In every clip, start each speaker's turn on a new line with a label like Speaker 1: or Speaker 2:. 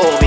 Speaker 1: Oh, homies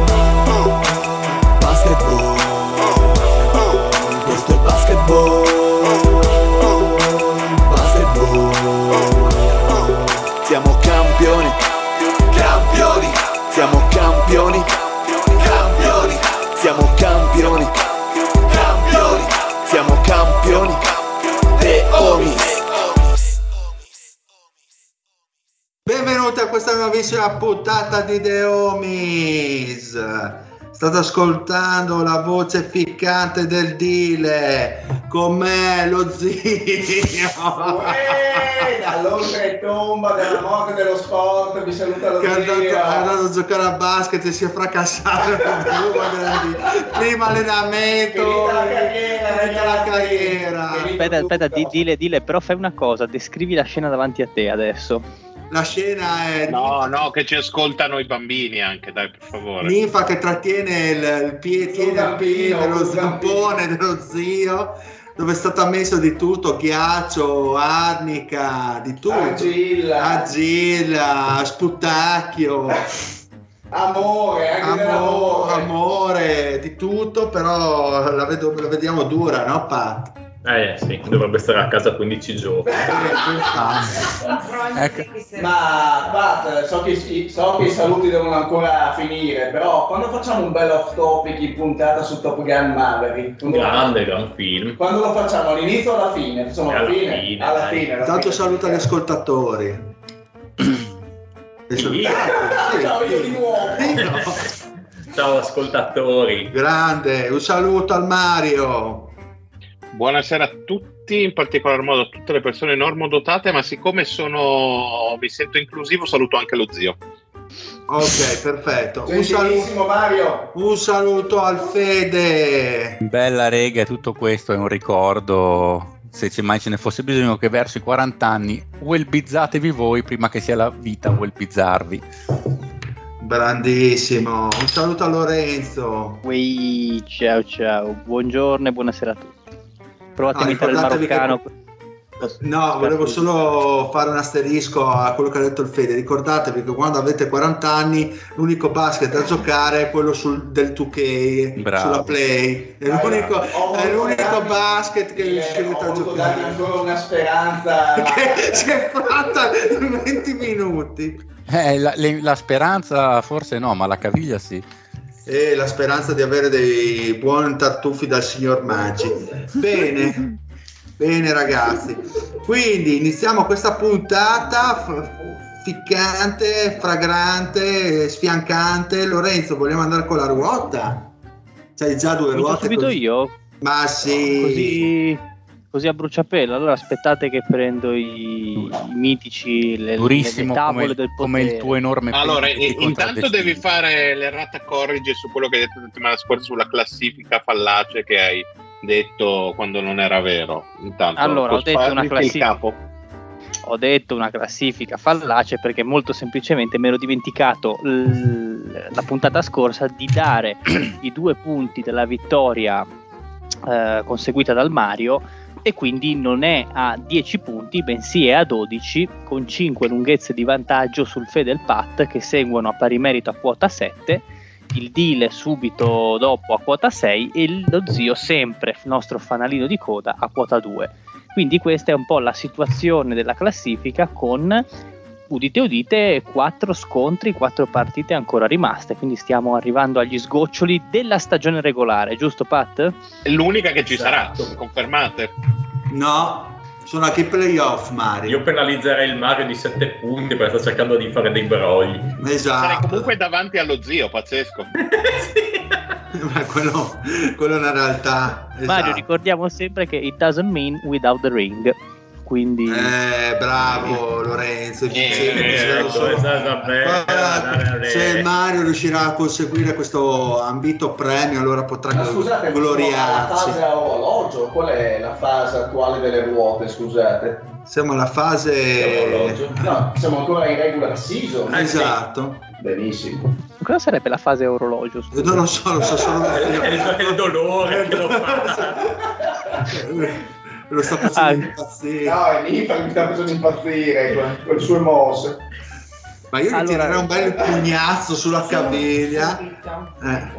Speaker 1: Basketball Questo è basketball Basketball Siamo campioni Campioni Siamo campioni Campioni Siamo campioni Campioni Siamo campioni The
Speaker 2: Benvenuti a questa nuovissima puntata di The Homies. State ascoltando la voce ficcante del Dile con me, lo zio.
Speaker 3: Uè, Dall'oltretomba della morte dello sport, vi saluta lo
Speaker 2: Che è andato, è
Speaker 3: zio.
Speaker 2: andato a giocare a basket e si è fracassato con due grandi- prima allenamento
Speaker 3: Finita la carriera,
Speaker 2: finita la
Speaker 3: ragazzi.
Speaker 2: carriera.
Speaker 3: Finita
Speaker 4: Aspetta, aspetta,
Speaker 3: tutto.
Speaker 4: di- dile, dile, però fai una cosa, descrivi la scena davanti a te adesso.
Speaker 2: la scena è
Speaker 5: No, no, che ci ascoltano i bambini anche, dai, per favore.
Speaker 2: ninfa che trattiene il, il pie- tiene il piede
Speaker 3: zampino,
Speaker 2: dello
Speaker 3: lo zampino.
Speaker 2: zampone dello zio dove è stato ammesso di tutto ghiaccio arnica di tutto
Speaker 3: Argilla.
Speaker 2: Argilla, sputacchio
Speaker 3: Amore, anche
Speaker 2: amo-
Speaker 3: dell'amore.
Speaker 2: amore di tutto però la, vedo- la vediamo dura no Pat?
Speaker 6: Eh sì, dovrebbe stare a casa 15 giorni.
Speaker 4: Ecco.
Speaker 3: Ma Pat, so che, i- so che i saluti devono ancora finire, però quando facciamo un bel off topic in puntata su Top Gun Maverick? Quando-
Speaker 6: Grande, gran film.
Speaker 3: Quando lo facciamo all'inizio o alla fine? Insomma, alla
Speaker 6: Alla
Speaker 3: fine.
Speaker 6: fine,
Speaker 3: alla
Speaker 6: dai.
Speaker 3: fine alla
Speaker 2: Tanto
Speaker 3: fine.
Speaker 2: saluta gli ascoltatori. Li salutate? Ah, Sì,
Speaker 3: Ciao, io
Speaker 2: sì.
Speaker 3: di nuovo.
Speaker 2: Sì, no.
Speaker 6: Ciao ascoltatori.
Speaker 2: Grande, un saluto al Mario.
Speaker 5: Buonasera a tutti, in particolar modo a tutte le persone normodotate, ma siccome sono, mi sento inclusivo, saluto anche lo zio.
Speaker 2: Ok, perfetto. Un saluto,
Speaker 3: Gentilissimo Mario.
Speaker 2: un saluto al Fede.
Speaker 7: Bella rega, tutto questo è un ricordo, se ce- mai ce ne fosse bisogno, che verso i 40 anni welbizzatevi voi prima che sia la vita a welbizzarvi.
Speaker 2: Grandissimo. Un saluto a Lorenzo.
Speaker 4: Ui, ciao ciao, buongiorno e buonasera a tutti. Provate
Speaker 2: No,
Speaker 4: a imitare il
Speaker 2: Ah, ricordatevi che-
Speaker 4: maroccano.
Speaker 2: No, volevo solo fare un asterisco a quello che ha detto il Fede. Ricordatevi che quando avete 40 anni l'unico basket da giocare è quello sul- del 2K,
Speaker 7: Bravo.
Speaker 2: sulla Play. È l'unico,
Speaker 3: Ho
Speaker 2: è l'unico
Speaker 3: voluto darvi-
Speaker 2: basket che
Speaker 3: eh,
Speaker 2: riuscirete a
Speaker 3: Ho voluto dargli
Speaker 2: giocare.
Speaker 3: ancora una speranza.
Speaker 2: Che si è fatta in 20 minuti.
Speaker 7: Eh, la, le- la speranza forse no, ma la caviglia sì.
Speaker 2: E la speranza di avere dei buoni tartufi dal signor Maggi. Bene, bene ragazzi. Quindi iniziamo questa puntata f- ficcante, fragrante, sfiancante. Lorenzo, vogliamo andare con la ruota? C'hai già due
Speaker 4: Comincio
Speaker 2: ruote?
Speaker 4: subito
Speaker 2: così?
Speaker 4: io,
Speaker 2: Ma sì.
Speaker 4: così, così a bruciapelo. Allora aspettate che prendo i, i mitici, le, le- le
Speaker 7: Durissimo
Speaker 4: tavole
Speaker 7: come,
Speaker 4: del potere.
Speaker 7: come il tuo enorme
Speaker 5: Allora,
Speaker 7: pene che ti
Speaker 5: i- intanto
Speaker 7: contraddistingue.
Speaker 5: devi fare l'errata corrige su quello che hai detto la settimana scorsa sulla classifica fallace che hai detto quando non era vero. Intanto,
Speaker 4: Allora, ho detto
Speaker 5: cospargiti
Speaker 4: una
Speaker 5: il
Speaker 4: classifica.
Speaker 5: capo.
Speaker 4: Ho detto una classifica fallace perché molto semplicemente mi ero dimenticato l- la puntata scorsa di dare i due punti della vittoria eh, conseguita dal Mario e quindi non è a 10 punti bensì è a 12 con 5 lunghezze di vantaggio sul Fedel Pat che seguono a pari merito a quota 7 il deal subito dopo a quota 6 e lo zio sempre nostro fanalino di coda a quota 2 quindi questa è un po' la situazione della classifica con, udite udite, quattro scontri, quattro partite ancora rimaste, quindi stiamo arrivando agli sgoccioli della stagione
Speaker 5: Esatto.
Speaker 4: regolare, giusto Pat?
Speaker 5: È l'unica che ci sarà,
Speaker 6: Esatto.
Speaker 5: confermate.
Speaker 2: No, Sono anche i playoff, Mario.
Speaker 6: Io penalizzerei il Mario di 7 punti perché sta cercando di fare dei brogli.
Speaker 5: Sarei
Speaker 2: Esatto.
Speaker 5: comunque davanti allo zio, pazzesco.
Speaker 2: Ma quello, quello è una realtà.
Speaker 4: Mario,
Speaker 2: esatto.
Speaker 4: ricordiamo sempre che it doesn't mean without the ring. Quindi
Speaker 2: Eh, bravo Lorenzo. dicevi che se lo
Speaker 6: Eh, ecco,
Speaker 2: so-
Speaker 6: è stata bella, andare a
Speaker 2: Guarda,
Speaker 6: vedere.
Speaker 2: Se Mario riuscirà a conseguire questo ambito premio, allora potrà
Speaker 3: Ma
Speaker 2: glo-
Speaker 3: scusate, ma la fase
Speaker 2: gloriarsi.
Speaker 3: a orologio, qual è la fase attuale delle ruote, scusate?
Speaker 2: Siamo alla Eh.
Speaker 6: Siamo all'orologio.
Speaker 2: fase.
Speaker 3: No, siamo ancora in regular season.
Speaker 2: Esatto.
Speaker 3: Benissimo.
Speaker 4: cosa sarebbe la fase orologio? scusa?
Speaker 2: Non lo so, lo so solo.
Speaker 6: È Eh, il, è il dolore che lo fa.
Speaker 2: Lo sto facendo
Speaker 4: Ah.
Speaker 2: impazzire.
Speaker 3: No, è lì che mi sta facendo impazzire con, con le sue mosse.
Speaker 2: Ma io gli
Speaker 4: Allora-
Speaker 2: tirerei un bel pugnazzo sulla caviglia.
Speaker 8: É.
Speaker 2: Eh.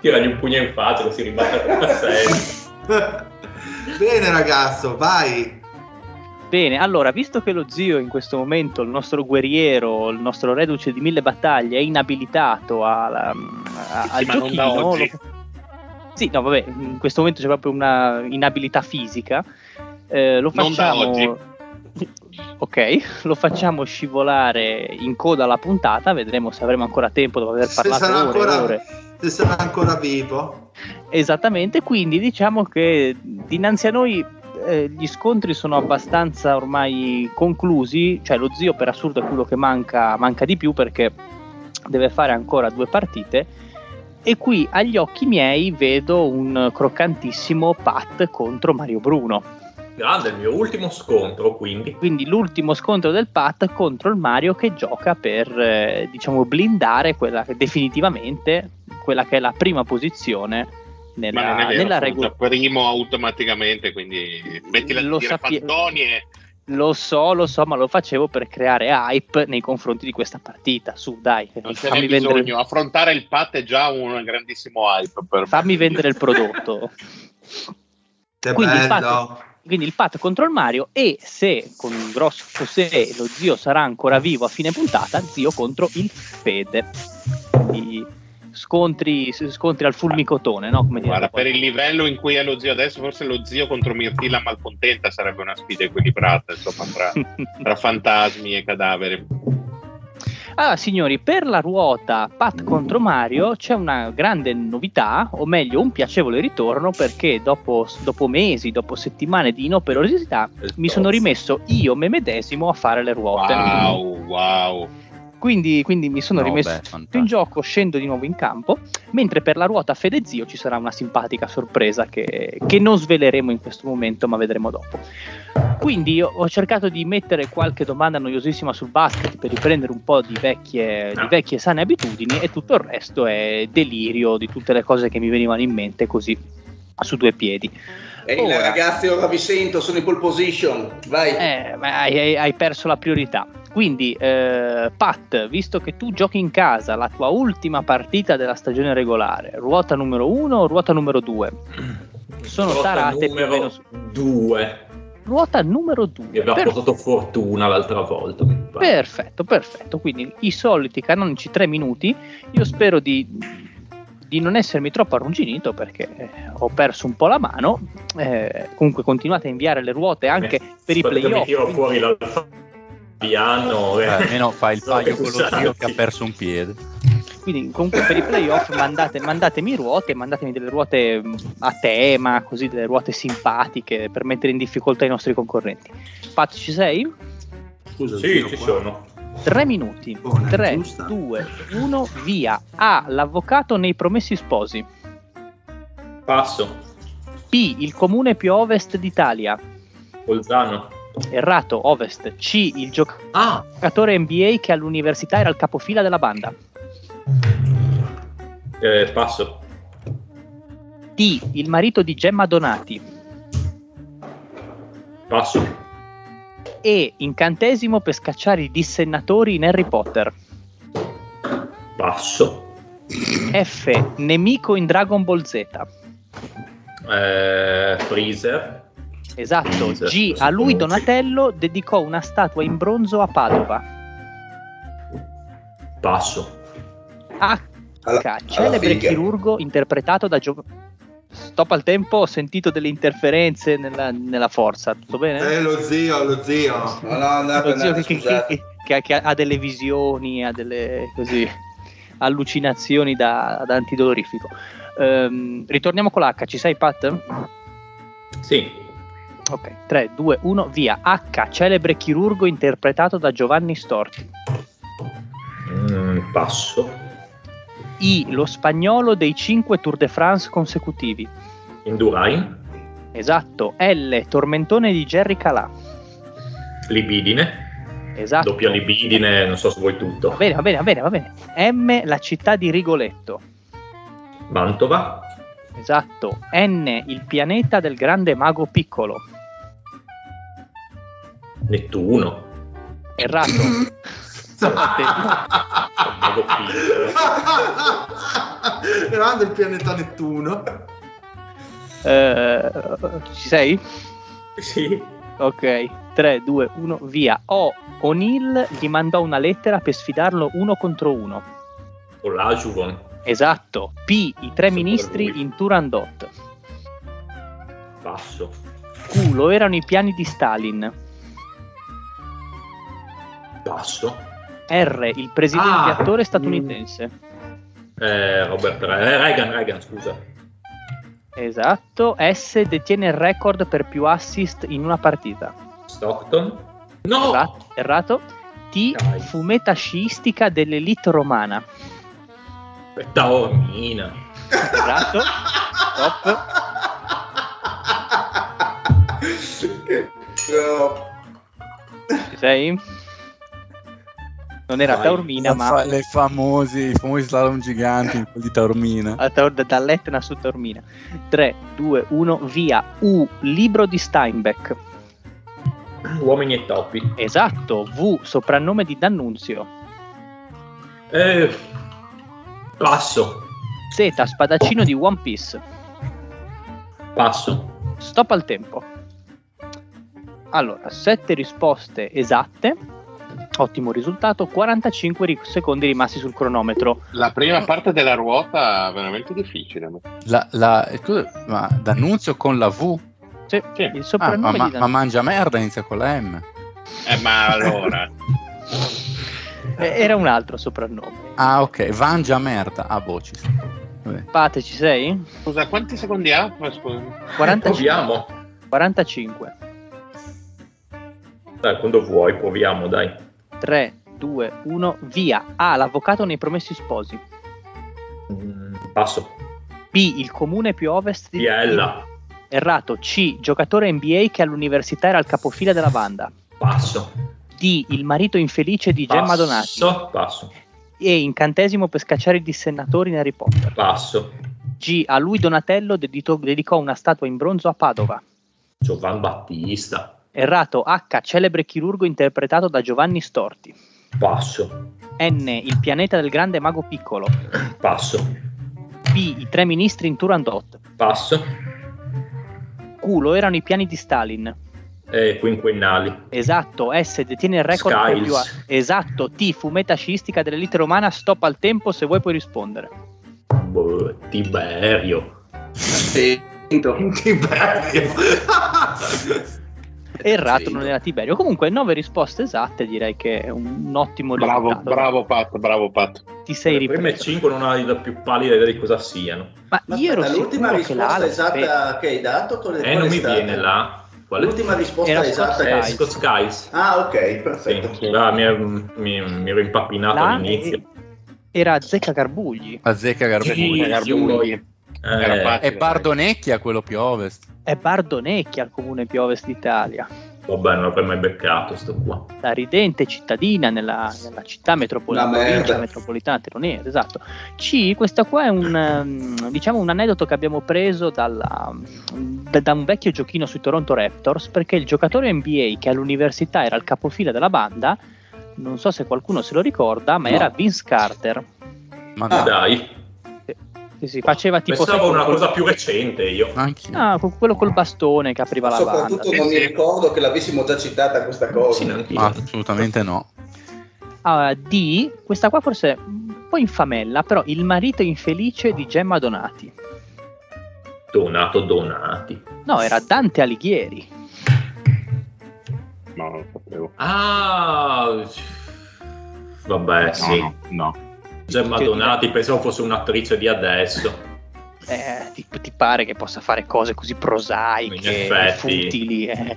Speaker 6: Tiragli un pugno in faccia così ribatte come sei.
Speaker 2: Eh. Bene, ragazzo, vai.
Speaker 4: Bene, allora, visto che lo zio in questo momento, il nostro guerriero, il nostro reduce di mille battaglie, è inabilitato alla- a-
Speaker 5: Sì,
Speaker 4: al
Speaker 5: ma non da
Speaker 4: giochino,
Speaker 5: oggi.
Speaker 4: lo- Sì, no, vabbè, in questo momento c'è proprio una inabilità fisica. Eh, lo
Speaker 5: Non da
Speaker 4: facciamo...
Speaker 5: oggi.
Speaker 4: Ok, lo facciamo scivolare in coda alla puntata, vedremo se avremo ancora tempo dopo aver
Speaker 2: Se
Speaker 4: parlato
Speaker 2: sarà
Speaker 4: ore e
Speaker 2: ancora-
Speaker 4: ore.
Speaker 2: Se sarà ancora vivo.
Speaker 4: Esattamente, quindi diciamo che dinanzi a noi eh, gli scontri sono abbastanza ormai conclusi, cioè lo zio per assurdo è quello che manca, manca di più perché deve fare ancora due partite e qui agli occhi miei vedo un croccantissimo Pat contro Mario Bruno,
Speaker 6: Grande, il mio ultimo scontro quindi.
Speaker 4: quindi l'ultimo scontro del Pat contro il Mario che gioca per eh, diciamo blindare quella che definitivamente quella che è la prima posizione nella,
Speaker 5: Ma non è vero,
Speaker 4: nella
Speaker 5: scusa,
Speaker 4: regola.
Speaker 5: primo automaticamente, quindi mettila
Speaker 4: Lo
Speaker 5: a dire
Speaker 4: sappie-
Speaker 5: Fantoni e...
Speaker 4: Lo so, lo so, ma lo facevo per creare hype nei confronti di questa partita. Su, dai,
Speaker 5: Non ce n'è
Speaker 4: fammi
Speaker 5: bisogno,
Speaker 4: vendere,
Speaker 5: affrontare il pat è già un grandissimo hype. Per
Speaker 4: fammi vendere il prodotto.
Speaker 2: Che
Speaker 4: Quindi,
Speaker 2: bello.
Speaker 4: Quindi il pat contro il Mario e se, con un grosso se, lo zio sarà ancora vivo a fine puntata, zio contro il Fede. Quindi scontri, scontri al fulmicotone, no? Come dire,
Speaker 5: Guarda,
Speaker 4: poi.
Speaker 5: per il livello in cui è lo zio adesso, forse lo zio contro Mirtilla Malcontenta sarebbe una sfida equilibrata, insomma, tra, tra fantasmi e cadaveri.
Speaker 4: Allora, signori, per la ruota Pat contro Mario c'è una grande novità, o meglio, un piacevole ritorno, perché dopo, dopo mesi, dopo settimane di inoperosità, mi sono rimesso io me medesimo a fare le ruote.
Speaker 5: Wow, wow.
Speaker 4: Quindi, quindi mi sono
Speaker 7: No,
Speaker 4: rimesso
Speaker 7: beh,
Speaker 4: in
Speaker 7: fantastico.
Speaker 4: gioco, scendo di nuovo in campo, mentre per la ruota Fede Zio ci sarà una simpatica sorpresa che, che non sveleremo in questo momento, ma vedremo dopo. Quindi io ho cercato di mettere qualche domanda noiosissima sul basket per riprendere un po' di vecchie, di vecchie sane abitudini e tutto il resto è delirio di tutte le cose che mi venivano in mente così su due piedi.
Speaker 3: Ehi,
Speaker 4: Ora.
Speaker 3: ragazzi, ora vi sento, sono in pole position. Vai.
Speaker 4: Eh, ma hai, hai- hai perso la priorità. Quindi, eh, Pat, visto che tu giochi in casa la tua ultima partita della stagione regolare, ruota numero 1 o ruota numero 2? Sono
Speaker 6: Ruota
Speaker 4: tarate più o meno
Speaker 6: numero
Speaker 4: su-
Speaker 6: 2
Speaker 4: Ruota numero
Speaker 6: che
Speaker 4: 2.
Speaker 6: aveva portato fortuna l'altra volta. mi pare.
Speaker 4: perfetto, perfetto. Quindi i soliti canonici 3 minuti. Io spero di, di non essermi troppo arrugginito perché eh, ho perso un po' la mano. Eh, comunque continuate a inviare le ruote anche
Speaker 6: Eh,
Speaker 4: per i
Speaker 6: aspetta che Mi
Speaker 4: playoff.
Speaker 6: tiro fuori l'alfabiano.
Speaker 7: Eh,
Speaker 6: eh.
Speaker 7: almeno fai il
Speaker 6: So
Speaker 7: paio
Speaker 6: che
Speaker 7: con lo
Speaker 4: esatto.
Speaker 6: usati.
Speaker 7: zio che ha perso un piede.
Speaker 4: quindi comunque per i playoff mandate- mandatemi ruote, mandatemi delle ruote mh, a tema, così delle ruote simpatiche per mettere in difficoltà i nostri concorrenti. Pat, ci sei?
Speaker 2: Scusa,
Speaker 6: Sì,
Speaker 2: zio,
Speaker 6: ci
Speaker 2: qua.
Speaker 6: sono.
Speaker 4: Tre minuti,
Speaker 2: Buona,
Speaker 4: 3,
Speaker 2: giusta.
Speaker 4: 2, 1, via. A, l'avvocato nei promessi sposi.
Speaker 6: Passo.
Speaker 4: B, il comune più a ovest d'Italia.
Speaker 6: Bolzano.
Speaker 4: Errato, ovest. C, il giocatore
Speaker 6: Ah,
Speaker 4: NBA che all'università era il capofila della banda.
Speaker 6: eh, passo.
Speaker 4: D, il marito di Gemma Donati.
Speaker 6: Passo.
Speaker 4: E, incantesimo per scacciare i dissennatori in Harry Potter.
Speaker 6: Passo.
Speaker 4: F. Nemico in Dragon Ball Z.
Speaker 6: Eh, freezer.
Speaker 4: Esatto.
Speaker 6: Esatto,
Speaker 4: G. A lui
Speaker 6: sì.
Speaker 4: Donatello dedicò una statua in bronzo a Padova.
Speaker 6: Passo.
Speaker 4: H.
Speaker 3: Alla- alla
Speaker 4: celebre
Speaker 3: figa.
Speaker 4: chirurgo interpretato da Giovanni. stop al tempo, ho sentito delle interferenze nella, nella forza, tutto bene?
Speaker 2: Eh, lo zio, lo zio.
Speaker 3: No, no, andate,
Speaker 4: Lo zio
Speaker 3: andate,
Speaker 4: che- che,
Speaker 3: scusate.
Speaker 4: che- che- che ha delle visioni, ha delle così, allucinazioni da, da antidolorifico. Ehm, ritorniamo con l'H, ci sei Pat?
Speaker 6: Sì.
Speaker 4: Ok, 3, 2, 1, via. H, celebre chirurgo interpretato da Giovanni Storti.
Speaker 6: Mm, passo.
Speaker 4: I, lo spagnolo dei 5 Tour de France consecutivi.
Speaker 6: Indurai.
Speaker 4: Esatto. L, tormentone di Jerry Calà.
Speaker 6: Libidine.
Speaker 4: Esatto.
Speaker 6: Doppia libidine, non so se vuoi tutto.
Speaker 4: Va bene, va bene, va bene, va bene. M, la città di Rigoletto.
Speaker 6: Mantova.
Speaker 4: Esatto. N, il pianeta del grande mago piccolo.
Speaker 6: Nettuno.
Speaker 4: Errato.
Speaker 2: Grande il pianeta Nettuno.
Speaker 4: Eh, ci sei?
Speaker 6: Sì.
Speaker 4: Ok. 3, 2, 1, via. O, O'Neill gli mandò una lettera per sfidarlo uno contro uno.
Speaker 6: O l'Ajuvon.
Speaker 4: Esatto. P, i tre
Speaker 6: Sì,
Speaker 4: ministri
Speaker 6: lui.
Speaker 4: in Turandot.
Speaker 6: Passo.
Speaker 4: Q, lo erano i piani di Stalin.
Speaker 6: Passo.
Speaker 4: R, il presidente
Speaker 6: Ah. Mm.
Speaker 4: attore statunitense.
Speaker 6: Eh, Robert eh, Reagan, Reagan, scusa.
Speaker 4: Esatto. S, detiene il record per più assist in una partita.
Speaker 6: Stockton. No!
Speaker 4: Erra- Errato. T,
Speaker 6: Oh! Dai.
Speaker 4: fumeta sciistica dell'elite romana.
Speaker 6: Taormina.
Speaker 4: Esatto. Stop.
Speaker 2: No.
Speaker 4: Ci sei? Non era
Speaker 6: Dai,
Speaker 4: Taormina, ma
Speaker 7: Le famosi, I famosi slalom giganti, quelli di Taormina.
Speaker 4: a Taor- dall'Etna su Taormina. 3, 2, 1, via. U, libro di Steinbeck.
Speaker 6: Uomini e topi.
Speaker 4: Esatto. V, soprannome di D'Annunzio.
Speaker 6: Eh, passo.
Speaker 4: Z, spadaccino di One Piece.
Speaker 6: Passo.
Speaker 4: Stop al tempo. Allora, 7 risposte esatte. Ottimo risultato, 45 ri- secondi rimasti sul cronometro.
Speaker 5: La prima parte della ruota è veramente difficile. ma-
Speaker 7: La, la, scusa, ma D'Annunzio con la V?
Speaker 4: Sì,
Speaker 5: Sì.
Speaker 4: il
Speaker 7: Ah, ma,
Speaker 4: soprannome
Speaker 7: ma-
Speaker 4: di Dan-
Speaker 7: ma mangia merda inizia con la M.
Speaker 5: Eh, ma allora,
Speaker 4: Eh, Era un altro soprannome.
Speaker 7: Ah, ok, Vangia merda. Ah, boh, ci sta. Vabbè.
Speaker 4: Pate, ci sei?
Speaker 5: scusa, quanti secondi ha? Ma scusa.
Speaker 4: 45.
Speaker 6: Proviamo.
Speaker 4: 45.
Speaker 6: Dai, quando vuoi, proviamo, dai.
Speaker 4: 3, 2, 1, via. A, l'avvocato nei promessi sposi.
Speaker 6: Mm, Passo.
Speaker 4: B, il comune più a ovest di...
Speaker 6: Biella.
Speaker 4: Errato. C, giocatore NBA che all'università era il capofila della banda.
Speaker 6: Passo.
Speaker 4: D, il marito infelice di Gemma Donati.
Speaker 6: Passo. Passo.
Speaker 4: e incantesimo per scacciare i dissennatori in Harry Potter.
Speaker 6: Passo.
Speaker 4: G. A lui Donatello dedito- dedicò una statua in bronzo a Padova.
Speaker 6: Giovan Battista.
Speaker 4: Errato H. Celebre chirurgo interpretato da Giovanni Storti.
Speaker 6: Passo.
Speaker 4: N. Il pianeta del grande mago piccolo.
Speaker 6: Passo.
Speaker 4: P. I tre ministri in Turandot.
Speaker 6: Passo.
Speaker 4: Q. Lo erano i piani di Stalin.
Speaker 6: Eh, quinquennali.
Speaker 4: Esatto. S. Detiene il record per più
Speaker 6: Skiles.
Speaker 4: Esatto. T. Fumeta sciistica dell'elite romana. Stop al tempo se vuoi puoi rispondere.
Speaker 6: Boh, Tiberio.
Speaker 3: Sì.
Speaker 2: Tiberio.
Speaker 4: Errato
Speaker 3: Sì.
Speaker 4: non era Tiberio. Comunque, nove risposte esatte direi che è un ottimo
Speaker 5: Bravo,
Speaker 4: risultato.
Speaker 5: bravo Pat, bravo Pat.
Speaker 4: Ti sei
Speaker 6: Le prime
Speaker 4: ripreso.
Speaker 6: 5 non hai la più pallida idea di cosa siano.
Speaker 4: Ma
Speaker 3: Ma
Speaker 4: io ero
Speaker 3: aspetta, l'ultima
Speaker 4: sicuro che la
Speaker 3: risposta
Speaker 4: Ale sapesse.
Speaker 3: esatta che hai dato con le
Speaker 6: Eh, non mi viene là. Qual è?
Speaker 3: L'ultima risposta
Speaker 4: Era
Speaker 3: esatta
Speaker 4: Scott
Speaker 3: che
Speaker 6: Eh,
Speaker 4: Skies.
Speaker 6: Scott Skies.
Speaker 3: Ah, ok,
Speaker 6: Sì,
Speaker 3: perfetto.
Speaker 6: là mi, mi- mi ero impappinato
Speaker 4: La
Speaker 6: all'inizio.
Speaker 4: era Zecca Garbugli.
Speaker 7: La zecca
Speaker 5: Sì,
Speaker 7: Garbugli.
Speaker 5: Garbugli. Era
Speaker 6: Eh,
Speaker 5: facile,
Speaker 7: E Pardonecchia quello più a ovest.
Speaker 4: È Bardonecchia al comune più a ovest d'Italia.
Speaker 6: Vabbè, non l'avrei mai beccato sto qua.
Speaker 4: La ridente cittadina nella, nella città metropolitana,
Speaker 3: Una merda.
Speaker 4: provincia metropolitana tironese, esatto. C, questa qua è un, ehm, diciamo un aneddoto che abbiamo preso dalla- da, da un vecchio giochino sui Toronto Raptors, perché il giocatore NBA che all'università era il capofila della banda, non so se qualcuno se lo ricorda, ma
Speaker 3: No.
Speaker 4: era Vince Carter.
Speaker 7: Ma
Speaker 6: Ah,
Speaker 7: dai,
Speaker 6: dai,
Speaker 4: Che si faceva tipo...
Speaker 6: pensavo
Speaker 4: sai,
Speaker 6: una
Speaker 4: col-
Speaker 6: cosa più recente io.
Speaker 7: anche
Speaker 4: Ah, con quello col bastone che apriva la banda.
Speaker 3: Soprattutto
Speaker 2: Eh,
Speaker 3: non mi ricordo che l'avessimo già citata questa cosa.
Speaker 6: Sì, neanche io.
Speaker 7: Ma assolutamente no.
Speaker 4: Ah, D, questa qua forse è un po' infamella, però il marito infelice di Gemma Donati.
Speaker 6: Donato Donati.
Speaker 4: No, era Dante Alighieri.
Speaker 5: eh. No, non lo sapevo.
Speaker 6: Ah, vabbè,
Speaker 5: No,
Speaker 6: Eh, sì.
Speaker 5: no, no.
Speaker 6: Gemma
Speaker 4: Che-
Speaker 6: Donati, pensavo fosse un'attrice di adesso.
Speaker 4: Eh, ti, ti pare che possa fare cose così
Speaker 6: In
Speaker 4: prosaiche,
Speaker 6: effetti.
Speaker 4: futili. eh.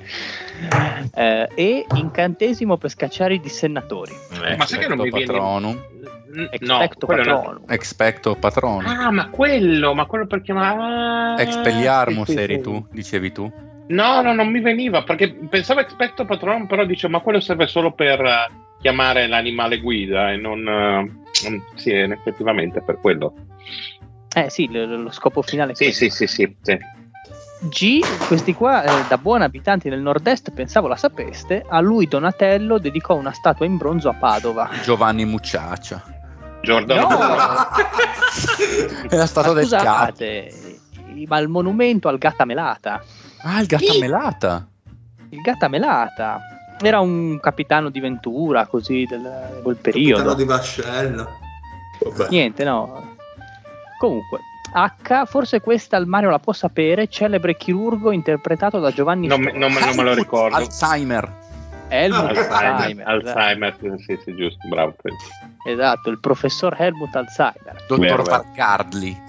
Speaker 4: Eh, e incantesimo per scacciare i dissennatori.
Speaker 6: Eh,
Speaker 5: Ma sai che non mi viene...
Speaker 7: Patronum.
Speaker 5: No,
Speaker 4: Expecto
Speaker 5: quello è un
Speaker 4: patronum.
Speaker 7: Expecto patronum.
Speaker 5: Ah, ma quello, ma quello per
Speaker 4: Ah,
Speaker 5: chiamare... Ah,
Speaker 7: Expelliarmus
Speaker 5: Sì, sì,
Speaker 7: eri
Speaker 5: sì.
Speaker 7: tu, dicevi tu.
Speaker 5: No, no, non mi veniva, perché pensavo Expecto Patronum, però dice, ma quello serve solo per eh, chiamare l'animale guida e non... eh, non- sì, è effettivamente per quello.
Speaker 4: Eh sì, lo, lo scopo finale è
Speaker 5: Sì,
Speaker 4: questo.
Speaker 5: sì, sì, sì. sì.
Speaker 4: G, questi qua, eh, da buon abitante del nord-est, pensavo la sapeste, a lui Donatello dedicò una statua in bronzo a Padova.
Speaker 7: Giovanni Mucciaccia.
Speaker 5: Giordano.
Speaker 7: Era stato
Speaker 4: Ma
Speaker 7: del gatto.
Speaker 4: scusate, i- ma il monumento al Gattamelata.
Speaker 7: Ah, il gattamelata.
Speaker 4: Il Gattamelata era un capitano di Ventura, così, del, di quel periodo.
Speaker 2: Capitano di vascello.
Speaker 6: vabbè.
Speaker 4: Niente, no. Comunque, H, forse questa il Mario la può sapere, celebre chirurgo interpretato da Giovanni
Speaker 5: Non, me-
Speaker 4: Storti.
Speaker 5: non me non me lo ricordo.
Speaker 7: Alzheimer.
Speaker 4: Helmut
Speaker 5: Alzheimer,
Speaker 4: Alzheimer.
Speaker 5: Alzheimer, sì, sì, giusto, bravo.
Speaker 4: Esatto, il professor Helmut Alzheimer.
Speaker 7: Dottor
Speaker 5: Vero, vero.
Speaker 7: Farcarli.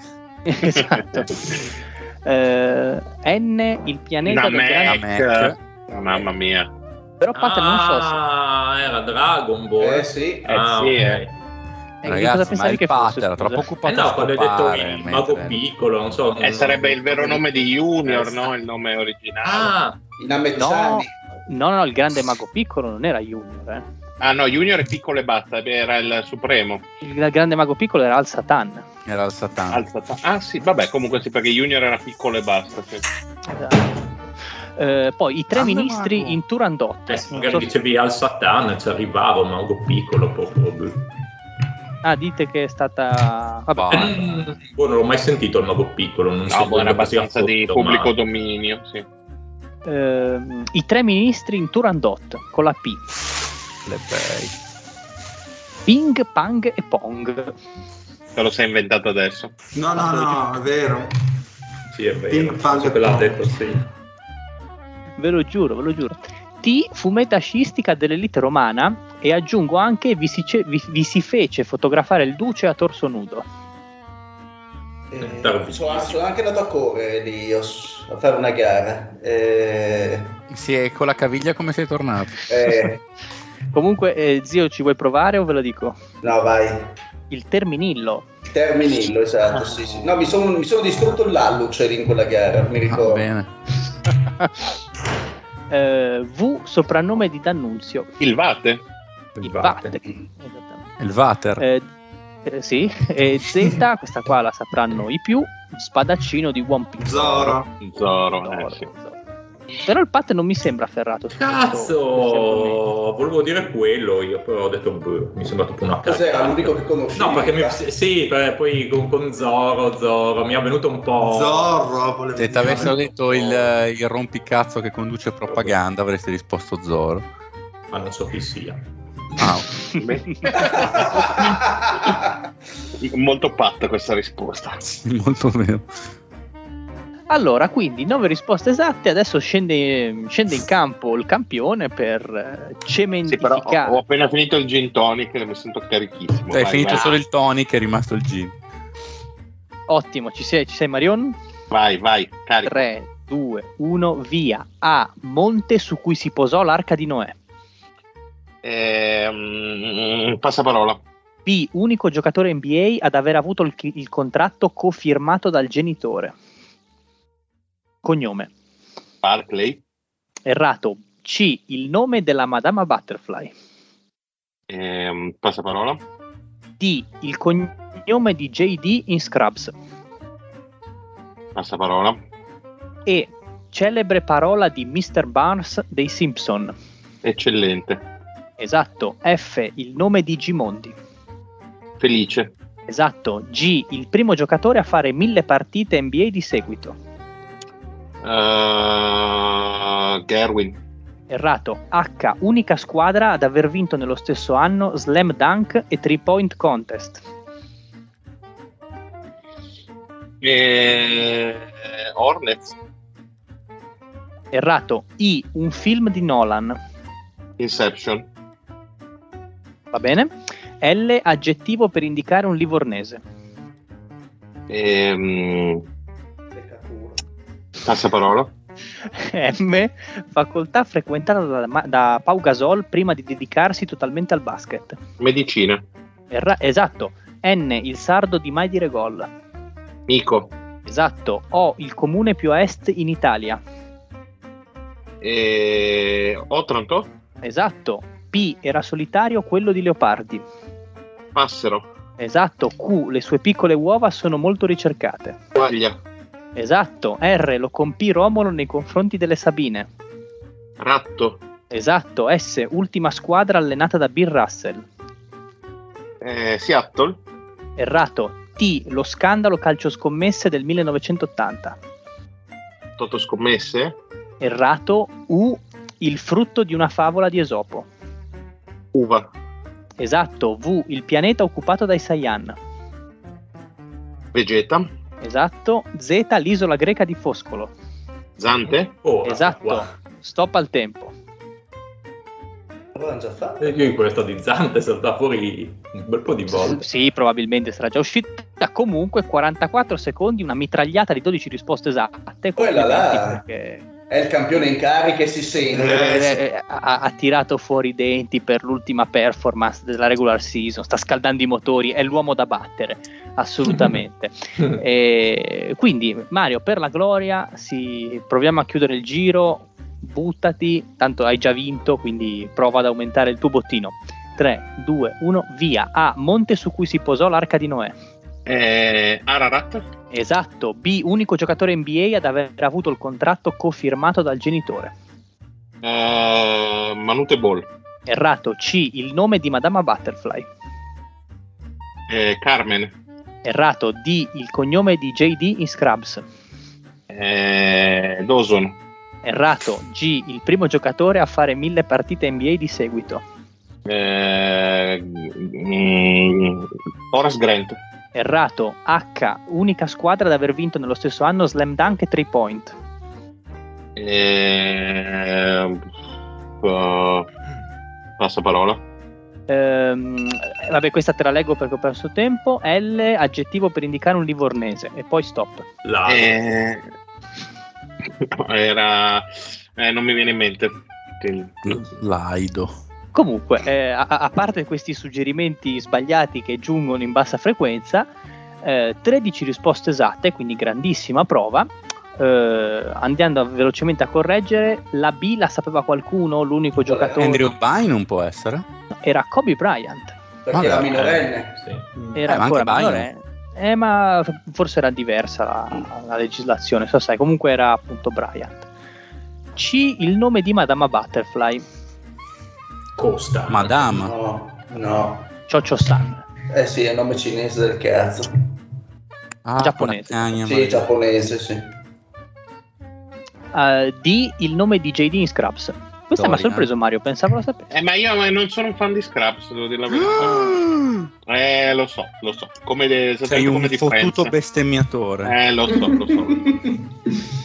Speaker 4: esatto. Eh, N, il pianeta del grande...
Speaker 5: Namek. Ah, Mamma mia.
Speaker 4: Però Pat, non so se...
Speaker 6: Ah, era Dragon Ball.
Speaker 3: Eh sì.
Speaker 5: Eh
Speaker 6: Ah,
Speaker 5: sì,
Speaker 6: ok.
Speaker 5: eh.
Speaker 4: eh, che cosa
Speaker 7: Ragazzi, ma
Speaker 4: pensavi
Speaker 7: il
Speaker 4: che
Speaker 7: pater
Speaker 4: fosse? scusa?
Speaker 7: era troppo
Speaker 6: Eh
Speaker 7: occupato
Speaker 6: no,
Speaker 7: a
Speaker 6: quando hai detto
Speaker 7: scopare,
Speaker 6: il mago
Speaker 7: mentre-
Speaker 6: piccolo, non so.
Speaker 5: E
Speaker 6: non-
Speaker 5: Eh, sarebbe il vero nome di Junior,
Speaker 6: Eh,
Speaker 5: no? Il nome originale.
Speaker 6: Ah,
Speaker 3: I
Speaker 2: Eh,
Speaker 3: namezzani.
Speaker 4: No, no, no, il grande mago piccolo non era Junior. eh.
Speaker 5: Ah no, Junior è piccolo e basta, era il supremo.
Speaker 4: Il grande mago piccolo era Al-Satan.
Speaker 7: Era il satana.
Speaker 5: Alza ta- Ah sì, vabbè, comunque sì, perché Junior era piccolo e basta. sì.
Speaker 4: Eh, poi i tre
Speaker 7: Esatto. Grande
Speaker 4: ministri
Speaker 7: mago.
Speaker 4: in Turandot.
Speaker 6: eh, sì, magari dicevi al Satan, ci arrivava mago piccolo proprio.
Speaker 4: Ah, dite che è stata. Vabbè,
Speaker 7: Bah.
Speaker 6: Eh, boh, non l'ho mai sentito il mago piccolo. Non
Speaker 5: No,
Speaker 6: so
Speaker 5: boh, era
Speaker 6: come sia
Speaker 5: abbastanza di
Speaker 6: fatto,
Speaker 5: pubblico
Speaker 6: ma-
Speaker 5: dominio, sì.
Speaker 4: ehm, I tre ministri in Turandot con la P.
Speaker 7: Le bei.
Speaker 4: Ping, Pang e Pong.
Speaker 5: Te lo sei inventato adesso.
Speaker 2: No, no, no, è vero.
Speaker 6: Sì, è vero.
Speaker 2: Ping, pang,
Speaker 6: so che l'ha
Speaker 2: pong.
Speaker 6: detto, sì.
Speaker 4: Ve lo giuro, ve lo giuro. T, fumeta sciistica dell'elite romana. E aggiungo anche, vi si, ce- vi- vi si fece fotografare il duce a torso nudo.
Speaker 3: Eh,
Speaker 6: Però
Speaker 3: sono,
Speaker 6: vicino.
Speaker 3: sono anche andato a correre lì io, s- a fare una gara. Eh,
Speaker 7: Sì, e con la caviglia come sei tornato?
Speaker 3: eh,
Speaker 4: Comunque, eh, zio, ci vuoi provare o ve lo dico?
Speaker 3: no, vai.
Speaker 4: Il terminillo.
Speaker 3: Terminillo, esatto. Sì, sì. No, mi sono, mi sono distrutto l'alluce lì in quella gara, mi
Speaker 7: Va
Speaker 3: ricordo.
Speaker 7: Ah, bene.
Speaker 4: Eh, v, soprannome di D'Annunzio.
Speaker 5: Il Vate?
Speaker 4: Il
Speaker 6: Vate.
Speaker 4: Vattec. Esattamente.
Speaker 7: Il Vater.
Speaker 4: Eh, eh, sì, e Z, questa qua la sapranno i più, spadaccino di One Piece.
Speaker 2: Zoro.
Speaker 5: Zoro, eh,
Speaker 4: Zoro,
Speaker 5: sì.
Speaker 4: Zoro. Però il Pat non mi sembra afferrato. su questo- questo
Speaker 6: Cazzo, volevo dire quello io, però ho detto boh, mi sembra proprio una
Speaker 3: Cos'era
Speaker 6: cagata.
Speaker 3: l'unico che conoscevo?
Speaker 6: No, perché mi, sì, beh, poi con, con Zoro, Zoro, mi è venuto un po'...
Speaker 7: Oh.
Speaker 2: Zorro. volevo
Speaker 7: Se ti
Speaker 2: dire.
Speaker 7: avessero detto il, il rompicazzo che conduce propaganda, avresti risposto Zoro.
Speaker 6: Ma non so chi sia.
Speaker 7: Ah,
Speaker 5: Molto patta questa risposta.
Speaker 7: sì, molto vero.
Speaker 4: Allora, quindi 9 risposte esatte, adesso scende, scende in campo il campione per eh,
Speaker 5: Sì, però
Speaker 4: cementificare.
Speaker 5: ho, ho appena finito il gin tonic e mi sento carichissimo.
Speaker 7: Hai
Speaker 5: vai,
Speaker 7: finito
Speaker 5: vai.
Speaker 7: solo il tonic, è rimasto il gin.
Speaker 4: Ottimo, ci sei, ci sei Marion?
Speaker 5: Vai, vai, carico.
Speaker 4: 3, 2, 1, via. A, monte su cui si posò l'arca di Noè.
Speaker 5: Ehm, passaparola.
Speaker 4: B, unico giocatore NBA ad aver avuto il, chi- il contratto cofirmato dal genitore. Cognome.
Speaker 5: Barclay.
Speaker 4: Errato. C, il nome della Madama Butterfly.
Speaker 5: Ehm, passaparola.
Speaker 4: D, il cognome di JD in Scrubs.
Speaker 5: Passaparola.
Speaker 4: E, celebre parola di Mr. Barnes dei Simpson.
Speaker 5: Eccellente.
Speaker 4: Esatto. F, il nome di Gimondi.
Speaker 5: Felice.
Speaker 4: Esatto. G, il primo giocatore a fare mille partite NBA di seguito.
Speaker 5: Eh, Gerwin.
Speaker 4: Errato. H, unica squadra ad aver vinto nello stesso anno Slam Dunk e Three Point Contest.
Speaker 5: Eh, Hornets?
Speaker 4: Errato. I, un film di Nolan.
Speaker 5: Inception.
Speaker 4: Va bene? L, aggettivo per indicare un livornese.
Speaker 5: Ehm, passaparola.
Speaker 4: M, facoltà frequentata da, Ma- da Pau Gasol prima di dedicarsi totalmente al basket.
Speaker 5: Medicina.
Speaker 4: Erra- esatto. N, il sardo di mai dire gol.
Speaker 5: Mico.
Speaker 4: Esatto. O, il comune più a est in Italia.
Speaker 5: Eh, Otranto.
Speaker 4: Esatto. P, era solitario quello di Leopardi.
Speaker 5: Passero.
Speaker 4: Esatto. Q, le sue piccole uova sono molto ricercate.
Speaker 5: Guaglia.
Speaker 4: Esatto, R lo compì Romolo nei confronti delle Sabine.
Speaker 5: Ratto.
Speaker 4: Esatto, S ultima squadra allenata da Bill Russell.
Speaker 5: Eh, Seattle.
Speaker 4: Errato, T lo scandalo calcioscommesse del 1980.
Speaker 5: Toto scommesse.
Speaker 4: Errato, U il frutto di una favola di Esopo.
Speaker 5: Uva.
Speaker 4: Esatto, V il pianeta occupato dai Saiyan.
Speaker 5: Vegeta.
Speaker 4: Esatto, Z l'isola greca di Foscolo.
Speaker 5: Zante.
Speaker 6: Oh,
Speaker 4: Esatto,
Speaker 6: wow.
Speaker 4: stop al tempo.
Speaker 3: Allora già fatto.
Speaker 6: E io in questa di Zante salta fuori un bel po' di volte.
Speaker 4: Sì, probabilmente sarà già uscita. Comunque, 44 secondi, una mitragliata di 12 risposte esatte.
Speaker 3: Quella là.
Speaker 4: Perché
Speaker 3: È il campione in carica e si sente.
Speaker 2: Eh, sì.
Speaker 4: eh, ha, ha tirato fuori i denti per l'ultima performance della regular season. Sta scaldando i motori, è l'uomo da battere, assolutamente. E quindi, Mario, per la gloria, si- proviamo a chiudere il giro. Buttati, tanto hai già vinto, quindi prova ad aumentare il tuo bottino. 3, 2, 1, via. A. Monte su cui si posò l'arca di Noè.
Speaker 5: Eh, Ararat.
Speaker 4: Esatto, B, unico giocatore NBA ad aver avuto il contratto cofirmato dal genitore.
Speaker 5: Eh, Manute Ball.
Speaker 4: Errato, C, il nome di Madama Butterfly.
Speaker 5: Eh, Carmen.
Speaker 4: Errato, D, il cognome di JD in Scrubs.
Speaker 5: Eh, Dawson.
Speaker 4: Errato, G, il primo giocatore a fare mille partite NBA di seguito.
Speaker 5: Eh, mm, Horace Grant.
Speaker 4: Errato, H, unica squadra ad aver vinto nello stesso anno Slam Dunk e 3 Point.
Speaker 5: Eh, uh, passaparola.
Speaker 4: Ehm, vabbè, questa te la leggo perché ho perso tempo. L, aggettivo per indicare un livornese. E poi stop.
Speaker 6: La
Speaker 7: Ah.
Speaker 5: Eh, era. eh, non mi viene in mente.
Speaker 7: Laido.
Speaker 4: Comunque, eh, a, a parte questi suggerimenti sbagliati che giungono in bassa frequenza, eh, 13 risposte esatte, quindi grandissima prova. Eh, andando velocemente a correggere, la B la sapeva qualcuno, l'unico giocatore
Speaker 7: Andrew Bynum non può essere?
Speaker 4: era Kobe Bryant.
Speaker 3: Perché era
Speaker 7: vabbè,
Speaker 3: minorenne.
Speaker 6: Sì.
Speaker 4: Era
Speaker 7: Eh, ma
Speaker 4: ancora
Speaker 7: anche Bynum.
Speaker 4: minore. Eh, ma forse era diversa la, la legislazione, so sai, comunque era appunto Bryant. C, il nome di Madama Butterfly,
Speaker 6: Costa.
Speaker 7: Madama.
Speaker 3: No, no.
Speaker 4: Chocho San.
Speaker 3: Eh sì, è un nome cinese del cazzo.
Speaker 7: Ah,
Speaker 4: Giapponese.
Speaker 7: porcagna,
Speaker 3: Sì,
Speaker 7: Maria.
Speaker 3: giapponese, sì.
Speaker 4: Eh, D, il nome di JD in Scraps. Questa mi ha
Speaker 7: Dorian.
Speaker 4: sorpreso Mario, pensavo lo sapessi.
Speaker 5: Eh, ma io eh, non sono un fan di Scraps, devo dire la verità. eh, lo so, lo so. Come de-
Speaker 7: Ah! Sei
Speaker 5: sapete
Speaker 7: un
Speaker 5: come
Speaker 7: fottuto
Speaker 5: differenza.
Speaker 7: bestemmiatore.
Speaker 5: Eh, lo so, lo so.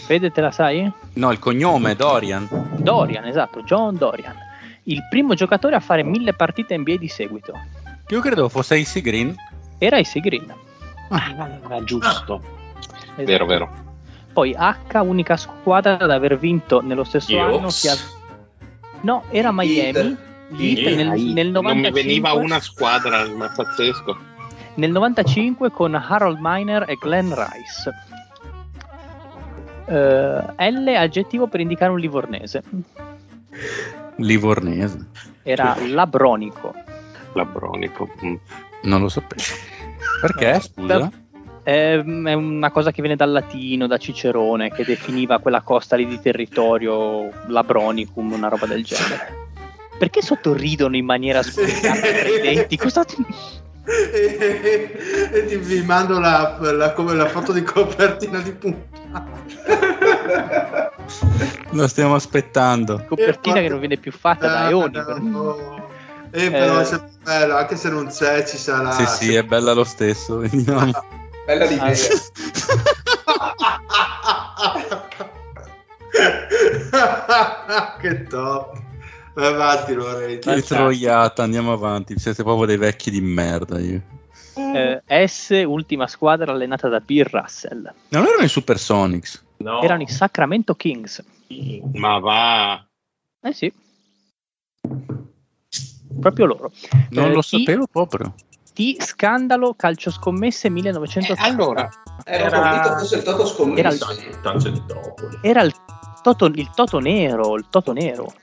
Speaker 4: Fede, te la sai?
Speaker 7: No, il cognome è Dorian.
Speaker 4: Dorian, esatto, John Dorian. Il primo giocatore a fare mille partite NBA di seguito.
Speaker 7: Io credevo fosse Icy Green.
Speaker 4: Era Issy Green.
Speaker 5: Ah, giusto.
Speaker 4: Esatto.
Speaker 5: Vero, vero.
Speaker 4: Poi H, unica squadra ad aver vinto nello stesso
Speaker 6: Io.
Speaker 4: anno. che ha- No, era Miami. Gli Heat nel, nel
Speaker 5: Non mi
Speaker 4: 95,
Speaker 5: veniva una squadra, ma pazzesco.
Speaker 4: nel 95 con Harold Miner e Glenn Rice. Eh, L, aggettivo per indicare un livornese.
Speaker 7: Livornese.
Speaker 4: Era labronico.
Speaker 5: Labronico. mm.
Speaker 7: Non lo sapevo. Perché? Scusa.
Speaker 4: Ehm, È una cosa che viene dal latino, da Cicerone, che definiva quella costa lì di territorio labronicum, una roba del genere. Perché sottorridono in maniera spiegata tra i denti? Cosa ti-
Speaker 2: e, e ti, vi mando la, la- come la foto di copertina di puntata
Speaker 7: Lo stiamo aspettando.
Speaker 4: Copertina che non viene più fatta da Eoni. per-
Speaker 2: Eh, però
Speaker 4: Eh.
Speaker 2: è sempre bello, anche se non c'è ci sarà
Speaker 7: Sì, sì, è bella lo stesso. vediamo.
Speaker 3: Bella l'idea.
Speaker 2: Ah, ah, che top. Vai avanti Lorenzo.
Speaker 7: Che troiata, andiamo avanti. Siete proprio dei vecchi di merda. Io.
Speaker 4: Eh, S, ultima squadra allenata da Bill Russell.
Speaker 7: Non erano i Supersonics.
Speaker 6: No.
Speaker 4: Erano i Sacramento Kings.
Speaker 5: Ma va,
Speaker 4: Eh sì. Proprio loro.
Speaker 7: Non
Speaker 4: Eh,
Speaker 7: lo
Speaker 4: T-
Speaker 7: sapevo proprio.
Speaker 4: T scandalo calcio scommesse
Speaker 3: Eh,
Speaker 4: 1980.
Speaker 3: allora, ero
Speaker 4: Era-
Speaker 3: convinto fosse il Toto scommesso.
Speaker 4: Era
Speaker 6: Tan- Tangentopoli.
Speaker 4: Era il toto, il toto nero, il toto nero.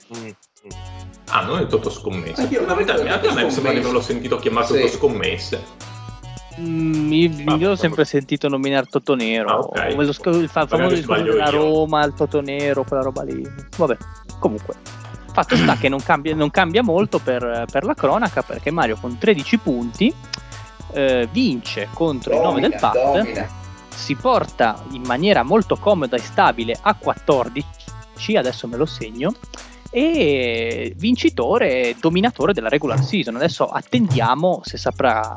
Speaker 6: Ah, non è Toto Scommesse.
Speaker 3: Anch'io l'avevo
Speaker 6: Anche a me
Speaker 3: detto
Speaker 6: sembra di
Speaker 3: Scommesse.
Speaker 6: averlo sentito chiamare
Speaker 3: Sì.
Speaker 6: Toto Scommesse.
Speaker 4: Mm, io-
Speaker 6: Ah,
Speaker 4: io ho
Speaker 6: proprio.
Speaker 4: sempre sentito nominare Toto Nero.
Speaker 6: Ah, ok.
Speaker 4: Come lo sc- il fa- famoso
Speaker 6: Magari
Speaker 4: discorso
Speaker 6: sbaglio
Speaker 4: della
Speaker 6: io.
Speaker 4: Roma, il Toto Nero, quella roba lì. Vabbè, comunque. Fatto sta che non cambia, non cambia molto per, per la cronaca perché Mario con 13 punti eh, vince contro i 9 del
Speaker 3: Domina,
Speaker 4: Pat.
Speaker 3: domina.
Speaker 4: si porta in maniera molto comoda e stabile a 14, adesso me lo segno, e vincitore, dominatore della regular season. Adesso attendiamo se saprà...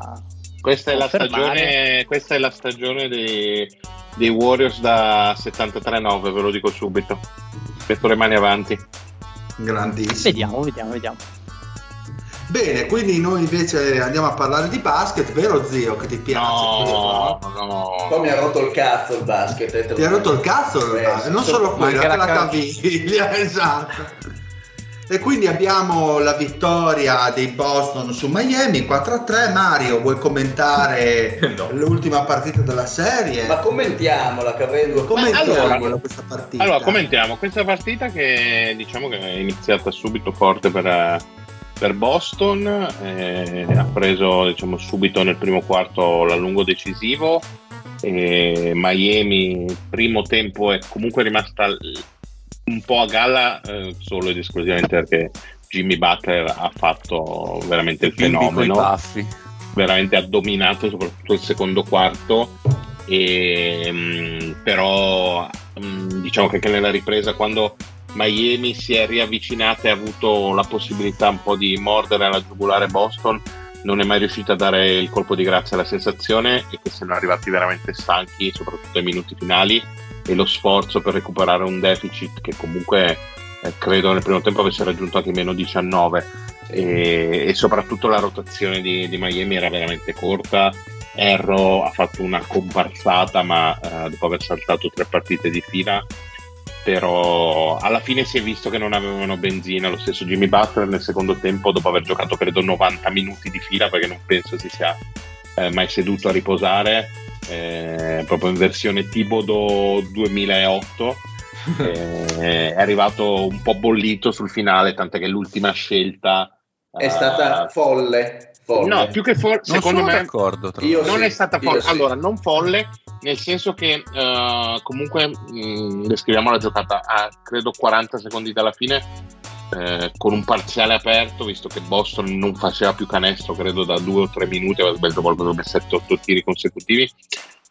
Speaker 5: questa è la
Speaker 4: Confermare.
Speaker 5: stagione, questa è la stagione dei, dei Warriors da 73-9, ve lo dico subito. Metto le mani avanti.
Speaker 2: Grandissimo.
Speaker 4: Vediamo, vediamo, vediamo.
Speaker 2: Bene, quindi noi invece andiamo a parlare di basket, vero zio? Che ti piace?
Speaker 5: No,
Speaker 3: Poi
Speaker 5: no.
Speaker 3: mi ha rotto il cazzo il basket. eh, te lo
Speaker 2: Ti ha
Speaker 3: dico.
Speaker 2: rotto il cazzo,
Speaker 3: Eh,
Speaker 2: ma-
Speaker 3: sì,
Speaker 2: non
Speaker 3: sì.
Speaker 2: solo
Speaker 4: ma
Speaker 2: quello,
Speaker 4: anche
Speaker 2: anche la
Speaker 4: la
Speaker 2: caviglia, esatto. E quindi abbiamo la vittoria dei Boston su Miami 4-3. Mario, vuoi commentare
Speaker 6: Eh, No.
Speaker 2: l'ultima partita della serie?
Speaker 3: Ma commentiamola, che avendo
Speaker 2: Come
Speaker 5: Ma allora-
Speaker 2: questa partita?
Speaker 5: Allora, commentiamo questa partita che diciamo che è iniziata subito forte per, eh, per Boston, eh, ha preso diciamo, subito nel primo quarto l'allungo decisivo, eh, Miami primo tempo è comunque rimasta l- un po' a galla eh, solo ed esclusivamente perché Jimmy Butler ha fatto veramente il
Speaker 7: Bimbi coi
Speaker 5: fenomeno
Speaker 7: baffi.
Speaker 5: veramente ha dominato soprattutto il secondo quarto e, mm, però mm, diciamo che anche nella ripresa quando Miami si è riavvicinata e ha avuto la possibilità un po' di mordere alla giugulare Boston non è mai riuscita a dare il colpo di grazia alla sensazione e che sono arrivati veramente stanchi soprattutto ai minuti finali e lo sforzo per recuperare un deficit che comunque eh, credo nel primo tempo avesse raggiunto anche meno 19 e, e soprattutto la rotazione di, di Miami era veramente corta. Erro ha fatto una comparsata, ma eh, dopo aver saltato tre partite di fila, però alla fine si è visto che non avevano benzina. Lo stesso Jimmy Butler nel secondo tempo, dopo aver giocato credo 90 minuti di fila, perché non penso si sia eh, mai seduto a riposare, eh, proprio in versione Tibodo 2008. Eh, è arrivato un po' bollito sul finale, tant'è che l'ultima scelta eh,
Speaker 3: È stata folle. folle.
Speaker 5: Ah. No, più che for-
Speaker 7: Non
Speaker 5: secondo
Speaker 7: sono
Speaker 5: me
Speaker 7: d'accordo. Tra
Speaker 3: Io
Speaker 7: l'altro.
Speaker 5: non
Speaker 3: sì,
Speaker 5: è stata
Speaker 3: io
Speaker 5: folle.
Speaker 3: sì.
Speaker 5: Allora, non folle, nel senso che eh, comunque mh, descriviamo la giocata a credo 40 secondi dalla fine eh, con un parziale aperto, visto che Boston non faceva più canestro, credo da due o tre minuti, aveva sbagliato qualcosa come 7-8 tiri consecutivi.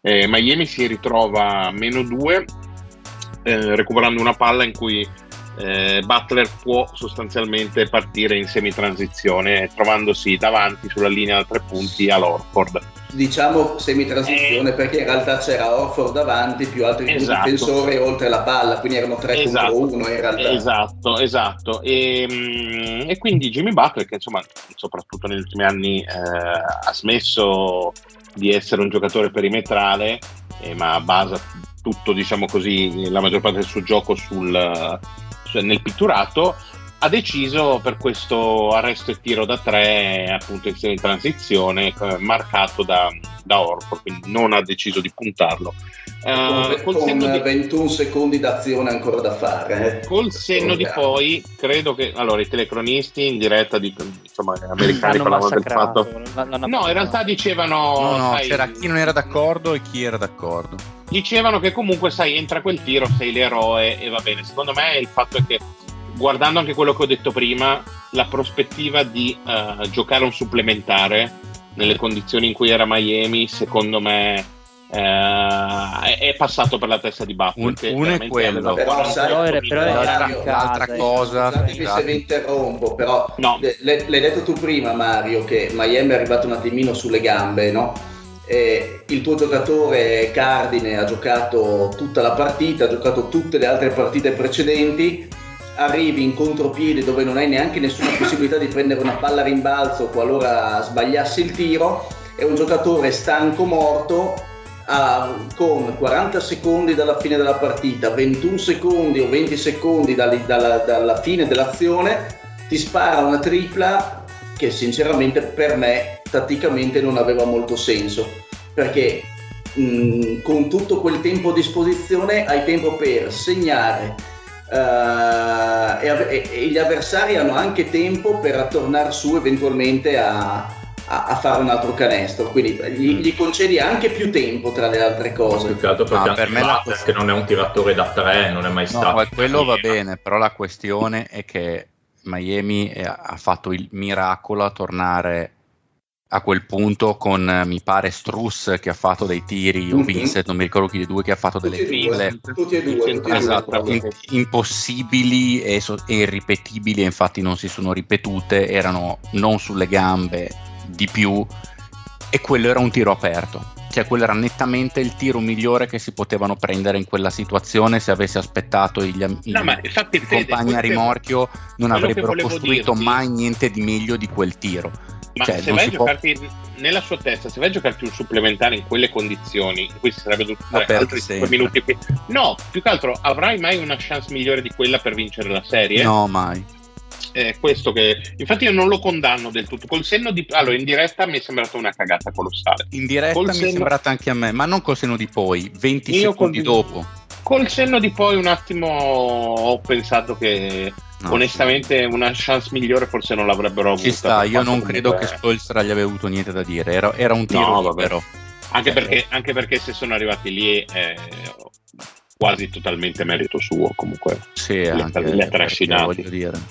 Speaker 5: Eh, Miami si ritrova a meno 2, recuperando una palla in cui eh, Butler può sostanzialmente partire in semitransizione, eh, trovandosi davanti sulla linea da tre punti all'Orford.
Speaker 3: Diciamo semitransizione perché in realtà c'era Orford davanti più altri due
Speaker 5: Eh. Esatto.
Speaker 3: difensori oltre la palla, quindi erano 3
Speaker 5: Esatto.
Speaker 3: contro 1 in realtà.
Speaker 5: Esatto, esatto. E, mm, e quindi Jimmy Butler, che insomma, soprattutto negli ultimi anni eh, ha smesso di essere un giocatore perimetrale, eh, ma basa tutto, diciamo così, la maggior parte del suo gioco sul, cioè nel pitturato, ha deciso per questo arresto e tiro da tre, appunto in serie di transizione, eh, marcato da, da Orford, quindi non ha deciso di puntarlo. Eh,
Speaker 3: Con,
Speaker 5: col
Speaker 3: con
Speaker 5: senno di-
Speaker 3: 21 secondi d'azione ancora da fare. eh.
Speaker 5: Col senno di poi, credo che allora i telecronisti in diretta di, insomma, gli americani
Speaker 4: L'hanno
Speaker 5: parlavano del
Speaker 4: massacrato,
Speaker 5: fatto.
Speaker 4: l'hanno- l'hanno
Speaker 5: No, in realtà dicevano
Speaker 7: No, no,
Speaker 5: sai,
Speaker 7: c'era chi non era d'accordo e chi era d'accordo.
Speaker 5: dicevano che comunque sai, entra quel tiro, sei l'eroe e va bene. Secondo me il fatto è che guardando anche quello che ho detto prima, la prospettiva di eh, giocare un supplementare nelle condizioni in cui era Miami, secondo me eh, è, è passato per la testa di Butler.
Speaker 7: Un-
Speaker 5: che
Speaker 7: uno è
Speaker 5: veramente
Speaker 7: quello.
Speaker 5: aveva
Speaker 3: Però, sai,
Speaker 4: però-
Speaker 5: 48
Speaker 4: però era
Speaker 5: minuti.
Speaker 3: Mario,
Speaker 4: Ah,
Speaker 7: L'altra
Speaker 4: dai.
Speaker 7: cosa,
Speaker 3: Scusatemi se
Speaker 7: scusate,
Speaker 3: vi interrompo, però
Speaker 5: No.
Speaker 3: le- le- l'hai detto tu prima Mario che Miami è arrivato un attimino sulle gambe, no? E il tuo giocatore Cardine ha giocato tutta la partita, ha giocato tutte le altre partite precedenti, arrivi in contropiede dove non hai neanche nessuna possibilità di prendere una palla a rimbalzo qualora sbagliassi il tiro, è un giocatore stanco morto a- con 40 secondi dalla fine della partita, 21 secondi o 20 secondi dall- dalla- dalla fine dell'azione, ti spara una tripla che sinceramente per me tatticamente non aveva molto senso, perché mh, con tutto quel tempo a disposizione hai tempo per segnare eh, e, av- e- e gli avversari hanno anche tempo per tornare su eventualmente a, a- a fare un altro canestro, quindi gli, gli concedi anche più tempo tra le altre cose.
Speaker 6: Più che altro perché
Speaker 7: Ah, per
Speaker 6: anche
Speaker 7: me la-
Speaker 6: Butters, che non è un tiratore da tre, non è mai
Speaker 7: No,
Speaker 6: stato.
Speaker 7: ma quello va bene, però la questione è che Miami eh, ha fatto il miracolo a tornare a quel punto con, eh, mi pare, Struss che ha fatto dei tiri, o
Speaker 3: Mhm.
Speaker 7: Vincent, non mi ricordo chi dei due, che ha fatto delle
Speaker 3: Tutti e due,
Speaker 7: triple
Speaker 3: tutti e due, tutti e due.
Speaker 7: esatto, in- impossibili e, so- e irripetibili, e infatti non si sono ripetute, erano non sulle gambe di più, e quello era un tiro aperto. Cioè, quello era nettamente il tiro migliore che si potevano prendere in quella situazione. Se avessi aspettato gli, am-
Speaker 5: No, ma
Speaker 7: i
Speaker 5: infatti, Fede,
Speaker 7: compagni a
Speaker 5: quello che-
Speaker 7: rimorchio, non
Speaker 5: quello che
Speaker 7: avrebbero
Speaker 5: volevo
Speaker 7: costruito
Speaker 5: dirti-
Speaker 7: mai niente di meglio di quel tiro.
Speaker 5: Ma
Speaker 7: Cioè,
Speaker 5: se
Speaker 7: non
Speaker 5: vai a
Speaker 7: si può-
Speaker 5: giocarti nella sua testa, se vai a giocarti un supplementare in quelle condizioni, in cui si sarebbe dovuto fare
Speaker 7: Aperto
Speaker 5: altri cinque
Speaker 7: sempre.
Speaker 5: minuti. più- No, più che altro, avrai mai una chance migliore di quella per vincere la serie?
Speaker 7: No, mai.
Speaker 5: È questo che. Infatti, io non lo condanno del tutto. Col senno di. Allora, in diretta mi è sembrata una cagata colossale.
Speaker 7: In diretta
Speaker 5: Col
Speaker 7: mi
Speaker 5: senno-
Speaker 7: è sembrata anche a me, ma non col seno di poi, 20
Speaker 5: Io
Speaker 7: secondi
Speaker 5: condivido.
Speaker 7: dopo.
Speaker 5: Col senno di poi, un attimo ho pensato che.
Speaker 7: No.
Speaker 5: Onestamente, una chance migliore forse non l'avrebbero avuta.
Speaker 7: Ci sta, io non
Speaker 5: Comunque-
Speaker 7: credo che Spolstra gli abbia avuto niente da dire, era, era un tiro
Speaker 5: No, vabbè.
Speaker 7: libero.
Speaker 5: Anche perché, anche perché se sono arrivati lì è quasi totalmente merito suo comunque.
Speaker 7: Sì,
Speaker 5: ha-
Speaker 7: anche
Speaker 5: li ha
Speaker 7: perché,
Speaker 5: trascinati.
Speaker 7: voglio dire.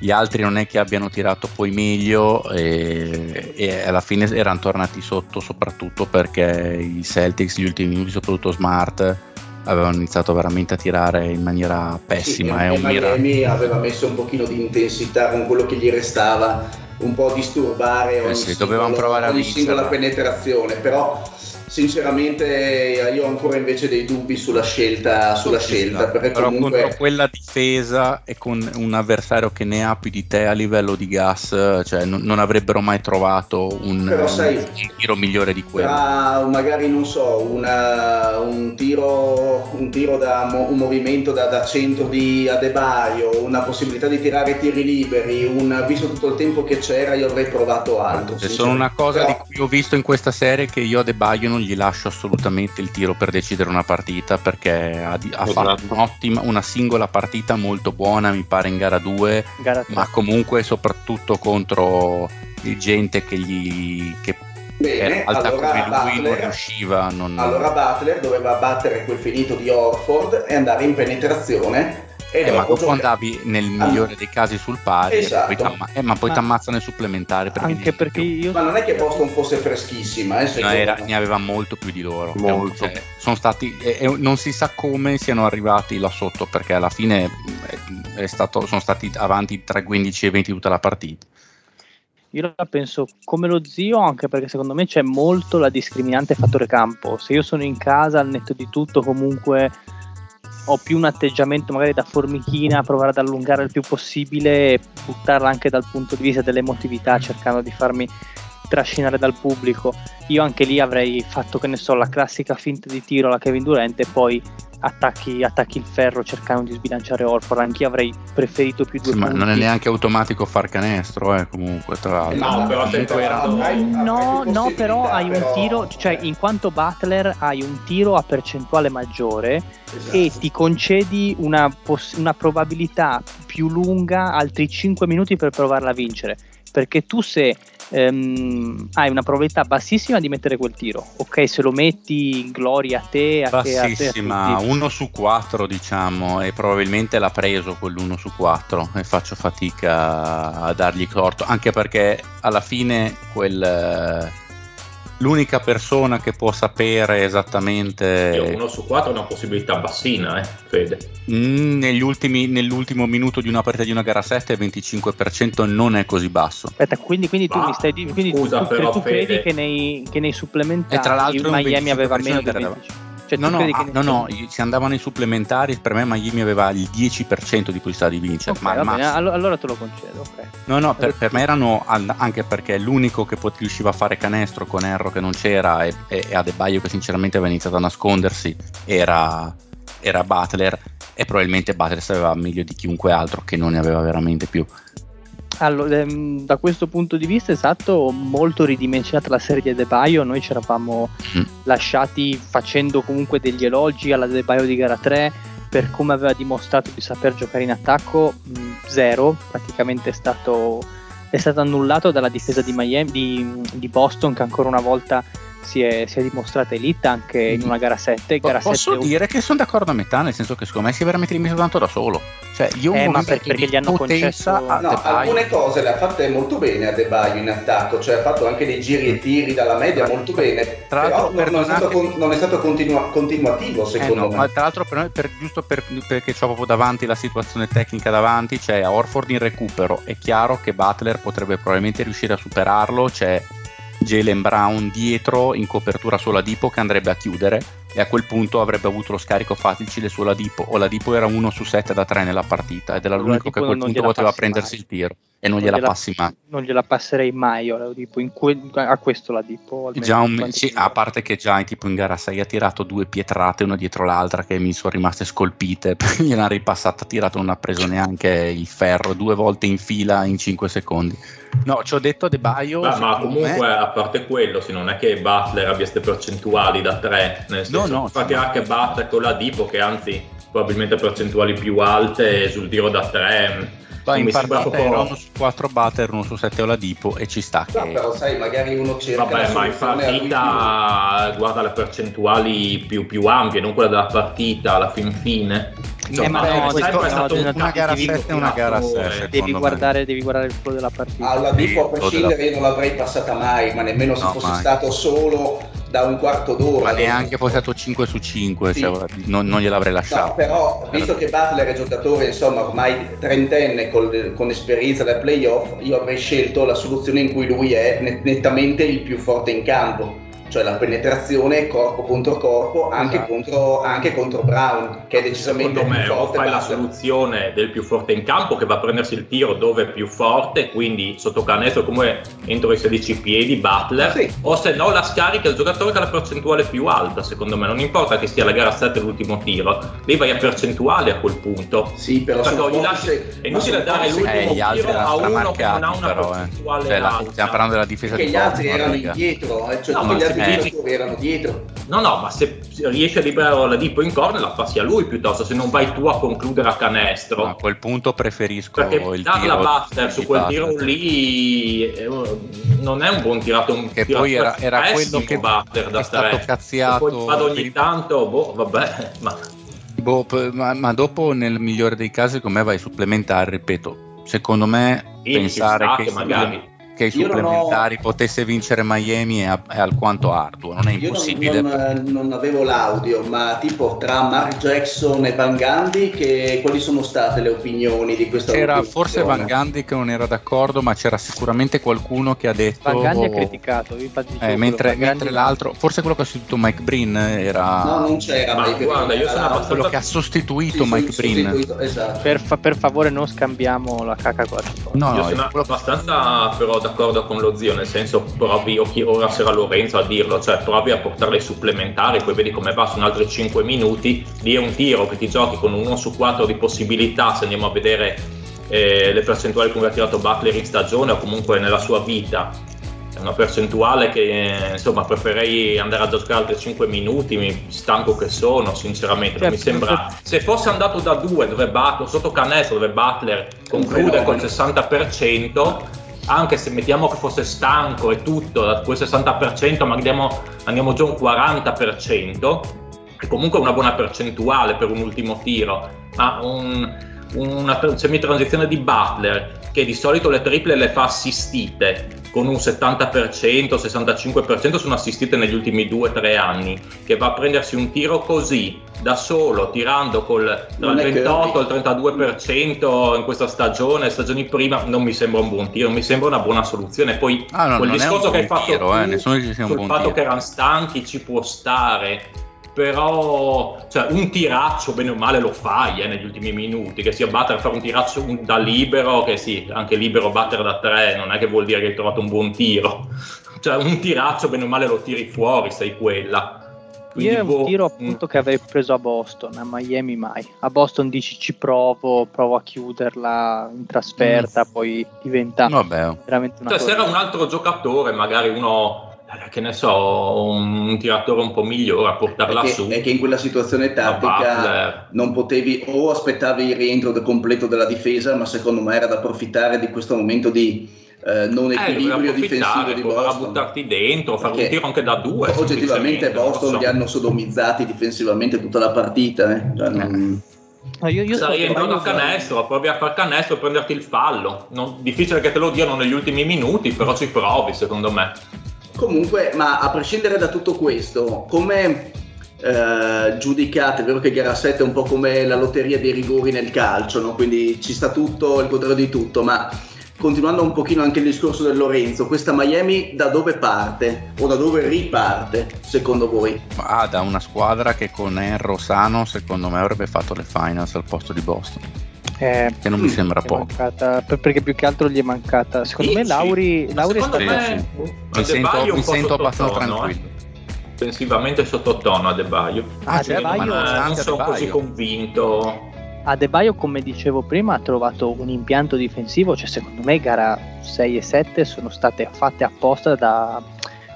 Speaker 7: Gli altri non è che abbiano tirato poi meglio e, e alla fine erano tornati sotto soprattutto perché i Celtics gli ultimi minuti, soprattutto Smart, avevano iniziato veramente a tirare in maniera pessima,
Speaker 3: Sì,
Speaker 7: Eh
Speaker 3: e
Speaker 7: è un miracolo.
Speaker 3: Miami aveva messo un pochino di intensità con quello che gli restava, un po' a disturbare ogni,
Speaker 7: Eh sì, dovevano provare a
Speaker 3: ogni
Speaker 7: vincere.
Speaker 3: singola penetrazione, però sinceramente io ho ancora invece dei dubbi sulla scelta, sulla
Speaker 7: Sì,
Speaker 3: scelta
Speaker 7: sì,
Speaker 3: perché
Speaker 7: però contro
Speaker 3: comunque
Speaker 7: quella difesa e con un avversario che ne ha più di te a livello di gas, cioè non, non avrebbero mai trovato un,
Speaker 3: Però sai-
Speaker 7: un tiro migliore di quello.
Speaker 3: tra magari non so una- un tiro, un tiro da mo- un movimento da, da centro di Adebaio, una possibilità di tirare tiri liberi, un, visto tutto il tempo che c'era io avrei provato altro.
Speaker 7: C'è solo Cioè, una cosa di
Speaker 3: sinceramente.
Speaker 7: cui ho visto in questa serie che io a De Baio non gli lascio assolutamente il tiro per decidere una partita perché ha, di- ha
Speaker 5: Esatto.
Speaker 7: fatto un'ottima, una singola partita molto buona, mi pare in gara 2,
Speaker 4: Gara tre.
Speaker 7: ma comunque soprattutto contro il gente che gli che
Speaker 3: Bene,
Speaker 7: era alta
Speaker 3: allora
Speaker 7: come lui, non
Speaker 3: Butler-
Speaker 7: riusciva, non-
Speaker 3: Allora Butler doveva battere quel finito di Orford e andare in penetrazione e
Speaker 7: Eh, ma
Speaker 3: dopo
Speaker 7: dopo
Speaker 3: giocare.
Speaker 7: andavi nel migliore dei casi sul pari, e
Speaker 3: Esatto.
Speaker 7: poi t'amma- eh, ma poi
Speaker 4: Ma-
Speaker 7: ti ammazzano i supplementari perché
Speaker 4: Anche
Speaker 7: dici
Speaker 4: perché
Speaker 7: più.
Speaker 4: io...
Speaker 3: Ma non è che Boston fosse freschissima, eh,
Speaker 7: No,
Speaker 3: secondo
Speaker 7: era-
Speaker 3: me.
Speaker 7: ne aveva molto più di loro.
Speaker 5: Molto.
Speaker 7: Cioè, sono stati, e- e non si sa come siano arrivati là sotto perché alla fine mh, è stato- sono stati avanti tra 15 e 20 tutta la partita.
Speaker 4: Io la penso come lo zio, anche perché secondo me c'è molto la discriminante fattore campo. Se io sono in casa, al netto di tutto, comunque ho più un atteggiamento magari da formichina, provare ad allungare il più possibile e buttarla anche dal punto di vista dell'emotività, cercando di farmi trascinare dal pubblico. Io anche lì avrei fatto, che ne so, la classica finta di tiro alla Kevin Durant e poi attacchi, attacchi il ferro cercando di sbilanciare Orford. Anch'io avrei preferito più due
Speaker 7: Sì, ma
Speaker 4: punti.
Speaker 7: non è neanche automatico far canestro, eh, comunque, tra l'altro.
Speaker 6: No, però se
Speaker 7: Comunque era-
Speaker 6: erano-
Speaker 3: avrai- avrai
Speaker 4: No,
Speaker 3: più
Speaker 4: no, però
Speaker 3: possibilità,
Speaker 4: hai un
Speaker 3: però-
Speaker 4: tiro, cioè in quanto Butler hai un tiro a percentuale maggiore
Speaker 3: Esatto.
Speaker 4: e ti concedi una, poss- una probabilità più lunga, altri 5 minuti per provarla a vincere. Perché tu se ehm, hai una probabilità bassissima di mettere quel tiro, ok, se lo metti gloria a te, a te, a te, a
Speaker 7: bassissima,
Speaker 4: tutti.
Speaker 7: 1 su 4 diciamo e probabilmente l'ha preso quell'1 su 4 e faccio fatica a dargli corto anche perché alla fine quel, eh, l'unica persona che può sapere
Speaker 6: Io
Speaker 7: esattamente
Speaker 6: uno su quattro è una possibilità bassina, eh, Fede.
Speaker 7: mm, negli ultimi- nell'ultimo minuto di una partita di una gara 7 il 25% non è così basso
Speaker 4: Aspetta, quindi, quindi tu
Speaker 6: Ma,
Speaker 4: mi stai di- quindi tu-
Speaker 6: scusa,
Speaker 4: tu,
Speaker 6: però,
Speaker 4: tu credi
Speaker 6: Fede.
Speaker 4: che nei, che nei supplementari
Speaker 7: E tra l'altro è un
Speaker 4: Miami aveva
Speaker 7: 25%
Speaker 4: meno
Speaker 7: che
Speaker 4: del
Speaker 7: arriva.
Speaker 4: 25%. Cioè,
Speaker 7: No,
Speaker 4: tu
Speaker 7: no,
Speaker 4: credi
Speaker 7: ah,
Speaker 4: che-
Speaker 7: no, no, si andavano in supplementari. Per me, Miami aveva il 10% di possibilità di vincere.
Speaker 4: Ok,
Speaker 7: Cioè, ma al
Speaker 4: va bene,
Speaker 7: massimo.
Speaker 4: allo- allora te lo concedo. ok.
Speaker 7: No, no, per, per me erano an- anche perché l'unico che pot- riusciva a fare canestro con Erro che non c'era e, e, e Adebayo che sinceramente aveva iniziato a nascondersi era, era Butler e probabilmente Butler sapeva meglio di chiunque altro che non ne aveva veramente più.
Speaker 4: Allora, ehm, da questo punto di vista è stato molto ridimensionata la serie di Adebayo. Noi ci eravamo
Speaker 7: Mm.
Speaker 4: lasciati facendo comunque degli elogi alla Adebayo di gara 3 per come aveva dimostrato di saper giocare in attacco. mh, zero, praticamente è stato, è stato annullato dalla difesa di, Miami, di, di Boston che ancora una volta si è, si è dimostrata elite anche
Speaker 7: Mm.
Speaker 4: in una gara 7.
Speaker 7: Po-
Speaker 4: Gara
Speaker 7: posso
Speaker 4: 7
Speaker 7: dire che sono d'accordo a metà, nel senso che secondo me si è veramente rimesso tanto da solo. Cioè, io
Speaker 4: Eh,
Speaker 7: un
Speaker 4: ma
Speaker 7: momento
Speaker 4: perché
Speaker 7: di
Speaker 4: gli hanno
Speaker 7: potenza
Speaker 4: concesso-
Speaker 7: a
Speaker 4: Ah,
Speaker 3: No,
Speaker 7: Adebayo-
Speaker 3: alcune cose le ha fatte molto bene a Debaio in attacco, cioè ha fatto anche dei giri e tiri dalla media molto bene,
Speaker 7: Mm. Tra
Speaker 3: però
Speaker 7: l'altro,
Speaker 3: non, non è stato,
Speaker 7: perdonatemi-
Speaker 3: con- non è stato continua- continuativo
Speaker 7: Eh
Speaker 3: secondo
Speaker 7: no,
Speaker 3: me.
Speaker 7: ma tra l'altro per noi, per- giusto per- perché c'ho proprio davanti la situazione tecnica davanti, c'è Orford in recupero, è chiaro che Butler potrebbe probabilmente riuscire a superarlo, c'è Jalen Brown dietro in copertura sulla Dipo che andrebbe a chiudere e a quel punto avrebbe avuto lo scarico facile sulla Dipo o la Dipo era 1 su 7 da 3 nella partita ed era
Speaker 4: Allora,
Speaker 7: l'unico che a
Speaker 4: Oladipo
Speaker 7: quel
Speaker 4: non
Speaker 7: punto
Speaker 4: gliela
Speaker 7: poteva
Speaker 4: passi mai.
Speaker 7: prendersi il tiro e non gliela passi mai.
Speaker 4: Non gliela passerei mai, io la dico, in que- a questo la dico. almeno.
Speaker 7: Già un- sì, ah, a parte che già tipo in gara 6 ha tirato due pietrate una dietro l'altra che mi sono rimaste scolpite, perché gliel'ha ripassata, ha tirato, non ha preso neanche il ferro due volte in fila in 5 secondi. No, ci ho detto a De Baio,
Speaker 6: Ma, ma
Speaker 7: secondo me-
Speaker 6: comunque, a parte quello, se non è che Butler abbia queste percentuali da 3, nel senso
Speaker 7: no,
Speaker 6: infatti
Speaker 7: sì.
Speaker 6: anche Butler con la Dipo che anzi probabilmente percentuali più alte sul tiro da 3.
Speaker 7: poi in
Speaker 6: mi sembra
Speaker 7: partita
Speaker 6: proprio-
Speaker 7: era uno su 4 batter, uno su 7 la Dipo e ci sta
Speaker 3: No,
Speaker 7: che...
Speaker 3: però sai, magari uno cerca
Speaker 6: Vabbè,
Speaker 3: la
Speaker 6: ma in
Speaker 3: soluzione a lui
Speaker 6: partita guarda le percentuali più, più ampie, non quella della partita alla fin fine.
Speaker 4: Eh, ma
Speaker 6: ma
Speaker 4: no,
Speaker 6: sai,
Speaker 4: no,
Speaker 6: poi è stato
Speaker 4: no,
Speaker 6: un
Speaker 4: una
Speaker 7: gara
Speaker 6: tentativo
Speaker 7: sette e una gara
Speaker 6: tiratore.
Speaker 7: sei.
Speaker 4: Devi
Speaker 7: secondo me.
Speaker 4: guardare, devi guardare il flow della
Speaker 3: più-
Speaker 6: Ah,
Speaker 4: partita.
Speaker 3: alla Dipo Ah, a prescindere
Speaker 7: Sì,
Speaker 3: io non l'avrei passata mai, ma nemmeno se
Speaker 7: No,
Speaker 3: fosse
Speaker 7: mai.
Speaker 3: stato solo da un quarto d'ora.
Speaker 7: Ma neanche fosse stato 5 su 5,
Speaker 3: Sì.
Speaker 7: non, non gliel'avrei lasciato.
Speaker 3: No, però visto che Butler è giocatore insomma ormai trentenne col- con esperienza dai playoff, io avrei scelto la soluzione in cui lui è net- nettamente il più forte in campo, cioè la penetrazione corpo contro corpo anche,
Speaker 4: Esatto.
Speaker 3: contro, anche contro Brown, che è decisamente
Speaker 6: Secondo me
Speaker 3: più
Speaker 6: o
Speaker 3: forte.
Speaker 6: fai la
Speaker 3: Butler.
Speaker 6: soluzione del più forte in campo che va a prendersi il tiro dove è più forte, quindi sotto canestro come entro i 16 piedi Butler,
Speaker 3: Sì.
Speaker 6: o se no la scarica il giocatore che ha la percentuale più alta, secondo me, non importa che sia la gara 7 l'ultimo tiro, lì vai a percentuale a quel punto.
Speaker 3: Sì, però
Speaker 6: Perché
Speaker 3: sono
Speaker 6: ogni
Speaker 3: forti
Speaker 6: lascia-
Speaker 3: se-
Speaker 6: è
Speaker 3: ma
Speaker 6: inutile
Speaker 3: sono
Speaker 6: dare
Speaker 3: forti se-
Speaker 6: l'ultimo
Speaker 7: Eh, gli altri
Speaker 6: tiro a
Speaker 7: erano
Speaker 6: uno che non ha
Speaker 7: stramarcati,
Speaker 6: una
Speaker 7: però. eh.
Speaker 6: percentuale
Speaker 7: Cioè, la-
Speaker 6: alta.
Speaker 7: stiamo parlando della difesa
Speaker 3: Perché
Speaker 7: di
Speaker 3: gli altri
Speaker 7: Portland,
Speaker 3: erano
Speaker 7: raga.
Speaker 3: indietro, eh, cioè
Speaker 6: No,
Speaker 3: tutti gli
Speaker 6: ma
Speaker 3: altri
Speaker 7: sì, eh.
Speaker 3: giocatori erano dietro.
Speaker 6: No, no, ma se riesce a liberare la Dipo in corner la passi a lui piuttosto, se non vai tu a concludere a canestro.
Speaker 7: A quel punto preferisco
Speaker 6: Perché
Speaker 7: il
Speaker 6: darla
Speaker 7: tiro
Speaker 6: a Buster su
Speaker 7: di
Speaker 6: quel
Speaker 7: Butler.
Speaker 6: tiro lì eh, non è un buon tirato. Un
Speaker 7: Che
Speaker 6: tirato
Speaker 7: poi era, era
Speaker 6: pessimo
Speaker 7: quello che
Speaker 6: Buster da
Speaker 7: è stato
Speaker 6: tre.
Speaker 7: cazziato.
Speaker 6: Poi vado ogni tanto, boh, vabbè, ma
Speaker 7: Boh, p- ma, ma dopo, nel migliore dei casi, secondo me vai ai supplementari. Ripeto, secondo me
Speaker 6: sì,
Speaker 7: pensare
Speaker 6: ci sta
Speaker 7: che, i
Speaker 6: che magari.
Speaker 7: supple- che i
Speaker 3: Io non ho-
Speaker 7: supplementari potesse vincere Miami è, a- è alquanto arduo. Non è
Speaker 3: Io non,
Speaker 7: impossibile.
Speaker 3: non- non avevo l'audio, ma tipo tra Mark Jackson e Van Gandhi, che, quali sono state le opinioni di questa
Speaker 7: C'era
Speaker 3: opposizione?
Speaker 7: forse Van Gandhi che non era d'accordo, ma c'era sicuramente qualcuno che ha detto.
Speaker 4: Van Gandhi ha
Speaker 7: "Oh,
Speaker 4: criticato, infatti dicevo
Speaker 7: eh,
Speaker 4: quello,
Speaker 7: mentre,
Speaker 4: Van Gundy-
Speaker 7: mentre l'altro, forse quello che ha sostituito Mike Breen era
Speaker 3: No, non c'era.
Speaker 6: Ma
Speaker 3: Mike
Speaker 6: guarda, io sono
Speaker 3: Allora,
Speaker 6: abbastanza-
Speaker 7: quello che ha
Speaker 3: sì,
Speaker 7: sostituito
Speaker 3: sì,
Speaker 7: Mike Breen.
Speaker 3: sostituito, Esatto.
Speaker 4: per, fa- per favore non scambiamo la caca con la cipolla.
Speaker 7: No,
Speaker 6: Io
Speaker 7: no,
Speaker 6: sono
Speaker 7: quello-
Speaker 6: abbastanza però d'accordo con lo zio, nel senso provi, o chi ora c'era Lorenzo a dirlo, cioè provi a portare i supplementari, poi vedi come va, sono altri 5 minuti, lì è un tiro che ti giochi con un 1 su 4 di possibilità, se andiamo a vedere eh, le percentuali come ha tirato Butler in stagione o comunque nella sua vita, è una percentuale che eh, insomma preferirei andare a giocare altri 5 minuti, mi stanco che sono sinceramente, non mi
Speaker 4: Certo,
Speaker 6: sembra... Se fosse andato da 2 dove Butler, sotto canestro dove Butler conclude col 60%, anche se mettiamo che fosse stanco e tutto, da quel 60% ma andiamo, andiamo già un 40%, è comunque una buona percentuale per un ultimo tiro, ma un- una tra- semitransizione di Butler che di solito le triple le fa assistite con un 70%, 65% sono assistite negli ultimi 2-3 anni che va a prendersi un tiro così da solo, tirando col tra
Speaker 3: Non
Speaker 6: il
Speaker 3: è
Speaker 6: 38 e
Speaker 3: Curry.
Speaker 6: il 32% in questa stagione, stagioni prima, non mi sembra un buon tiro, mi sembra una buona soluzione. Poi
Speaker 7: Ah, no,
Speaker 6: quel
Speaker 7: non è un
Speaker 6: discorso che hai
Speaker 7: buon
Speaker 6: fatto
Speaker 7: tiro, eh,
Speaker 6: tu
Speaker 7: nessuno dice sia un
Speaker 6: sul
Speaker 7: buon
Speaker 6: fatto
Speaker 7: tiro.
Speaker 6: che erano stanchi ci può stare. però cioè, un tiraccio bene o male lo fai eh, negli ultimi minuti, che sia battere, fare un tiraccio un- da libero, che sì, anche libero battere da tre non è che vuol dire che hai trovato un buon tiro, cioè un tiraccio bene o male lo tiri fuori, sei quella.
Speaker 4: Io è
Speaker 6: boh,
Speaker 4: un tiro
Speaker 6: mm.
Speaker 4: appunto che avrei preso a Boston, a Miami mai. A Boston dici ci provo, provo a chiuderla in trasferta,
Speaker 7: Mm.
Speaker 4: poi diventa
Speaker 7: Vabbè, oh.
Speaker 4: veramente una
Speaker 6: Cioè, se
Speaker 4: cosa.
Speaker 6: era un altro giocatore, magari uno, eh, che ne so, un tiratore un po' migliore a portarla
Speaker 3: Perché,
Speaker 6: su.
Speaker 3: è che in quella situazione
Speaker 6: ma
Speaker 3: tattica
Speaker 6: Butler.
Speaker 3: non potevi o aspettavi il rientro del completo della difesa, ma secondo me era da approfittare di questo momento di eh, non
Speaker 6: Eh, doveva
Speaker 3: equilibrio difensivo
Speaker 6: approfittare,
Speaker 3: di
Speaker 6: provare a
Speaker 3: Boston.
Speaker 6: buttarti dentro, fare
Speaker 3: Perché
Speaker 6: un tiro anche da due.
Speaker 3: Oggettivamente
Speaker 6: semplicemente, non lo
Speaker 3: Boston
Speaker 6: so.
Speaker 3: li hanno sodomizzati difensivamente tutta la partita. eh. Cioè, non-
Speaker 4: No, io, io so
Speaker 6: Sarei
Speaker 4: che
Speaker 6: entrato a
Speaker 4: Miami-
Speaker 6: canestro, provi a far canestro e prenderti il fallo. Non- difficile che te lo diano negli ultimi minuti, però ci provi, secondo me.
Speaker 3: Comunque, ma a prescindere da tutto questo, come eh, giudicate, è vero che gara 7 è un po' come la lotteria dei rigori nel calcio, no? quindi ci sta tutto, il contrario di tutto, ma continuando un pochino anche il discorso del Lorenzo, questa Miami da dove parte o da dove riparte secondo voi?
Speaker 7: ah, da una squadra che con Enro sano secondo me avrebbe fatto le finals al posto di Boston,
Speaker 4: Eh,
Speaker 7: che non mi
Speaker 3: Mm,
Speaker 7: sembra
Speaker 4: gli è
Speaker 7: poco.
Speaker 4: mancata- per- perché più che altro gli è mancata. Secondo me
Speaker 6: Dici?
Speaker 4: Lauri,
Speaker 6: Ma
Speaker 4: Lauri è
Speaker 6: secondo
Speaker 4: stato
Speaker 7: stato-
Speaker 6: me,
Speaker 7: Mi sento,
Speaker 6: Adebayo un
Speaker 7: mi
Speaker 6: po'
Speaker 7: sento abbastanza
Speaker 6: sottotono,
Speaker 7: tranquillo.
Speaker 6: eh. Offensivamente sottotono a De Baio.
Speaker 4: Ah,
Speaker 7: certo,
Speaker 4: Adebayo-
Speaker 7: ma
Speaker 4: Io-
Speaker 7: nonostante
Speaker 6: non sono
Speaker 7: Adebayo.
Speaker 6: così convinto.
Speaker 4: Adebayo, come dicevo prima, ha trovato un impianto difensivo, cioè secondo me gara 6 e 7 sono state fatte apposta da,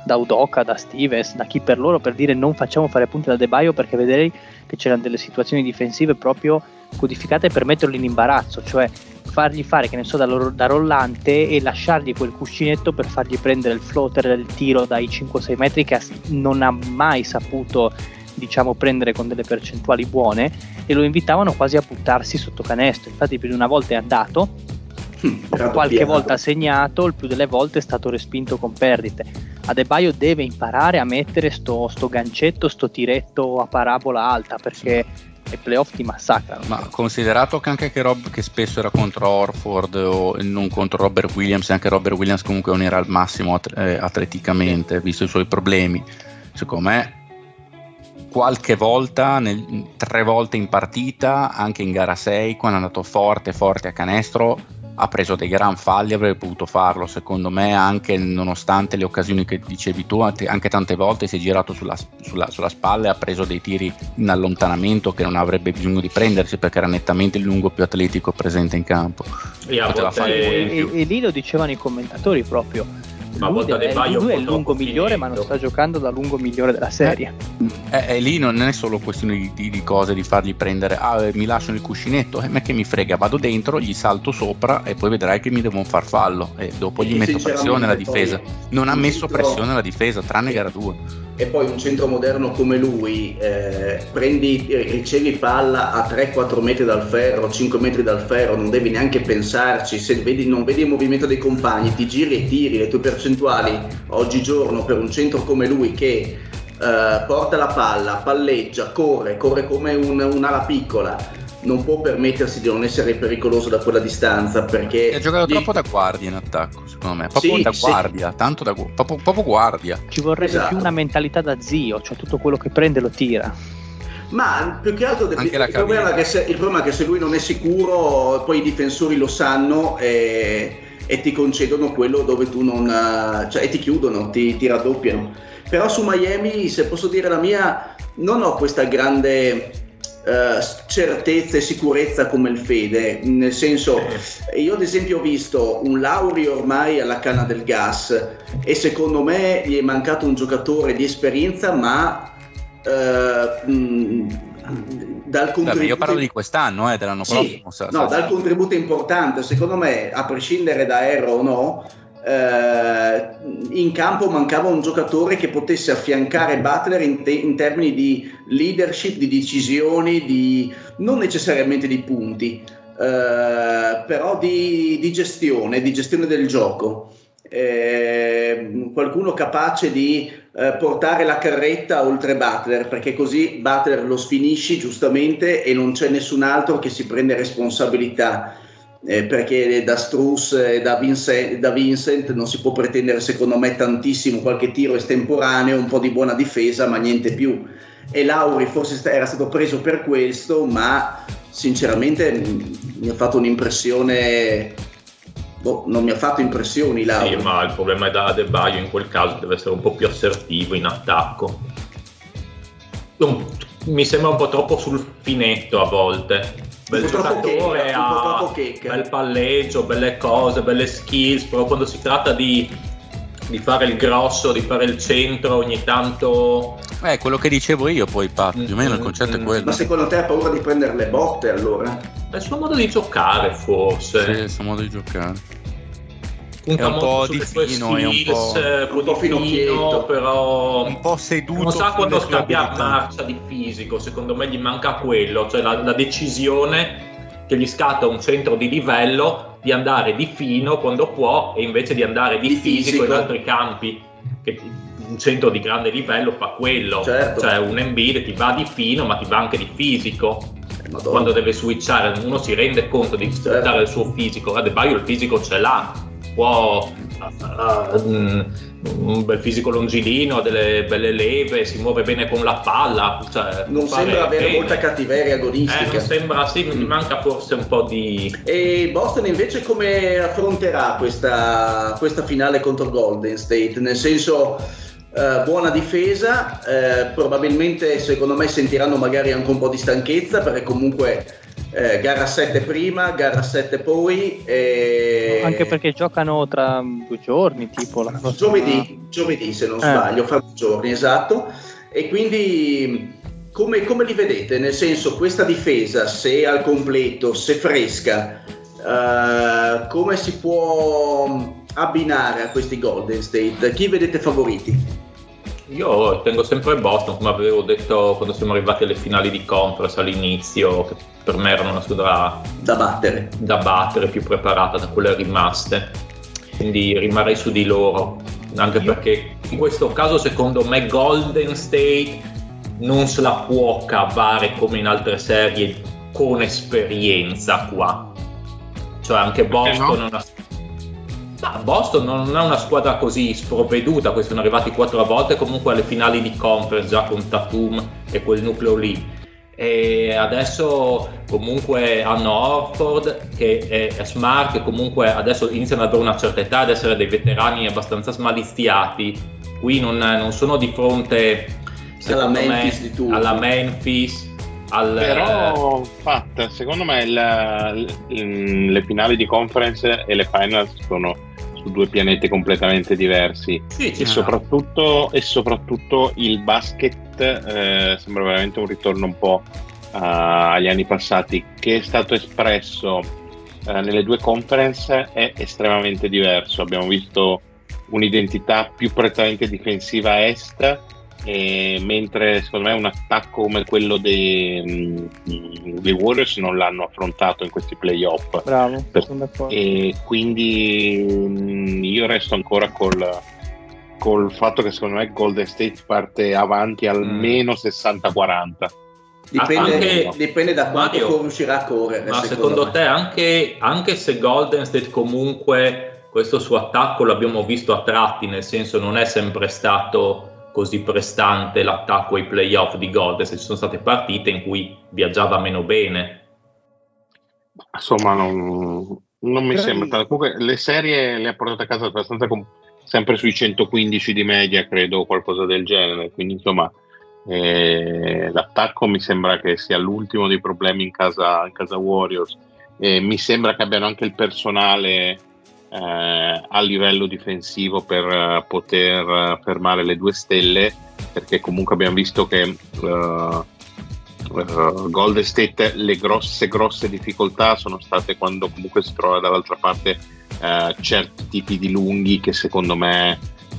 Speaker 4: da Udoca, da Stevens, da chi per loro per dire non facciamo fare punti da Adebayo perché vedrei che c'erano delle situazioni difensive proprio codificate per metterli in imbarazzo, cioè fargli fare che ne so da, loro- da rollante e lasciargli quel cuscinetto per fargli prendere il floater del tiro dai 5-6 metri che ha- non ha mai saputo diciamo prendere con delle percentuali buone e lo invitavano quasi a buttarsi sotto canestro. Infatti, più di una volta è andato, qualche volta ha segnato, il più delle volte è stato respinto con perdite. Adebayo deve imparare a mettere sto, sto gancetto, sto tiretto a parabola alta perché i playoff ti massacrano.
Speaker 7: Ma considerato che anche che, Rob, che spesso era contro Orford o non contro Robert Williams, e anche Robert Williams comunque non era al massimo at- eh, atleticamente, visto i suoi problemi, secondo me qualche volta, nel- tre volte in partita, anche in gara 6, quando è andato forte forte a canestro, ha preso dei gran falli, avrebbe potuto farlo, secondo me anche nonostante le occasioni che dicevi tu, anche anche tante volte si è girato sulla, sulla- sulla spalla e ha preso dei tiri in allontanamento che non avrebbe bisogno di prendersi perché era nettamente il lungo più atletico presente in campo.
Speaker 6: E a
Speaker 7: Poteva fare
Speaker 6: volte
Speaker 7: lui.
Speaker 4: E, e lì lo dicevano i commentatori proprio.
Speaker 6: Ma
Speaker 4: lui,
Speaker 6: volta
Speaker 4: è,
Speaker 6: Adebayo
Speaker 4: lui è il
Speaker 6: purtroppo
Speaker 4: lungo migliore, ma non
Speaker 6: finito.
Speaker 4: sta giocando da lungo migliore della serie.
Speaker 7: E, e lì non è solo questione di, di- di cose, di fargli prendere, ah eh, mi lasciano il cuscinetto, e me che mi frega, vado dentro, gli salto sopra e poi vedrai che mi devono far fallo e dopo gli
Speaker 3: E
Speaker 7: metto
Speaker 3: sinceramente
Speaker 7: pressione alla
Speaker 3: poi-
Speaker 7: difesa. Non ha messo
Speaker 3: Però-
Speaker 7: pressione alla difesa, tranne gara 2.
Speaker 3: E poi un centro moderno come lui, eh, prendi, eh, ricevi palla a 3-4 metri dal ferro, 5 metri dal ferro, non devi neanche pensarci, se vedi- non vedi il movimento dei compagni, ti giri e tiri, le tue percentuali oggigiorno per un centro come lui che eh, porta la palla, palleggia, corre, corre come un- un'ala piccola, non può permettersi di non essere pericoloso da quella distanza perché...
Speaker 7: Ha giocato
Speaker 3: gli-
Speaker 7: troppo da guardia in attacco, secondo me. Proprio
Speaker 3: Eh, Sì,
Speaker 7: da
Speaker 3: sì.
Speaker 7: guardia, tanto da gu- proprio, proprio guardia.
Speaker 4: Ci vorrebbe
Speaker 3: Esatto.
Speaker 4: più una mentalità da zio, cioè tutto quello che prende lo tira.
Speaker 3: Ma più che altro
Speaker 7: Anche la
Speaker 3: il, problema è
Speaker 7: cabina.
Speaker 3: che se, il problema è che se lui non è sicuro, poi i difensori lo sanno e, e ti concedono quello dove tu non. eh, cioè e ti chiudono, ti, ti raddoppiano. Però su Miami, se posso dire la mia, non ho questa grande eh, certezza e sicurezza come il Fede. Nel senso, io ad esempio ho visto un Lauri ormai alla canna del gas e secondo me gli è mancato un giocatore di esperienza, ma eh, mh, dal
Speaker 7: Vabbè,
Speaker 3: contributo
Speaker 7: io parlo di quest'anno, eh, dell'anno
Speaker 3: Sì,
Speaker 7: prossimo. sa-
Speaker 3: no,
Speaker 7: sa-
Speaker 3: dal contributo importante, secondo me, a prescindere da Erro o no, eh, in campo mancava un giocatore che potesse affiancare Butler in, te- in termini di leadership, di decisioni, di, non necessariamente di punti, eh, però di, di gestione, di gestione del gioco. Eh, qualcuno capace di eh, portare la carretta oltre Butler perché così Butler lo sfinisci giustamente e non c'è nessun altro che si prende responsabilità eh, perché da Struss e da Vincent, da Vincent non si può pretendere secondo me tantissimo, qualche tiro estemporaneo, un po' di buona difesa, ma niente più. E Lauri forse sta- era stato preso per questo, ma sinceramente mh, mi ha fatto un'impressione... boh, non mi ha fatto impressioni
Speaker 6: Sì,
Speaker 3: Lauri.
Speaker 6: ma il problema è da Adebayo in quel caso deve essere un po' più assertivo in attacco. Non- mi sembra un po' troppo sul finetto a volte. Bel
Speaker 3: Un po' troppo
Speaker 6: giocatore,
Speaker 3: checca, un po'
Speaker 6: ha
Speaker 3: troppo checca.
Speaker 6: bel palleggio, belle cose, belle skills, però quando si tratta di, di fare il grosso, di fare il centro, ogni tanto...
Speaker 7: Eh, quello che dicevo io poi, Pat, più o meno il concetto è
Speaker 6: Mm,
Speaker 7: quello.
Speaker 3: Ma secondo te ha paura di prendere le botte allora?
Speaker 6: È il suo modo di giocare
Speaker 7: Sì,
Speaker 6: forse.
Speaker 7: il suo modo di giocare.
Speaker 6: Punta
Speaker 7: È un
Speaker 6: molto
Speaker 7: po'
Speaker 6: sulle
Speaker 7: di
Speaker 6: sue
Speaker 7: fino, è un
Speaker 6: skills,
Speaker 7: po'-
Speaker 6: eh,
Speaker 3: un po'
Speaker 6: di
Speaker 3: finocchietto.
Speaker 6: però...
Speaker 7: Un po' seduto.
Speaker 6: non sa quando
Speaker 7: sulle sue
Speaker 6: scambiare
Speaker 7: abilità.
Speaker 6: marcia di fisico, secondo me gli manca quello, cioè la, la decisione che gli scatta un centro di livello di andare di fino quando può e invece di andare di,
Speaker 3: Di
Speaker 6: fisico,
Speaker 3: fisico.
Speaker 6: in altri campi. Che un centro di grande livello fa quello,
Speaker 3: Certo.
Speaker 6: cioè un Embiid ti va di fino ma ti va anche di fisico.
Speaker 3: Madonna. Certo.
Speaker 6: Quando deve switchare uno si rende conto di sfruttare il suo fisico, Adebayo il fisico ce l'ha, può ha un, un bel fisico longilino, ha delle belle leve, si muove bene con la palla. cioè,
Speaker 3: non
Speaker 6: fare
Speaker 3: sembra avere
Speaker 6: bene.
Speaker 3: molta cattiveria
Speaker 6: Eh,
Speaker 3: agonistica. Mm.
Speaker 6: non sembra, sì, mi manca forse un po' di...
Speaker 3: E Boston invece come affronterà questa, questa finale contro Golden State? Nel senso, eh, buona difesa, eh, probabilmente secondo me sentiranno magari anche un po' di stanchezza perché comunque eh, gara 7 prima, gara 7 poi. e-
Speaker 4: Anche perché giocano tra due giorni, tipo la prossima-
Speaker 3: Giovedì, giovedì se non
Speaker 4: Eh.
Speaker 3: sbaglio, fra due giorni, esatto. E quindi come, come li vedete? Nel senso, questa difesa, se al completo, se fresca, eh, come si può abbinare a questi Golden State? Chi vedete favoriti?
Speaker 6: Io tengo sempre Boston, come avevo detto quando siamo arrivati alle finali di conference all'inizio, che per me erano una squadra
Speaker 3: Da battere.
Speaker 6: da battere, più preparata da quelle rimaste. Quindi rimarrei su di loro, anche perché in questo caso secondo me Golden State non se la può cavare come in altre serie con esperienza qua. Cioè anche Boston è una ma Boston non è una squadra così sprovveduta, questi sono arrivati quattro volte comunque alle finali di conference già con Tatum e quel nucleo lì. E adesso comunque hanno Orford che è, è Smart che comunque adesso iniziano ad avere una certa età, ad essere dei veterani abbastanza smaliziati. Qui non, non sono di fronte secondo me,
Speaker 3: Memphis di turno.
Speaker 6: alla Memphis, al
Speaker 5: Però, fatta, secondo me la- l- le finali di conference e le finals sono su due pianeti completamente diversi.
Speaker 6: Sì, ci
Speaker 5: E
Speaker 6: sono.
Speaker 5: soprattutto, e soprattutto il basket eh, sembra veramente un ritorno un po' eh, agli anni passati, che è stato espresso eh, nelle due conference è estremamente diverso. Abbiamo visto un'identità più prettamente difensiva a est, e mentre secondo me un attacco come quello dei, mm, dei Warriors non l'hanno affrontato in questi playoff
Speaker 4: Bravo, sono d'accordo.
Speaker 5: e quindi mh, io resto ancora col, col fatto che secondo me Golden State parte avanti almeno 60-40
Speaker 3: Dipende,
Speaker 6: Anche-
Speaker 3: dipende da quanto
Speaker 6: Mario,
Speaker 3: riuscirà a correre.
Speaker 6: Ma secondo,
Speaker 3: me.
Speaker 6: te, anche, anche se Golden State comunque questo suo attacco l'abbiamo visto a tratti, nel senso non è sempre stato così prestante l'attacco ai playoff di Golden State, ci sono state partite in cui viaggiava meno bene.
Speaker 5: insomma non, non mi
Speaker 4: Però-
Speaker 5: sembra tanto. comunque le serie le ha portate a casa abbastanza com- sempre sui 115 di media credo o qualcosa del genere quindi insomma eh, l'attacco mi sembra che sia l'ultimo dei problemi in casa, in casa Warriors e mi sembra che abbiano anche il personale eh, a livello difensivo per eh, poter eh, fermare le due stelle perché comunque abbiamo visto che eh, eh, Golden State le grosse grosse difficoltà sono state quando comunque si trova dall'altra parte eh, certi tipi di lunghi che secondo me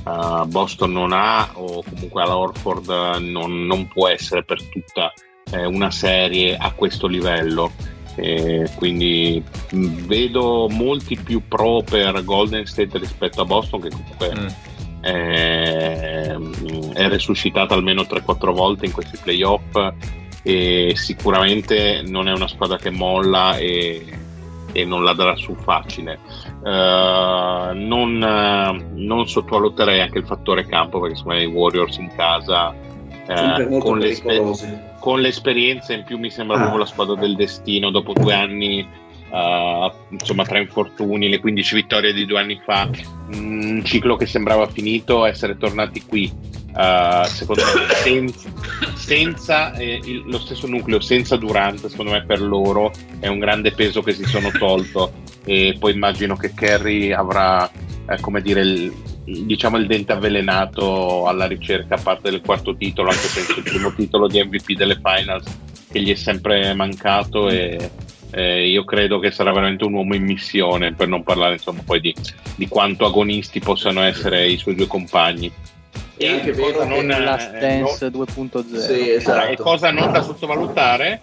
Speaker 5: eh, Boston non ha o comunque alla Orford eh, non, non può essere per tutta eh, una serie a questo livello Eh, quindi mh, vedo molti più pro per Golden State rispetto a Boston che comunque è, è resuscitata almeno 3-4 volte in questi playoff e sicuramente non è una squadra che molla e e non la darà su facile. Eh, non, eh, non sottovaluterei anche il fattore campo perché secondo me i Warriors in casa eh,
Speaker 3: sempre molto
Speaker 5: con, l'esper-
Speaker 3: pericolosi.
Speaker 5: con l'esperienza in più mi sembra
Speaker 2: Ah.
Speaker 5: proprio la squadra del destino dopo due anni eh, insomma tra infortuni le 15 vittorie di due anni fa un ciclo che sembrava finito essere tornati qui eh, secondo me senza, senza, eh, il- lo stesso nucleo senza Durant secondo me per loro è un grande peso che si sono tolto e poi immagino che Kerry avrà eh, come dire il, diciamo il dente avvelenato alla ricerca a parte del quarto titolo anche se è il primo titolo di MVP delle finals che gli è sempre mancato e eh, io credo che sarà veramente un uomo in missione per non parlare insomma poi di, di quanto agonisti possano essere i suoi due compagni
Speaker 3: È anche
Speaker 5: cosa
Speaker 3: vero che
Speaker 5: non-
Speaker 4: Last
Speaker 5: eh,
Speaker 4: Dance
Speaker 5: no-
Speaker 4: 2.0.
Speaker 3: Sì,
Speaker 5: Allora, e
Speaker 3: esatto.
Speaker 5: cosa non da sottovalutare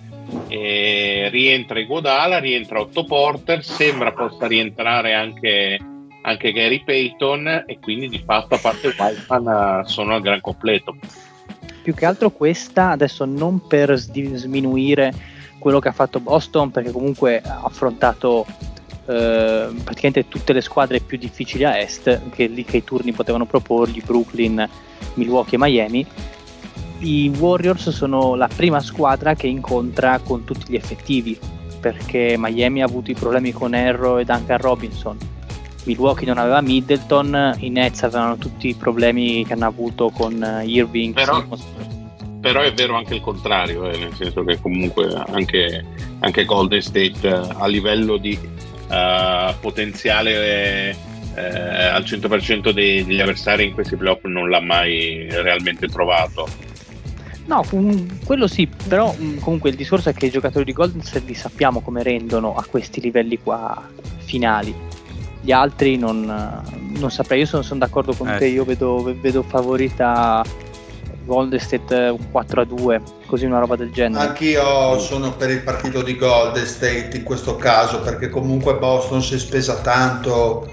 Speaker 5: eh, rientra Iguodala rientra Otto Porter sembra possa rientrare anche, anche Gary Payton e quindi di fatto a parte Whiteman eh, sono al gran completo
Speaker 4: più che altro questa adesso non per sdi- sminuire quello che ha fatto Boston perché comunque ha affrontato eh, praticamente tutte le squadre più difficili a est che lì che i turni potevano proporgli Brooklyn, Milwaukee e Miami i Warriors sono la prima squadra che incontra con tutti gli effettivi perché Miami ha avuto i problemi con Erro e Duncan Robinson Milwaukee non aveva Middleton, i Nets avevano tutti i problemi che hanno avuto con eh, Irving,
Speaker 5: Però-
Speaker 4: Simmons.
Speaker 5: però è vero anche il contrario, eh, nel senso che comunque anche, anche Golden State eh, a livello di eh, potenziale eh, eh, al 100% dei- degli avversari in questi playoff non l'ha mai realmente trovato.
Speaker 4: No, com- quello sì, però mh, comunque il discorso è che i giocatori di Golden State li sappiamo come rendono a questi livelli qua finali. Gli altri non, eh, non saprei, io sono, sono d'accordo con
Speaker 7: Eh,
Speaker 4: te,
Speaker 7: sì.
Speaker 4: io vedo, ve- vedo favorita Golden State eh, un 4 a 2, così una roba del genere.
Speaker 2: Anch'io sono per il partito di Golden State in questo caso perché comunque Boston si è spesa tanto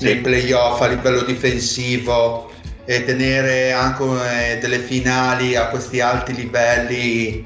Speaker 2: nei playoff a livello difensivo e tenere anche eh, delle finali a questi alti livelli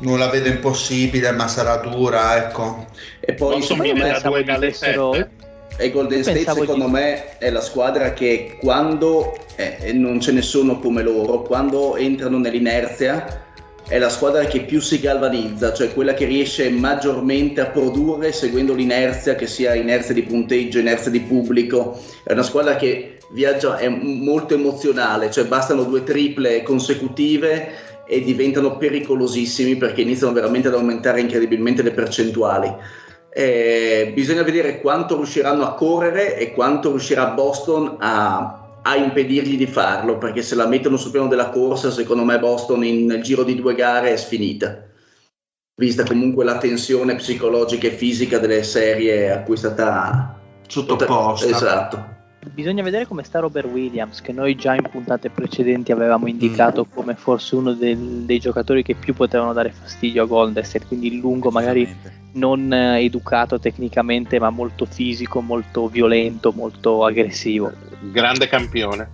Speaker 2: non la vedo impossibile ma sarà dura ecco
Speaker 3: E poi
Speaker 5: Boston
Speaker 3: secondo
Speaker 5: viene
Speaker 3: me
Speaker 5: da due gare
Speaker 4: vincessero-
Speaker 5: sette.
Speaker 3: E Golden
Speaker 4: Io
Speaker 3: State,
Speaker 4: pensavo
Speaker 3: secondo
Speaker 4: di-
Speaker 3: me, è la squadra che quando eh, e non ce ne sono come loro, quando entrano nell'inerzia, è la squadra che più si galvanizza, cioè quella che riesce maggiormente a produrre seguendo l'inerzia, che sia inerzia di punteggio, inerzia di pubblico. È una squadra che viaggia, è m- molto emozionale, cioè bastano due triple consecutive e diventano pericolosissimi perché iniziano veramente ad aumentare incredibilmente le percentuali. Eh, bisogna vedere quanto riusciranno a correre e quanto riuscirà Boston a, a impedirgli di farlo, perché se la mettono sul piano della corsa, secondo me Boston in nel giro di due gare è sfinita, vista comunque la tensione psicologica e fisica delle serie a cui è stata
Speaker 2: sottoposta
Speaker 3: Esatto.
Speaker 4: Bisogna vedere come sta Robert Williams, che noi già in puntate precedenti avevamo indicato
Speaker 7: Mm.
Speaker 4: come forse uno del- dei giocatori che più potevano dare fastidio a Golden State, quindi il
Speaker 7: Esatto.
Speaker 4: lungo magari non eh, educato tecnicamente, ma molto fisico, molto violento, molto aggressivo.
Speaker 5: Grande campione.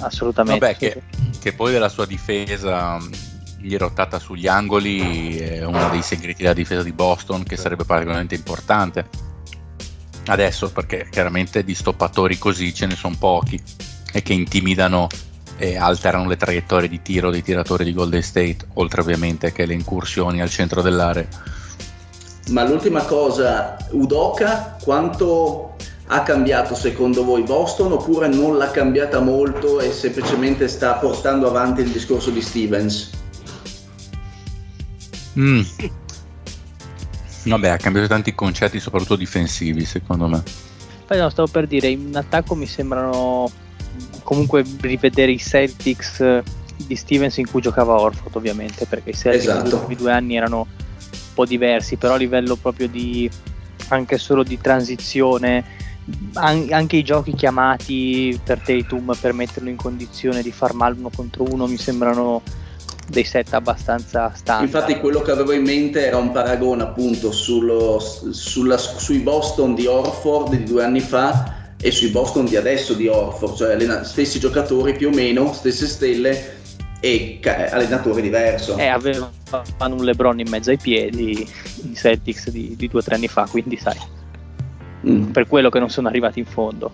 Speaker 4: Assolutamente.
Speaker 7: Vabbè, che, che poi della sua difesa mh, gli rottata sugli angoli è uno dei segreti della difesa di Boston che sarebbe particolarmente importante adesso perché chiaramente di stoppatori così ce ne sono pochi e che intimidano e alterano le traiettorie di tiro dei tiratori di Golden State oltre ovviamente che le incursioni al centro dell'area
Speaker 3: Ma l'ultima cosa, Udoka, quanto ha cambiato secondo voi Boston oppure non l'ha cambiata molto e semplicemente sta portando avanti il discorso di Stevens?
Speaker 7: Mm. vabbè ha cambiato tanti concetti soprattutto difensivi secondo me
Speaker 4: Poi no, stavo per dire, in attacco mi sembrano comunque rivedere i Celtics eh, di Stevens in cui giocava Orford ovviamente, perché i Celtics
Speaker 3: Esatto.
Speaker 4: negli ultimi due anni erano un po' diversi, però a livello proprio di anche solo di transizione, an- anche i giochi chiamati per Tatum per metterlo in condizione di far male uno contro uno mi sembrano dei set abbastanza stanti.
Speaker 3: Infatti quello che avevo in mente era un paragone appunto sullo- sulla- sui Boston di Orford di due anni fa e sui Boston di adesso di Orford, cioè allena- stessi giocatori più o meno, stesse stelle, e ca- allenatore diverso.
Speaker 4: Eh, avevano un Lebron in mezzo ai piedi i Celtics di, di due o tre anni fa, quindi sai,
Speaker 3: Mm.
Speaker 4: per quello che non sono arrivati in fondo.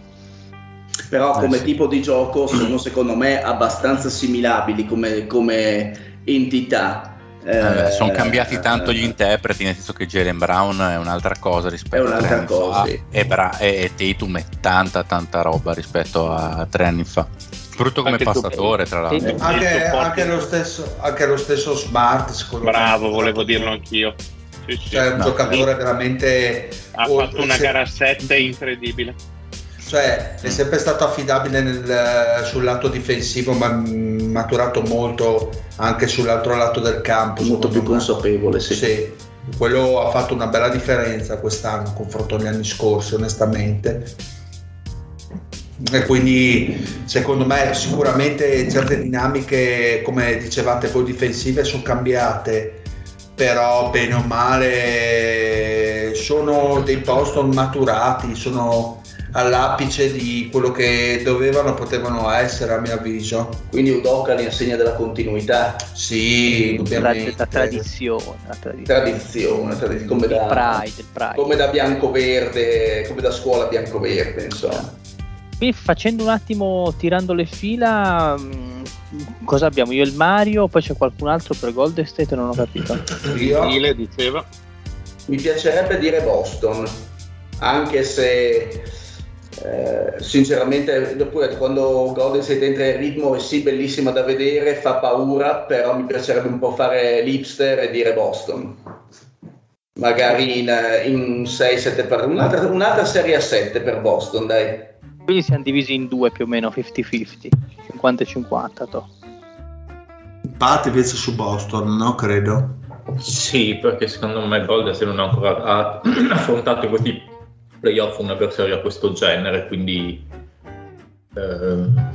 Speaker 3: Però
Speaker 7: Eh,
Speaker 3: come
Speaker 7: sì.
Speaker 3: tipo di gioco sono secondo me abbastanza assimilabili come, come entità. Eh,
Speaker 7: sono cambiati tanto
Speaker 3: eh,
Speaker 7: gli interpreti, nel senso che Jalen Brown è un'altra cosa rispetto
Speaker 3: È
Speaker 7: a tre
Speaker 3: un'altra
Speaker 7: anni
Speaker 3: cosa,
Speaker 7: fa
Speaker 3: sì.
Speaker 7: e, Bra- e Tatum è tanta tanta roba rispetto a tre anni fa. Brutto come
Speaker 5: Anche tu,
Speaker 7: passatore, tra l'altro.
Speaker 2: Eh,
Speaker 5: Tatum.
Speaker 2: Anche,
Speaker 5: Porti-
Speaker 2: anche lo stesso, anche lo stesso Smart, secondo
Speaker 5: Bravo,
Speaker 2: me.
Speaker 5: volevo dirlo anch'io. Sì, sì.
Speaker 2: Cioè, è un
Speaker 7: No.
Speaker 2: giocatore veramente.
Speaker 5: ha
Speaker 2: oltre-
Speaker 5: fatto una
Speaker 2: se-
Speaker 5: gara 7 incredibile.
Speaker 2: Cioè, è sempre stato affidabile nel- sul lato difensivo, ma mh, maturato molto anche sull'altro lato del campo.
Speaker 3: molto più
Speaker 2: secondo me.
Speaker 3: consapevole, sì.
Speaker 2: Sì, quello ha fatto una bella differenza quest'anno confronto agli anni scorsi, onestamente. E quindi secondo me sicuramente certe dinamiche, come dicevate voi, difensive sono cambiate, però bene o male sono dei post non maturati, sono all'apice di quello che dovevano potevano essere a mio avviso.
Speaker 3: Quindi Udoca l'insegna della continuità,
Speaker 4: La,
Speaker 2: Sì,
Speaker 4: la
Speaker 2: ovviamente.
Speaker 4: tradizione, la tradizione.
Speaker 3: tradizione, tradiz- Cioè, come,
Speaker 4: il
Speaker 3: da,
Speaker 4: Pride, il Pride.
Speaker 3: come da bianco-verde, come da scuola bianco-verde, insomma.
Speaker 4: Qui facendo un attimo, tirando le fila, mh, cosa abbiamo? Io e il Mario, poi c'è qualcun altro per Golden State, non ho capito.
Speaker 2: Io-
Speaker 5: Ile diceva.
Speaker 3: Mi piacerebbe dire Boston, anche se eh, sinceramente dopo, quando Golden State entra in ritmo è sì bellissima da vedere, fa paura, però mi piacerebbe un po' fare l'hipster e dire Boston. Magari in, eh, in 6-7 per un'altra, un'altra serie a 7 per Boston, dai.
Speaker 4: Quindi siamo divisi in due più o meno, 50-50, 50-50. to.
Speaker 2: Parte invece su Boston, no? Credo.
Speaker 6: Sì, perché secondo me Golden State non ha ancora ha affrontato in questi playoff un avversario a questo genere, quindi ehm,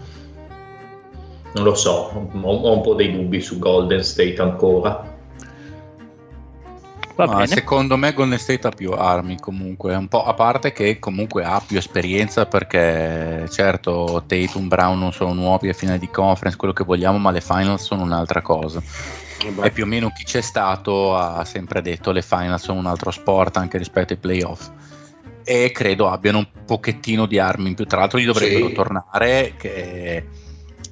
Speaker 6: non lo so, ho, ho un po' dei dubbi su Golden State ancora.
Speaker 4: Va
Speaker 7: Ma
Speaker 4: bene.
Speaker 7: secondo me Golden State ha più armi comunque, un po' a parte che comunque ha più esperienza perché certo Tatum, Brown non sono nuovi a finale di conference, quello che vogliamo, ma le finals sono un'altra cosa. E più o meno chi c'è stato ha sempre detto le finals sono un altro sport anche rispetto ai playoff. E credo abbiano un pochettino di armi in più. Tra l'altro, gli dovrebbero
Speaker 3: Sì.
Speaker 7: tornare che,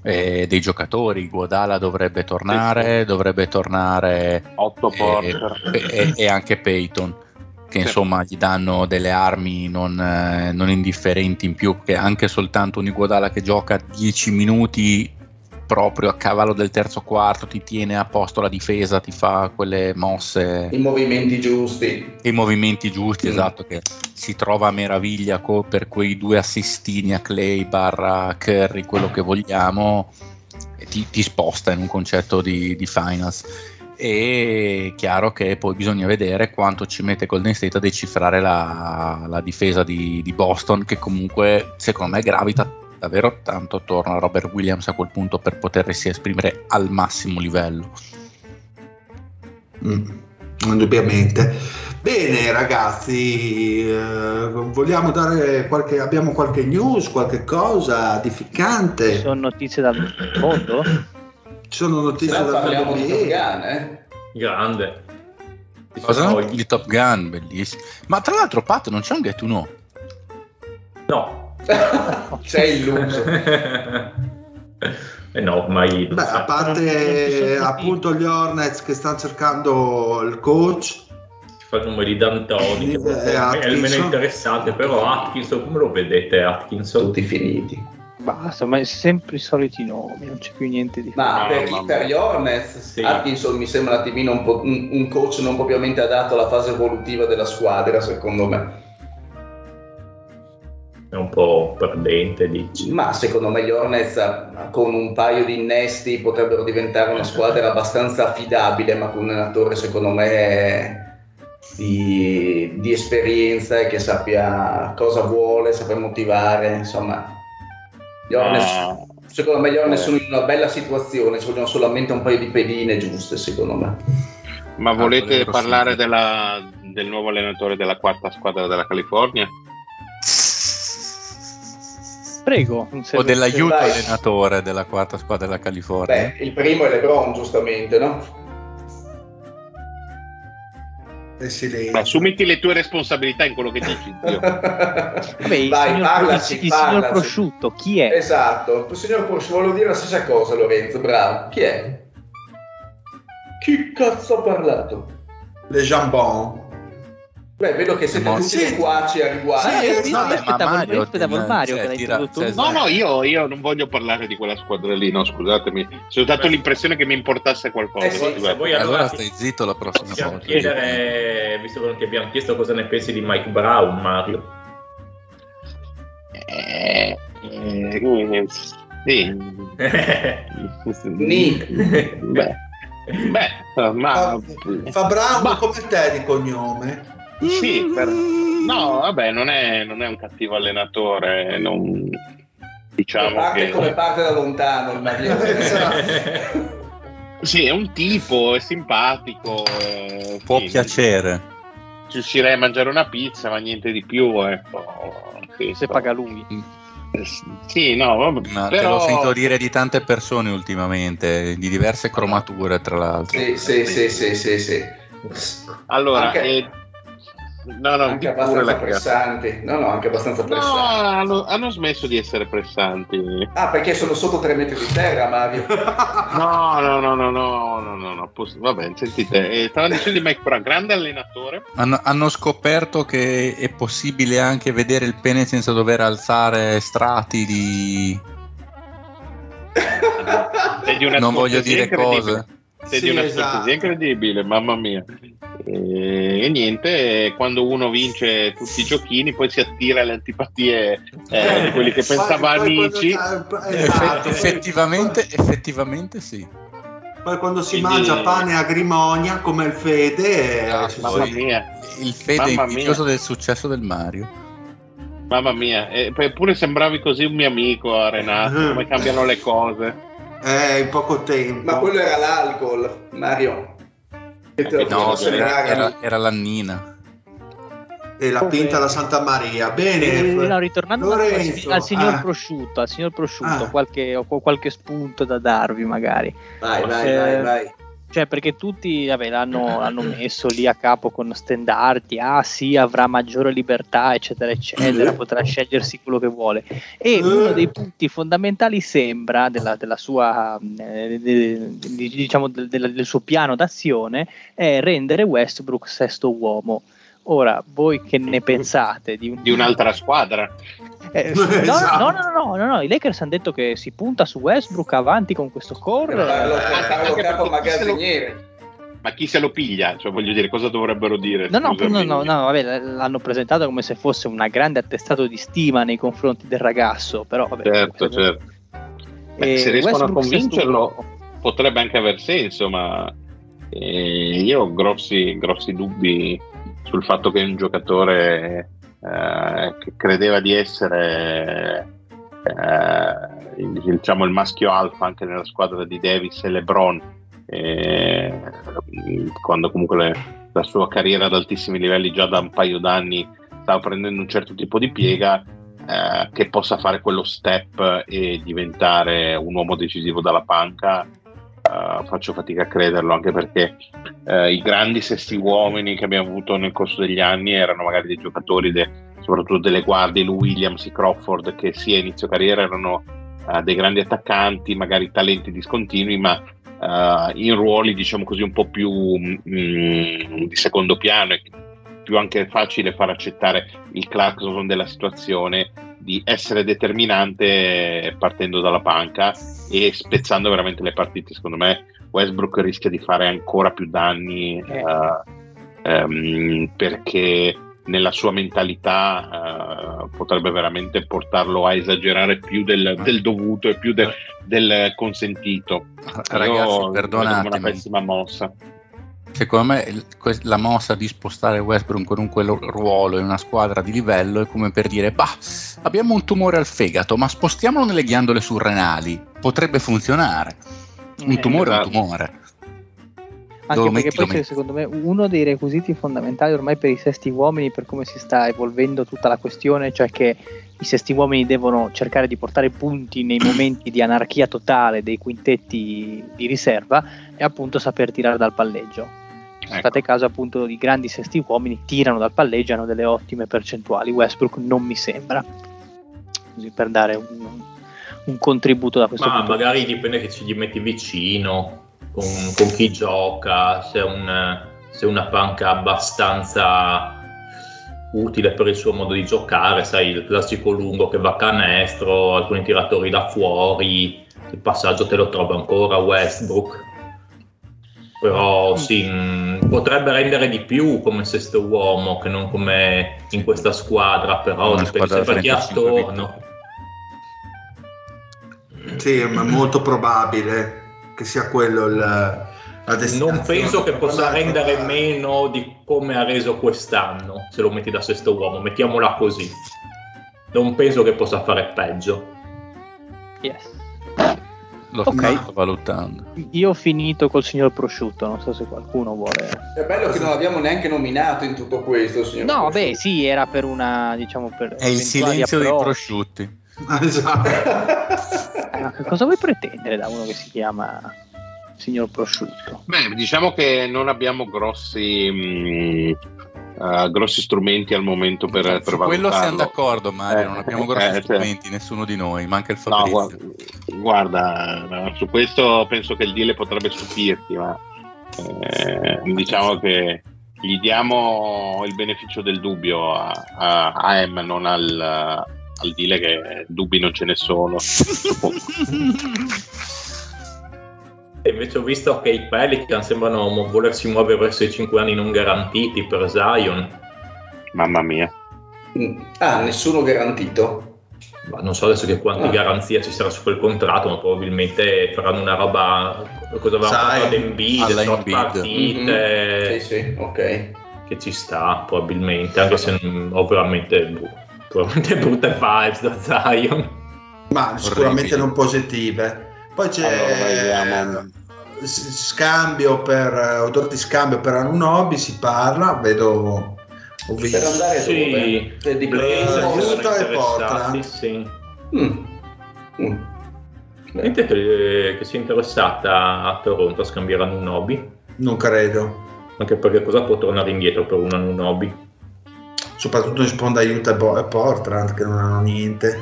Speaker 7: eh, dei giocatori. Guadala dovrebbe tornare, dovrebbe tornare
Speaker 5: 8 porter.
Speaker 7: e, e- e anche Peyton che
Speaker 5: Sì.
Speaker 7: insomma gli danno delle armi non, eh, non indifferenti in più che anche soltanto un Iguodala che gioca 10 minuti proprio a cavallo del terzo quarto ti tiene a posto la difesa ti fa quelle mosse
Speaker 3: I movimenti giusti.
Speaker 7: e i movimenti giusti
Speaker 3: Mm.
Speaker 7: esatto che si trova a meraviglia co- per quei due assistini a Clay barra Curry quello che vogliamo e ti, ti sposta in un concetto di, di finals e è chiaro che poi bisogna vedere quanto ci mette Golden State a decifrare la, la difesa di, di Boston che comunque secondo me gravita davvero tanto attorno a Robert Williams a quel punto per potersi esprimere al massimo livello
Speaker 2: Mm, indubbiamente. Bene, ragazzi, eh, vogliamo dare qualche. Abbiamo qualche news, qualche cosa
Speaker 4: Ci
Speaker 2: edificante.
Speaker 4: sono notizie dal mondo?
Speaker 2: Ci sono notizie
Speaker 3: Però
Speaker 2: da
Speaker 3: parliamo di Top Gun, eh?
Speaker 6: Grande. Ci
Speaker 7: cosa?
Speaker 6: sono
Speaker 7: di
Speaker 6: gli-
Speaker 7: Top Gun bellissimo ma tra l'altro Pat non c'è un get uno
Speaker 6: No.
Speaker 3: C'è illuso.
Speaker 6: eh no, ormai...
Speaker 2: Beh, a parte appunto gli Hornets che stanno cercando il coach.
Speaker 6: Ci fa il nome di D'Antoni, che
Speaker 2: Eh,
Speaker 6: forse è il meno
Speaker 2: Atkinson.
Speaker 6: interessante, però Atkinson, come lo vedete Atkinson?
Speaker 3: Tutti finiti.
Speaker 4: Basta, ma è sempre i soliti nomi, non c'è più niente di...
Speaker 3: Ma
Speaker 5: No,
Speaker 3: per,
Speaker 5: mamma
Speaker 3: per gli Hornets,
Speaker 6: Sì.
Speaker 3: Atkinson mi sembra un attimino un, po'- un- un coach non propriamente adatto alla fase evolutiva della squadra, secondo me.
Speaker 6: È un po' perdente, dici.
Speaker 3: Ma secondo me gli Hornets con un paio di innesti potrebbero diventare una squadra abbastanza affidabile, ma con un allenatore secondo me di, di esperienza e che sappia cosa vuole, sappia motivare, insomma. Gli Hornets,
Speaker 5: No.
Speaker 3: secondo me gli Hornets
Speaker 5: Eh.
Speaker 3: sono in una bella situazione, ci vogliono solamente un paio di pedine giuste, secondo me.
Speaker 5: Ma volete
Speaker 7: Antonio
Speaker 5: parlare
Speaker 7: Rossi.
Speaker 5: della- del nuovo allenatore della quarta squadra della California?
Speaker 4: Prego. se-
Speaker 7: o dell'aiuto
Speaker 3: Vai.
Speaker 7: allenatore della quarta squadra della California.
Speaker 3: Beh, il primo è LeBron, giustamente, no?
Speaker 2: E silenzio.
Speaker 5: Assumiti le tue responsabilità in quello che dici, zio.
Speaker 4: Vabbè,
Speaker 3: Vai,
Speaker 4: il signor-
Speaker 3: parlaci,
Speaker 4: il- il signor eh.
Speaker 3: parlaci.
Speaker 4: prosciutto, chi è?
Speaker 3: Esatto, il signor Porsche volevo dire la stessa cosa, Lorenzo, bravo. Chi è? Chi cazzo ha parlato?
Speaker 2: Le jambon.
Speaker 3: Beh, vedo che siete
Speaker 7: Ma-
Speaker 3: tutti
Speaker 2: sì.
Speaker 3: loquaci a riguardo.
Speaker 4: Ah,
Speaker 2: Sì,
Speaker 4: io,
Speaker 2: sì,
Speaker 4: io
Speaker 2: no, beh,
Speaker 4: aspettavo,
Speaker 7: ma
Speaker 4: io
Speaker 7: Mario,
Speaker 4: aspettavo il
Speaker 7: ti-
Speaker 4: Mario
Speaker 7: cioè,
Speaker 4: che l'ha
Speaker 7: tira-
Speaker 4: introdotto.
Speaker 7: cioè,
Speaker 4: lui.
Speaker 5: No, no, io, io non voglio parlare di quella squadra lì, no, scusatemi. Ci ho dato l'impressione che mi importasse qualcosa.
Speaker 3: Eh sì, se
Speaker 5: scusate.
Speaker 6: voi-
Speaker 7: E allora
Speaker 6: allora
Speaker 7: stai zitto la prossima
Speaker 6: Possiamo
Speaker 7: volta.
Speaker 6: chiedere, visto che non ti abbiamo chiesto cosa ne pensi di Mike Brown, Mario.
Speaker 5: Eh, eh, sì.
Speaker 3: Nick.
Speaker 5: Beh, beh, eh, ma...
Speaker 2: Fa, fa bravo come te di cognome.
Speaker 5: Sì, per- no, vabbè, non è, non è un cattivo allenatore, non... diciamo
Speaker 3: parte
Speaker 5: che...
Speaker 3: come parte da lontano il
Speaker 4: esatto.
Speaker 3: Mario.
Speaker 5: Sì, è un tipo, è simpatico. eh,
Speaker 7: Può
Speaker 5: sì,
Speaker 7: piacere.
Speaker 5: Ci uscirei a mangiare una pizza, ma niente di più, ecco. Sì,
Speaker 4: Se
Speaker 5: so.
Speaker 4: paga lui.
Speaker 5: Sì, no, vabbè,
Speaker 7: Ma te
Speaker 5: però...
Speaker 7: lo sento dire di tante persone ultimamente, di diverse cromature tra l'altro.
Speaker 3: sì, sì, sì, sì, sì, sì.
Speaker 5: Allora,
Speaker 3: Anche-
Speaker 5: eh, no, no,
Speaker 3: Anche
Speaker 5: di pure
Speaker 3: abbastanza
Speaker 5: la cazzo.
Speaker 3: pressanti. No, no, anche abbastanza
Speaker 5: No,
Speaker 3: pressanti.
Speaker 5: hanno, hanno smesso di essere pressanti. No,
Speaker 3: Ah, perché sono sotto 3 metri di terra, Mario.
Speaker 5: no, no, no, no, no, no, no. posso- Va bene, sentite, eh, stavo dicendo di Mike Brown, grande allenatore.
Speaker 7: Hanno, hanno scoperto che è possibile anche vedere il pene senza dover alzare strati di...
Speaker 5: Sei di una
Speaker 7: non voglio
Speaker 5: scortesia
Speaker 7: dire
Speaker 5: incredibile.
Speaker 7: cose.
Speaker 5: Sei
Speaker 2: Sì,
Speaker 5: di una
Speaker 2: esatto.
Speaker 5: scortesia incredibile, mamma mia. Eh, E, e niente, quando uno vince tutti i giochini, poi si attira le antipatie eh, di quelli che
Speaker 2: Poi-
Speaker 5: pensava
Speaker 2: poi quando-
Speaker 5: amici.
Speaker 2: eh,
Speaker 7: Effetti-
Speaker 2: esatto.
Speaker 7: effettivamente, effettivamente sì.
Speaker 2: Poi quando si
Speaker 5: Quindi-
Speaker 2: mangia pane a grimonia come il fede, eh,
Speaker 7: Ah,
Speaker 2: ci
Speaker 5: Mamma
Speaker 7: sì.
Speaker 5: mia,
Speaker 7: Il Fede è
Speaker 5: Mamma
Speaker 7: invidioso del successo del Mario.
Speaker 5: mamma mia, E poi pure sembravi così un mio amico a Renato,
Speaker 2: Mhm.
Speaker 5: come cambiano le cose.
Speaker 2: Eh, in poco tempo.
Speaker 3: Ma quello era l'alcol, Mario. Che te lo
Speaker 5: No,
Speaker 3: faccio
Speaker 5: se
Speaker 7: Eh, era,
Speaker 3: sembrare,
Speaker 7: era- era l'annina.
Speaker 2: E la
Speaker 4: Come-
Speaker 2: pinta alla Santa Maria. Bene.
Speaker 4: Eh, no, ritornando al-
Speaker 2: Lorenzo,
Speaker 4: al signor
Speaker 2: ah,
Speaker 4: prosciutto, al signor prosciutto,
Speaker 2: Ah.
Speaker 4: qualche, ho qualche spunto da darvi magari.
Speaker 3: Vai, vai,
Speaker 4: Eh,
Speaker 3: vai, vai.
Speaker 4: Cioè, perché tutti vabbè, l'hanno, l'hanno messo lì a capo con stendardi, ah sì, avrà maggiore libertà, eccetera, eccetera, potrà scegliersi quello che vuole. E uno dei punti fondamentali sembra della, della sua, eh, de- de- diciamo, del, del- del suo piano d'azione è rendere Westbrook sesto uomo. Ora, voi che ne pensate di un,
Speaker 5: di un'altra squadra.
Speaker 4: Eh, no,
Speaker 2: Esatto.
Speaker 4: no, no, no, no, no, i Lakers hanno detto che si punta su Westbrook avanti con questo
Speaker 3: Parlo,
Speaker 4: core.
Speaker 5: anche
Speaker 3: parlo
Speaker 5: perché
Speaker 3: capo
Speaker 5: chi se lo-
Speaker 3: magazziniere.
Speaker 5: Ma chi se lo piglia? Cioè, voglio dire, cosa dovrebbero dire?
Speaker 4: No, no, no,
Speaker 5: scusami?
Speaker 4: no, no, vabbè, l'hanno presentato come se fosse una grande attestato di stima nei confronti del ragazzo, però vabbè,
Speaker 5: Certo,
Speaker 4: questo-
Speaker 5: certo. Beh,
Speaker 4: Eh,
Speaker 5: se riescono a
Speaker 4: Westbrook
Speaker 5: convincerlo,
Speaker 4: sesto uomo.
Speaker 5: potrebbe anche aver senso, ma eh, io ho grossi, grossi dubbi sul fatto che un giocatore eh, che credeva di essere eh, il- diciamo il maschio alfa anche nella squadra di Davis e LeBron eh, quando comunque le- la sua carriera ad altissimi livelli già da un paio d'anni stava prendendo un certo tipo di piega eh, che possa fare quello step e diventare un uomo decisivo dalla panca eh, faccio fatica a crederlo anche perché eh, i grandi sesti uomini che abbiamo avuto nel corso degli anni erano magari dei giocatori de- soprattutto delle guardie Lou Williams e Crawford che sì a inizio carriera erano eh, dei grandi attaccanti magari talenti discontinui ma eh, in ruoli diciamo così un po' più mm, di secondo piano e più anche facile far accettare il clacson della situazione di essere determinante partendo dalla panca e spezzando veramente le partite. Secondo me Westbrook rischia di fare ancora più danni
Speaker 4: Eh.
Speaker 5: eh, ehm, perché nella sua mentalità eh, potrebbe veramente portarlo a esagerare più del, del dovuto e più de- del consentito.
Speaker 7: Ragazzi,
Speaker 5: Io vedo Una
Speaker 7: perdonatemi. Cioè,
Speaker 5: pessima mossa.
Speaker 7: Secondo me il- que- la mossa di spostare Westbrook qualunque lo- ruolo in una squadra di livello è come per dire, bah, abbiamo un tumore al fegato, ma spostiamolo nelle ghiandole surrenali. Potrebbe funzionare. Un
Speaker 4: Eh,
Speaker 7: tumore è un
Speaker 5: esatto.
Speaker 7: tumore.
Speaker 4: Anche
Speaker 7: Dove
Speaker 4: perché
Speaker 7: metti, lo
Speaker 4: poi c'è,
Speaker 7: metti.
Speaker 4: secondo me uno dei requisiti fondamentali ormai per i sesti uomini, per come si sta evolvendo tutta la questione, cioè che i sesti uomini devono cercare di portare punti nei momenti di anarchia totale dei quintetti di riserva e appunto saper tirare dal palleggio.
Speaker 7: Ecco.
Speaker 4: Fate caso appunto di grandi sesti uomini, tirano dal palleggio, hanno delle ottime percentuali. Westbrook non mi sembra. Così per dare un, un contributo da questo
Speaker 6: Ma
Speaker 4: punto di
Speaker 6: magari dipende che ci gli metti vicino, con, con chi gioca, se è, un- se è una panca abbastanza utile per il suo modo di giocare, sai, il classico lungo che va a canestro, alcuni tiratori da fuori, il passaggio te lo trova ancora Westbrook.
Speaker 4: Mm.
Speaker 6: Però sì, mh, potrebbe rendere di più come sesto uomo che non come in questa squadra, però
Speaker 7: Una
Speaker 6: dipende
Speaker 7: squadra da
Speaker 6: sempre chi ha
Speaker 7: 35 vittorie.
Speaker 6: attorno.
Speaker 2: Sì, ma è molto probabile che sia quello il, la
Speaker 6: Non
Speaker 2: destinazione.
Speaker 6: penso che possa
Speaker 2: Guarda,
Speaker 6: rendere
Speaker 2: guarda.
Speaker 6: meno di come ha reso quest'anno se lo metti da sesto uomo, mettiamola così. Non penso che possa fare peggio.
Speaker 4: Yes.
Speaker 7: Lo
Speaker 4: Ok.
Speaker 7: sto valutando.
Speaker 4: Io ho finito col signor prosciutto, non so se qualcuno vuole.
Speaker 3: È bello che non l'abbiamo neanche nominato in tutto questo, signor.
Speaker 4: No,
Speaker 3: Cosciuto.
Speaker 4: beh, sì, era per una, diciamo, per
Speaker 7: È il
Speaker 4: eventuali
Speaker 7: silenzio dei
Speaker 4: approcci.
Speaker 7: prosciutti.
Speaker 2: Ah, esatto.
Speaker 4: Eh, ma che cosa vuoi pretendere da uno che si chiama signor prosciutto?
Speaker 5: Beh, diciamo che non abbiamo grossi, mh, eh, grossi strumenti al momento per, per
Speaker 7: Su quello siamo
Speaker 5: valutarlo.
Speaker 7: d'accordo, Mario.
Speaker 5: Eh,
Speaker 7: non abbiamo grossi
Speaker 5: eh, cioè-
Speaker 7: strumenti, nessuno di noi, manca il
Speaker 5: No,
Speaker 7: Fabrizio.
Speaker 5: guarda, guarda, su questo penso che il deal potrebbe stupirti, ma eh, diciamo che gli diamo il beneficio del dubbio a, a, a Em, non al, al deal che dubbi non ce ne sono.
Speaker 6: E invece ho visto che i Pelican sembrano mo- volersi muovere verso i 5 anni non garantiti per Zion.
Speaker 5: Mamma mia.
Speaker 3: Mm. Ah, nessuno garantito.
Speaker 6: Ma non so adesso che quanti
Speaker 7: Eh.
Speaker 3: Ah.
Speaker 6: garanzia ci sarà su quel contratto, ma probabilmente faranno una roba. Cosa avevamo
Speaker 2: Sai,
Speaker 6: fatto ad Embiid,
Speaker 7: alla
Speaker 6: sono
Speaker 7: Embiid.
Speaker 6: partite.
Speaker 3: Mhm. Sì, sì, ok.
Speaker 6: che ci sta probabilmente, anche se non- ho veramente, boh, veramente brutte vibes da Zion.
Speaker 2: ma sicuramente
Speaker 7: Orribile.
Speaker 2: non positive. Poi c'è
Speaker 5: Allora, vediamo.
Speaker 2: s- scambio per eh, odor di scambio per Anunobi si parla, vedo ho
Speaker 3: Per
Speaker 2: visto.
Speaker 3: andare
Speaker 6: Sì.
Speaker 3: dove? Per di
Speaker 2: Blazers.
Speaker 3: Blazers?
Speaker 2: Utah e Portland.
Speaker 6: sì.
Speaker 3: Mm. Mm. Beh.
Speaker 6: Niente che, che sia interessata a Toronto a scambiare Anunobi,
Speaker 2: non credo.
Speaker 6: anche perché cosa può tornare indietro per un Anunobi?
Speaker 2: Soprattutto in sponda aiuta e Bo- e Portland che non hanno niente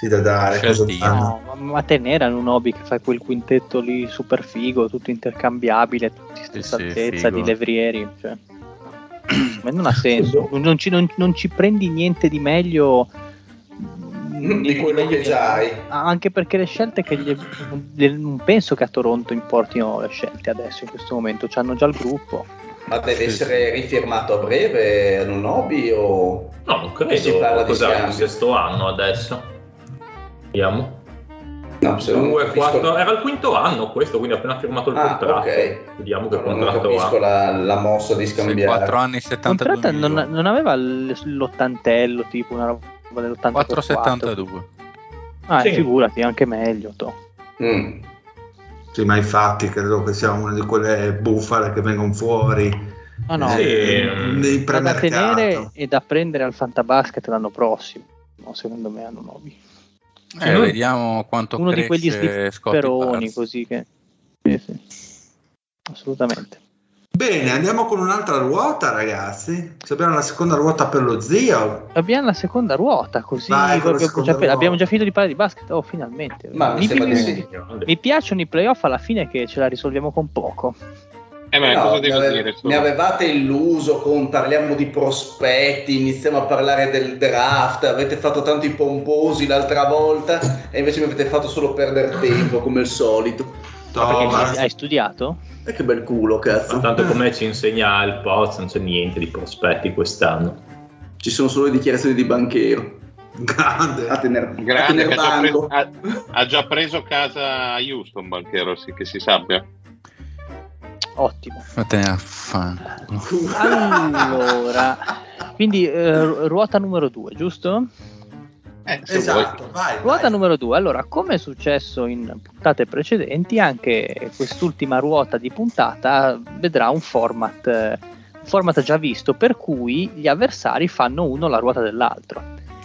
Speaker 2: sì, da dare. Cosa
Speaker 7: Certino.
Speaker 2: danno?
Speaker 4: No, ma, ma te n'era in un hobby che fa quel quintetto lì super figo, tutto intercambiabile, tutti stessa
Speaker 7: Eh sì,
Speaker 4: altezza
Speaker 7: figo.
Speaker 4: di levrieri. Cioè. Ma non ha senso, non ci, non- non ci prendi niente di meglio
Speaker 3: Di quello
Speaker 4: meglio
Speaker 3: che già hai.
Speaker 4: Anche perché le scelte che gli- le- non penso che a Toronto importino le scelte adesso in questo momento, hanno già il gruppo.
Speaker 3: Ma deve essere rifirmato a breve Anunobi o...
Speaker 6: No, non credo.
Speaker 3: E si parla di
Speaker 6: Cos'è
Speaker 3: scambi.
Speaker 6: il sesto anno adesso? Vediamo.
Speaker 3: No, se non
Speaker 6: 2,
Speaker 3: capisco-
Speaker 6: 4, era il quinto anno questo, quindi ha appena firmato il
Speaker 3: Ah,
Speaker 6: contratto.
Speaker 3: ok.
Speaker 6: Vediamo che
Speaker 3: No, non
Speaker 6: contratto ha.
Speaker 3: capisco la, la mossa di
Speaker 7: Sei
Speaker 3: scambiare.
Speaker 7: 4 anni e
Speaker 4: Contratta
Speaker 7: 72
Speaker 4: non,
Speaker 7: milioni.
Speaker 4: non aveva l- l'ottantello, tipo una roba dell'84.
Speaker 7: 4,72.
Speaker 4: Ah,
Speaker 6: Sì.
Speaker 4: figurati, anche meglio. to.
Speaker 3: Mm.
Speaker 2: Sì, ma infatti credo che sia una di quelle bufale che vengono fuori
Speaker 4: Ah, no.
Speaker 2: eh,
Speaker 6: Sì,
Speaker 3: mm.
Speaker 4: C'è
Speaker 2: nei
Speaker 4: da
Speaker 2: premercato.
Speaker 4: tenere e da prendere al Fantabasket l'anno prossimo. no, secondo me hanno nuovi.
Speaker 7: Eh,
Speaker 6: Sì.
Speaker 7: Vediamo quanto
Speaker 4: Uno di quegli
Speaker 7: cresce Scottie
Speaker 4: spifferoni
Speaker 7: Barnes.
Speaker 4: così che. Sì, sì. Assolutamente.
Speaker 2: Bene, andiamo con un'altra ruota, ragazzi. Se Abbiamo la seconda ruota per lo zio.
Speaker 4: Abbiamo la seconda ruota così.
Speaker 2: Vai con la
Speaker 4: proprio-
Speaker 2: seconda
Speaker 4: cioè,
Speaker 2: ruota.
Speaker 4: Abbiamo già finito di parlare di basket. Oh, finalmente.
Speaker 3: Ma mi sembra di sì.
Speaker 4: mi piacciono i playoff alla fine che ce la risolviamo con poco.
Speaker 5: Eh, ma
Speaker 3: No,
Speaker 5: cosa
Speaker 3: mi,
Speaker 5: devo
Speaker 3: ave-
Speaker 5: dire? su-
Speaker 3: mi avevate illuso con parliamo di prospetti, iniziamo a parlare del draft, avete fatto tanto i pomposi l'altra volta e invece mi avete fatto solo perdere tempo come al solito. Ah,
Speaker 4: Perché
Speaker 2: Thomas.
Speaker 4: hai studiato?
Speaker 3: E eh, che bel culo,
Speaker 6: Ma
Speaker 3: cazzo.
Speaker 6: tanto come ci insegna il Poz, non c'è niente di prospetti quest'anno.
Speaker 3: Ci sono solo le dichiarazioni di banchero. A
Speaker 2: Grande.
Speaker 3: tener, a
Speaker 5: Grande,
Speaker 3: tener
Speaker 5: che ha già, preso,
Speaker 3: banco.
Speaker 5: ha, ha già preso casa a Houston, Banchero, sì, che si sappia.
Speaker 4: Ottimo.
Speaker 7: Vattene a fan.
Speaker 4: Allora, quindi eh, ruota numero 2, giusto?
Speaker 5: Eh, se
Speaker 2: esatto,
Speaker 5: vuoi.
Speaker 2: vai.
Speaker 4: Ruota
Speaker 2: vai.
Speaker 4: numero 2. Allora, come è successo in puntate precedenti, anche quest'ultima ruota di puntata vedrà un format, eh, un format già visto, per cui gli avversari fanno uno la ruota dell'altro.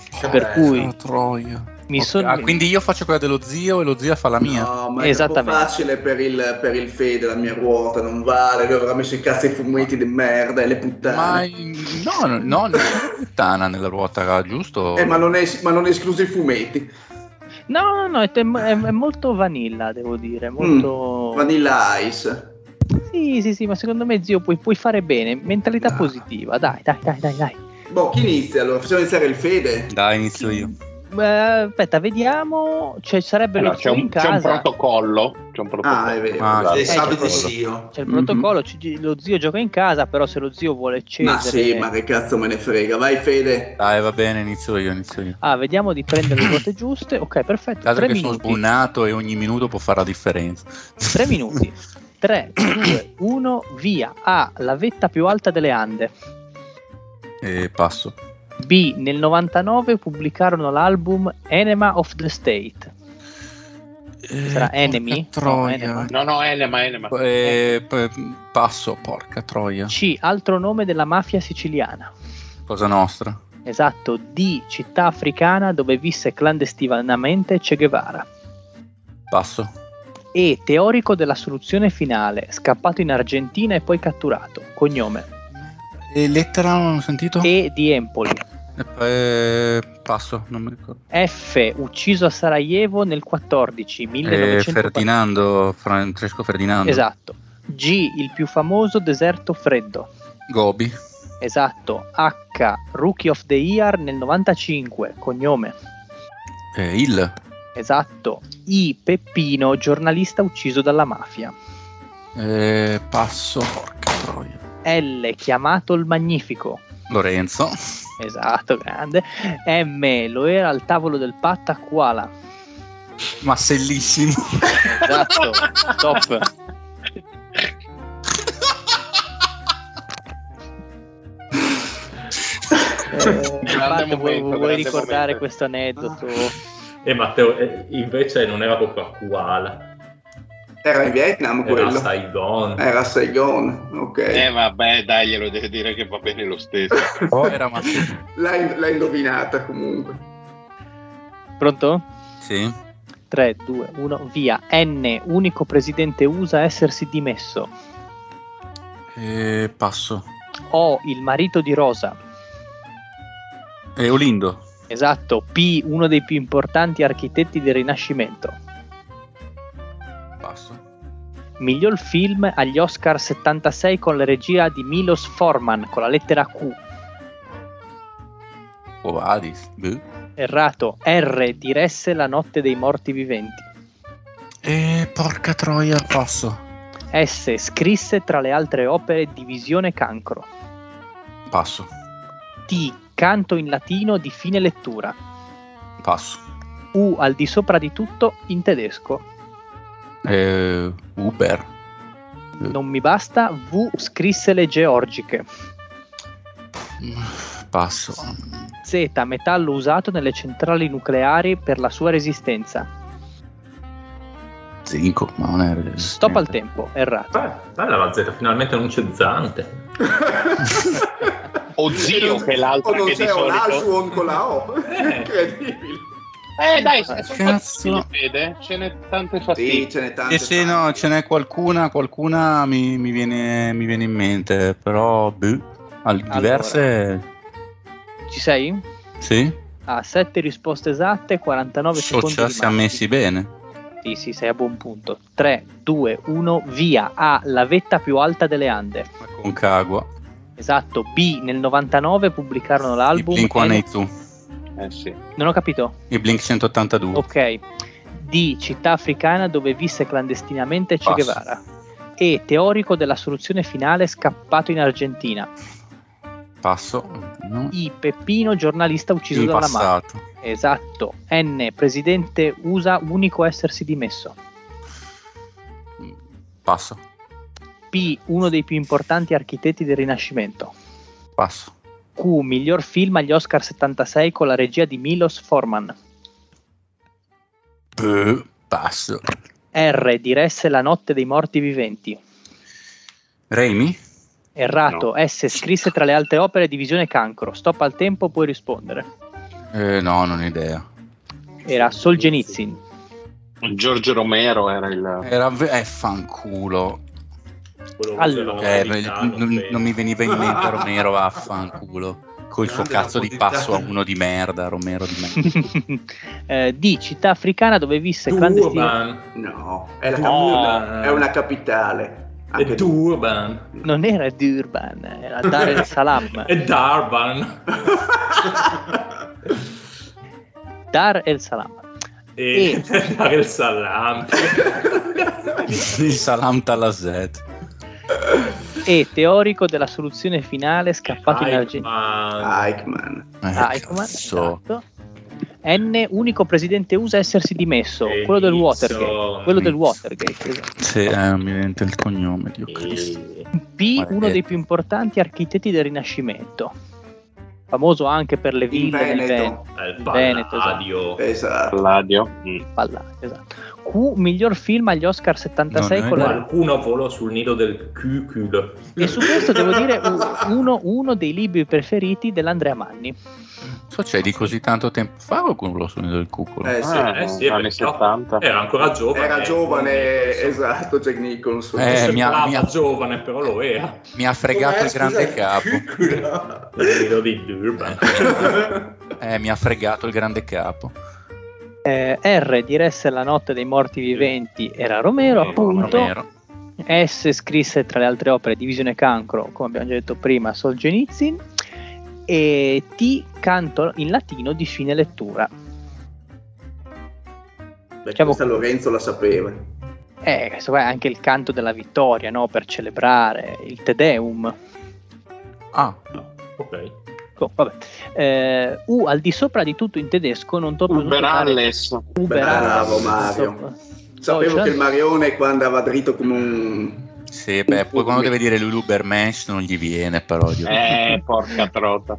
Speaker 2: Che
Speaker 4: per
Speaker 2: bello.
Speaker 4: cui
Speaker 7: Ah, troia.
Speaker 4: mi
Speaker 7: Ok,
Speaker 4: sono
Speaker 7: ah, quindi io faccio quella dello zio e lo zio fa la mia.
Speaker 3: No, ma è troppo
Speaker 4: Esattamente.
Speaker 3: facile per il, per il Fede la mia ruota, non vale, lui avrà messo i cazzo ai fumetti di merda e le puttane.
Speaker 7: Ma in- no, no, no, non c'è puttana nella ruota, giusto?
Speaker 3: Eh, ma non, è, ma non è escluso i fumetti.
Speaker 4: No, no, no, è, tem- è- è molto vanilla, devo dire. Molto...
Speaker 3: Mm, Vanilla Ice.
Speaker 4: Sì, sì, sì, ma secondo me, zio, puoi, puoi fare bene. Mentalità
Speaker 3: No.
Speaker 4: positiva, dai, dai, dai, dai. dai.
Speaker 3: Boh, chi inizia allora? Facciamo iniziare il Fede.
Speaker 7: Dai, inizio io.
Speaker 4: Eh, aspetta, vediamo. Cioè, sarebbe
Speaker 5: Allora,
Speaker 4: lo
Speaker 5: c'è,
Speaker 4: zio in
Speaker 5: un, c'è un
Speaker 4: casa.
Speaker 5: protocollo. C'è un protocollo.
Speaker 3: Ah, è vero.
Speaker 7: Ah,
Speaker 5: Esatto.
Speaker 2: E
Speaker 7: Eh,
Speaker 2: sabato
Speaker 4: certo.
Speaker 2: Sio.
Speaker 4: C'è il
Speaker 3: Mhm.
Speaker 7: Mm.
Speaker 4: protocollo, ci- lo zio gioca in casa, però se lo zio vuole cedere...
Speaker 3: Ma sì, ma che cazzo me ne frega, vai Fede.
Speaker 7: Dai, va bene, inizio io, inizio io.
Speaker 4: Ah, vediamo di prendere le quote giuste. Ok, perfetto.
Speaker 7: Dato
Speaker 4: Tre
Speaker 7: che sono
Speaker 4: minuti.
Speaker 7: sbunnato e ogni minuto può fare la differenza.
Speaker 4: Tre minuti. 3, 2, 1, via. A. La vetta più alta delle Ande.
Speaker 7: e passo.
Speaker 4: B. Nel 99 pubblicarono l'album Enema of the State. sarà
Speaker 7: Eh, porca
Speaker 4: Enemy?
Speaker 7: troia.
Speaker 4: No, Enema.
Speaker 5: No, no, Enema, Enema.
Speaker 7: Eh, p- passo, porca troia.
Speaker 4: C. Altro nome della mafia siciliana.
Speaker 7: Cosa nostra.
Speaker 4: Esatto. D. Città africana dove visse clandestinamente Che Guevara.
Speaker 7: Passo.
Speaker 4: E. Teorico della soluzione finale, scappato in Argentina e poi catturato. Cognome.
Speaker 7: E lettera non ho sentito?
Speaker 4: E. Di Empoli.
Speaker 7: Eh, passo, non mi ricordo.
Speaker 4: F. Ucciso a Sarajevo nel 14,
Speaker 7: Eh,
Speaker 4: 1940.
Speaker 7: Ferdinando, Francesco Ferdinando.
Speaker 4: Esatto. G. Il più famoso deserto freddo.
Speaker 7: Gobi.
Speaker 4: Esatto. H. Rookie of the Year nel 95. Cognome.
Speaker 7: Eh, il.
Speaker 4: Esatto. I. Peppino, giornalista ucciso dalla mafia.
Speaker 7: Eh, passo, porca troia.
Speaker 4: L. Chiamato il Magnifico.
Speaker 7: Lorenzo.
Speaker 4: Esatto, grande. M. Lo era al tavolo del patta Kuala.
Speaker 7: Massellissimo.
Speaker 4: Esatto. Top. Eh, Pat, vuoi,
Speaker 5: momento,
Speaker 4: vuoi
Speaker 5: grande
Speaker 4: ricordare
Speaker 5: momento.
Speaker 4: questo aneddoto?
Speaker 6: E Matteo eh, invece non era proprio a Kuala,
Speaker 3: Era in Vietnam
Speaker 6: era a
Speaker 3: quello.
Speaker 6: Saigon.
Speaker 7: Eh.
Speaker 3: Era a Saigon, ok.
Speaker 5: Eh, vabbè, dai, glielo devo dire che va bene lo stesso.
Speaker 7: Oh, era Massellissimo.
Speaker 3: L'hai, l'hai indovinata comunque.
Speaker 4: Pronto?
Speaker 7: Sì.
Speaker 4: 3, 2, 1, via. N, unico presidente USA a essersi dimesso.
Speaker 7: Eh, passo.
Speaker 4: O, il marito di Rosa.
Speaker 7: Eh, Olindo.
Speaker 4: Esatto. P, uno dei più importanti architetti del Rinascimento.
Speaker 7: Passo.
Speaker 4: Miglior film agli Oscar 76 con la regia di Milos Forman con la lettera Q.
Speaker 7: Ovadis. Buh.
Speaker 4: Errato. R, diresse La notte dei morti viventi.
Speaker 7: Eh, porca troia, passo.
Speaker 4: S, scrisse tra le altre opere Divisione Cancro.
Speaker 7: Passo,
Speaker 4: T, canto in latino di fine lettura.
Speaker 7: passo.
Speaker 4: U, al di sopra di tutto in tedesco.
Speaker 7: Eh, Uber.
Speaker 4: Non mi basta. V. Scrisse le georgiche.
Speaker 7: Mm, Passo.
Speaker 4: Z. Metallo usato nelle centrali nucleari per la sua resistenza.
Speaker 7: Zinco, ma non è...
Speaker 4: Stop al
Speaker 7: niente.
Speaker 4: tempo. Errato.
Speaker 6: Beh, bella la Z, finalmente non c'è Zante.
Speaker 5: O zio, che è l'altra
Speaker 2: O non
Speaker 5: che di
Speaker 2: c'è un
Speaker 5: solito.
Speaker 2: Alsuon con la O. Incredibile.
Speaker 5: Eh, dai, se ne sono
Speaker 7: Cazzo.
Speaker 5: fattibili, Fede. Ce n'è tante
Speaker 3: Sì,
Speaker 5: fastidio.
Speaker 3: ce n'è tante.
Speaker 7: Eh sì,
Speaker 3: tante.
Speaker 7: no, ce n'è qualcuna, qualcuna mi, mi viene, mi viene in mente, però... Buh, al- diverse...
Speaker 4: Ci sei?
Speaker 7: Sì?
Speaker 4: Ha 7 risposte esatte, 49 secondi.
Speaker 7: Socia si è
Speaker 4: rimasti.
Speaker 7: messi bene.
Speaker 4: Sì, sì, sei a buon punto. 3, 2, 1, via. A. La vetta più alta delle Ande.
Speaker 7: Con Cagua.
Speaker 4: Esatto. B. Nel 99 pubblicarono l'album.
Speaker 7: I Blink
Speaker 4: N-
Speaker 7: 182.
Speaker 5: Eh, sì.
Speaker 4: Non ho capito.
Speaker 7: I Blink 182.
Speaker 4: Ok. D. Città africana dove visse clandestinamente Che
Speaker 7: Passo.
Speaker 4: Guevara. E. Teorico della soluzione finale scappato in Argentina.
Speaker 7: Passo. No.
Speaker 4: I. Peppino, giornalista ucciso
Speaker 7: In
Speaker 4: dalla mafia.
Speaker 7: passato.
Speaker 4: Esatto. N. Presidente USA, unico a essersi dimesso.
Speaker 7: Passo,
Speaker 4: P. Uno dei più importanti architetti del Rinascimento.
Speaker 7: passo.
Speaker 4: Q, miglior film agli Oscar 76 con la regia di Milos Forman.
Speaker 7: Beh, Boh, passo.
Speaker 4: R, diresse La notte dei morti viventi.
Speaker 7: Raimi?
Speaker 4: Errato, S, scrisse tra le altre opere Divisione Cancro. Stop al tempo, puoi rispondere.
Speaker 7: Eh, no, non ho idea.
Speaker 4: Era Solgenitsin.
Speaker 5: Giorgio Romero era il...
Speaker 7: Era ve- eh, fanculo.
Speaker 6: Quello
Speaker 4: Allora,
Speaker 6: quello
Speaker 7: Eh,
Speaker 6: americano,
Speaker 7: non,
Speaker 6: sì.
Speaker 7: non mi veniva in mente Romero, vaffanculo. Col suo
Speaker 3: Grande
Speaker 7: cazzo di
Speaker 3: profondità.
Speaker 7: passo a uno di merda, Romero di merda.
Speaker 4: Eh, D, città africana dove visse clandestino.
Speaker 6: Durban.
Speaker 3: No, è, la
Speaker 6: No.
Speaker 3: capitale, è una capitale.
Speaker 6: È
Speaker 3: Anche tu.
Speaker 6: Durban.
Speaker 4: Non era Durban, era Dar es Salaam.
Speaker 6: È Darban.
Speaker 4: Dar el Salam.
Speaker 6: E dare il salame.
Speaker 7: Il Salam Talazet. Eh,
Speaker 4: E teorico della soluzione finale scappato in Argentina.
Speaker 3: Eichmann.
Speaker 6: Eichmann.
Speaker 7: Eh,
Speaker 4: Ah, Eichmann,
Speaker 7: cazzo.
Speaker 4: esatto. N, unico presidente USA a essersi dimesso, quello del
Speaker 6: Benizio.
Speaker 4: Watergate. Quello del Watergate. esatto.
Speaker 7: Sì, eh, mi viene il cognome, Dio Cristo.
Speaker 5: eh,
Speaker 4: P, uno
Speaker 7: Maledetto.
Speaker 4: dei più importanti architetti del Rinascimento, famoso anche per le
Speaker 3: In
Speaker 4: ville di
Speaker 3: Veneto.
Speaker 6: È il
Speaker 4: Veneto,
Speaker 6: Palladio.
Speaker 3: Esatto.
Speaker 5: Palladio. Mm.
Speaker 4: Pallate, esatto. Q, miglior film agli Oscar 76
Speaker 7: Non è
Speaker 4: con la...
Speaker 7: uguale.
Speaker 6: Qualcuno volò sul nido del cucul.
Speaker 4: E su questo devo dire u- uno, uno dei libri preferiti dell'Andrea Manni.
Speaker 7: Succede così tanto tempo fa o quello sono del cucolo?
Speaker 3: Eh, sì.
Speaker 5: Ah,
Speaker 6: Eh sì, Eh,
Speaker 5: anni
Speaker 6: perché
Speaker 5: 70.
Speaker 6: Era ancora giovane.
Speaker 3: Era giovane,
Speaker 6: quindi,
Speaker 3: esatto, Jack Nicholson.
Speaker 7: Eh,
Speaker 6: non
Speaker 7: mi ha-
Speaker 6: sembrava
Speaker 7: mi ha-
Speaker 6: giovane, però lo era.
Speaker 7: Mi ha fregato
Speaker 3: Com'è?
Speaker 7: il grande
Speaker 3: Scusa,
Speaker 7: capo.
Speaker 3: cucula.
Speaker 6: Il nido di Durban.
Speaker 7: Eh, mi ha fregato il grande capo.
Speaker 4: Eh, R diresse La notte dei morti viventi, era Romero
Speaker 5: Era
Speaker 4: appunto.
Speaker 7: Romero.
Speaker 4: S scrisse tra le altre opere Divisione Cancro, come abbiamo già detto prima, Solgenitsin e T canto in latino di fine lettura.
Speaker 3: Beh,
Speaker 4: Diciamo-
Speaker 3: questa Lorenzo la sapeva.
Speaker 4: Eh, questo qua è anche il canto della vittoria, no? Per celebrare il Te Deum.
Speaker 7: Ah,
Speaker 6: ok.
Speaker 4: Oh, vabbè. Eh, U al di sopra di tutto in tedesco, non tocco
Speaker 5: Uberales.
Speaker 3: Bravo, Mario. Sapevo che il Marione quando va dritto come un...
Speaker 7: sì, beh, poi quando deve dire Lulubermensch non gli viene, però. Dio.
Speaker 5: Eh, porca trota.